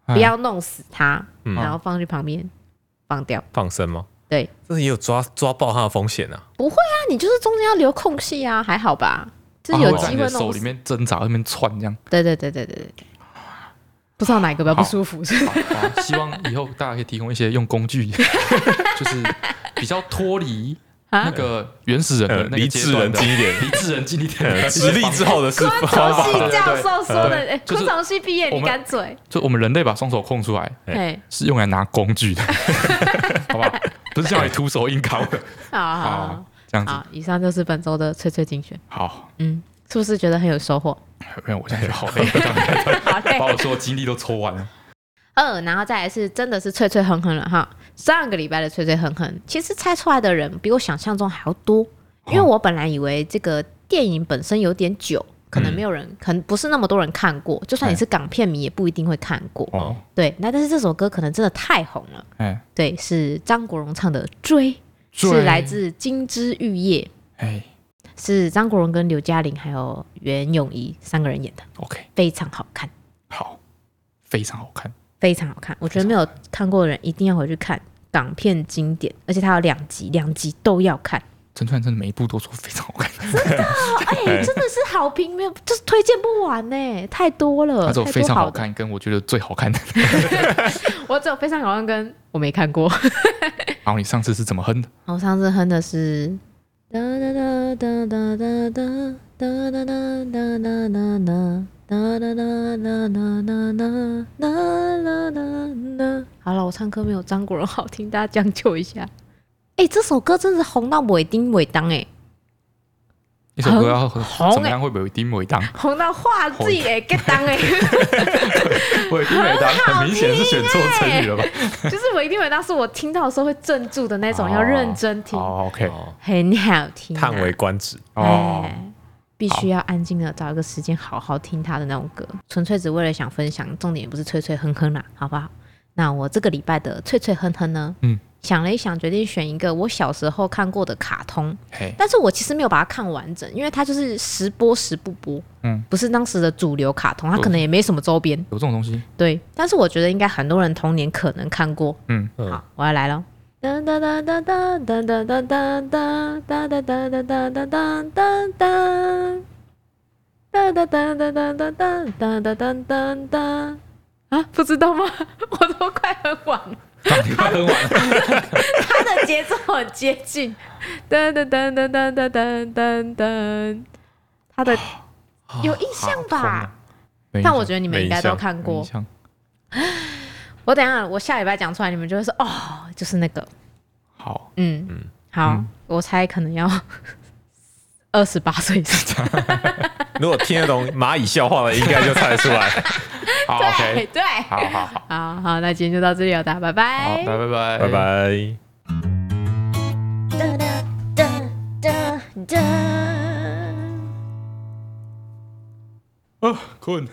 Speaker 2: 哎
Speaker 1: 不要弄死它，
Speaker 3: 嗯
Speaker 1: 然后
Speaker 2: 哦
Speaker 1: 放去旁边放掉。
Speaker 3: 放生吗？
Speaker 1: 对，
Speaker 3: 但是也有抓抓爆它的风险啊，
Speaker 1: 那你就是中间要留空隙啊，还好吧？就是
Speaker 2: 然
Speaker 1: 有
Speaker 2: 后哦在
Speaker 1: 机
Speaker 2: 你
Speaker 1: 会
Speaker 2: 的手
Speaker 1: 弄
Speaker 2: 里
Speaker 1: 死。
Speaker 2: 面挣扎，在那边窜这样。
Speaker 1: 对对对对对对对，不知道哪个比较不舒服，是
Speaker 2: 好好希望以后大家可以提供一些用工具，就是比较脱离
Speaker 1: 啊
Speaker 2: 那个原始人的那
Speaker 3: 呃
Speaker 2: 个
Speaker 3: 离
Speaker 2: 阶
Speaker 3: 智
Speaker 2: 段
Speaker 3: 人
Speaker 2: 的
Speaker 3: 近一点，
Speaker 2: 离智人近一点
Speaker 3: 呃
Speaker 2: 的
Speaker 3: 直立之后的 是
Speaker 1: 昆
Speaker 3: 方
Speaker 1: 虫
Speaker 3: 法，
Speaker 1: 系教授说的，
Speaker 2: 对
Speaker 1: 哎
Speaker 2: 就是
Speaker 1: 昆虫系毕业
Speaker 2: 我
Speaker 1: 你
Speaker 2: 们
Speaker 1: 敢嘴？
Speaker 2: 就我们人类把双手空出来，
Speaker 3: 哎
Speaker 1: 哎，
Speaker 2: 是用来拿工 具的，好不好？不是叫你徒手硬扛的，
Speaker 1: 好好好
Speaker 2: 好
Speaker 1: 好，
Speaker 2: 这样子
Speaker 1: 好，以上就是本周的翠翠精选，
Speaker 2: 好。
Speaker 1: 嗯，是不是觉得很有收获？
Speaker 2: 没有，我现在觉得好累，
Speaker 1: 好
Speaker 2: 把
Speaker 1: 嘞，
Speaker 2: 我所有精力都抽完了。
Speaker 1: 二，然后再来是真的是脆脆哼哼了哈。上个礼拜的脆脆哼哼，其实猜出来的人比我想象中还要多，
Speaker 2: 哦
Speaker 1: 因为我本来以为这个电影本身有点久，可
Speaker 2: 嗯
Speaker 1: 能没有人，可能不是那么多人看过，就算你是港片迷，也不一定会看过。
Speaker 2: 哦，
Speaker 1: 对，那但是这首歌可能真的太红了，
Speaker 2: 哎，
Speaker 1: 对，是张国荣唱的《追》，是来自《金枝玉叶》。
Speaker 2: 哎
Speaker 1: 是张国荣跟刘嘉玲还有袁咏仪三个人演的，
Speaker 2: ，OK，
Speaker 1: 非常好看，
Speaker 2: 好，非常好看。
Speaker 1: 非常好看。我觉得没有看过的人一定要回去看港片经典，而且它有两集，两集都要看。
Speaker 2: 陈川真的每一部都说非常好看，
Speaker 1: 哎、真的是好评没有，就是推荐不完呢、太多了，
Speaker 2: 他只有
Speaker 1: 太多
Speaker 2: 非常好
Speaker 1: 的。
Speaker 2: 看，跟我觉得最好 看的。
Speaker 1: 我只有非常好看，跟我没看过。
Speaker 2: 然后你上次是怎么哼的？
Speaker 1: 我上次哼的是哒哒哒哒哒哒哒哒哒哒哒哒哒哒。哒哒哒哒哒哒哒哒哒哒哒。好了，我唱歌没有张国荣好听，大家将就一下。哎、这首歌真是红到尾丁尾当哎、
Speaker 2: 一首歌要
Speaker 1: 很
Speaker 2: 哼怎
Speaker 1: 红
Speaker 2: 么
Speaker 1: 欸
Speaker 2: 样会不会丁 尾当？
Speaker 1: 红到画自己哎 get 当哎、
Speaker 2: 尾丁尾当，很明显是选错成语了吧？
Speaker 1: 就是尾丁尾当是我听到的时候会镇住的那种，
Speaker 2: 哦
Speaker 1: 要认真听，
Speaker 2: 好，OK，
Speaker 3: 哦
Speaker 1: 很好听、啊。
Speaker 3: 叹为观止。
Speaker 2: 哦，
Speaker 1: 哎，必须要安静的找一个时间好好听他的那种歌，纯粹只为了想分享，重点也不是吹吹哼哼啦，好不好？那我这个礼拜的吹吹哼哼呢，
Speaker 2: 嗯，
Speaker 1: 想了一想，决定选一个我小时候看过的卡通，
Speaker 2: 嘿，
Speaker 1: 但是我其实没有把它看完整，因为它就是时播时不播，
Speaker 2: 嗯，
Speaker 1: 不是当时的主流卡通，它可能也没什么周边，
Speaker 2: 有这种东西，
Speaker 1: 对。但是我觉得应该很多人童年可能看过，
Speaker 2: 嗯，
Speaker 1: 好，我要来喽。哒哒哒哒哒哒哒哒哒哒哒哒哒哒哒哒哒哒哒。哒哒哒哒哒哒哒哒哒哒哒哒。啊，不知道吗？ 我都快很晚了，
Speaker 2: 你快哼完了，
Speaker 1: 它的节奏很接近。哒哒哒哒哒哒哒哒哒。它的有印象吧？
Speaker 2: 没印 象？
Speaker 1: 但我觉得你们应该都
Speaker 3: 没印象
Speaker 1: 看
Speaker 2: 没
Speaker 1: 过
Speaker 2: 印。象
Speaker 1: 我等一下我下礼拜讲出来，你们就会说哦，就是那个。
Speaker 2: 好，
Speaker 1: 嗯好，我猜可能要 二十八岁以上。
Speaker 3: 如果听得懂蚂蚁笑话的，应该就猜得出来。
Speaker 2: 好
Speaker 1: 对
Speaker 2: ，OK，
Speaker 1: 对，
Speaker 2: 好好好，
Speaker 1: 好好，那今天就到这里了，大家拜
Speaker 2: 好，
Speaker 1: 拜
Speaker 2: 拜。拜，
Speaker 3: 拜。拜。
Speaker 1: 哒哒哒哒哒。
Speaker 2: 啊，困。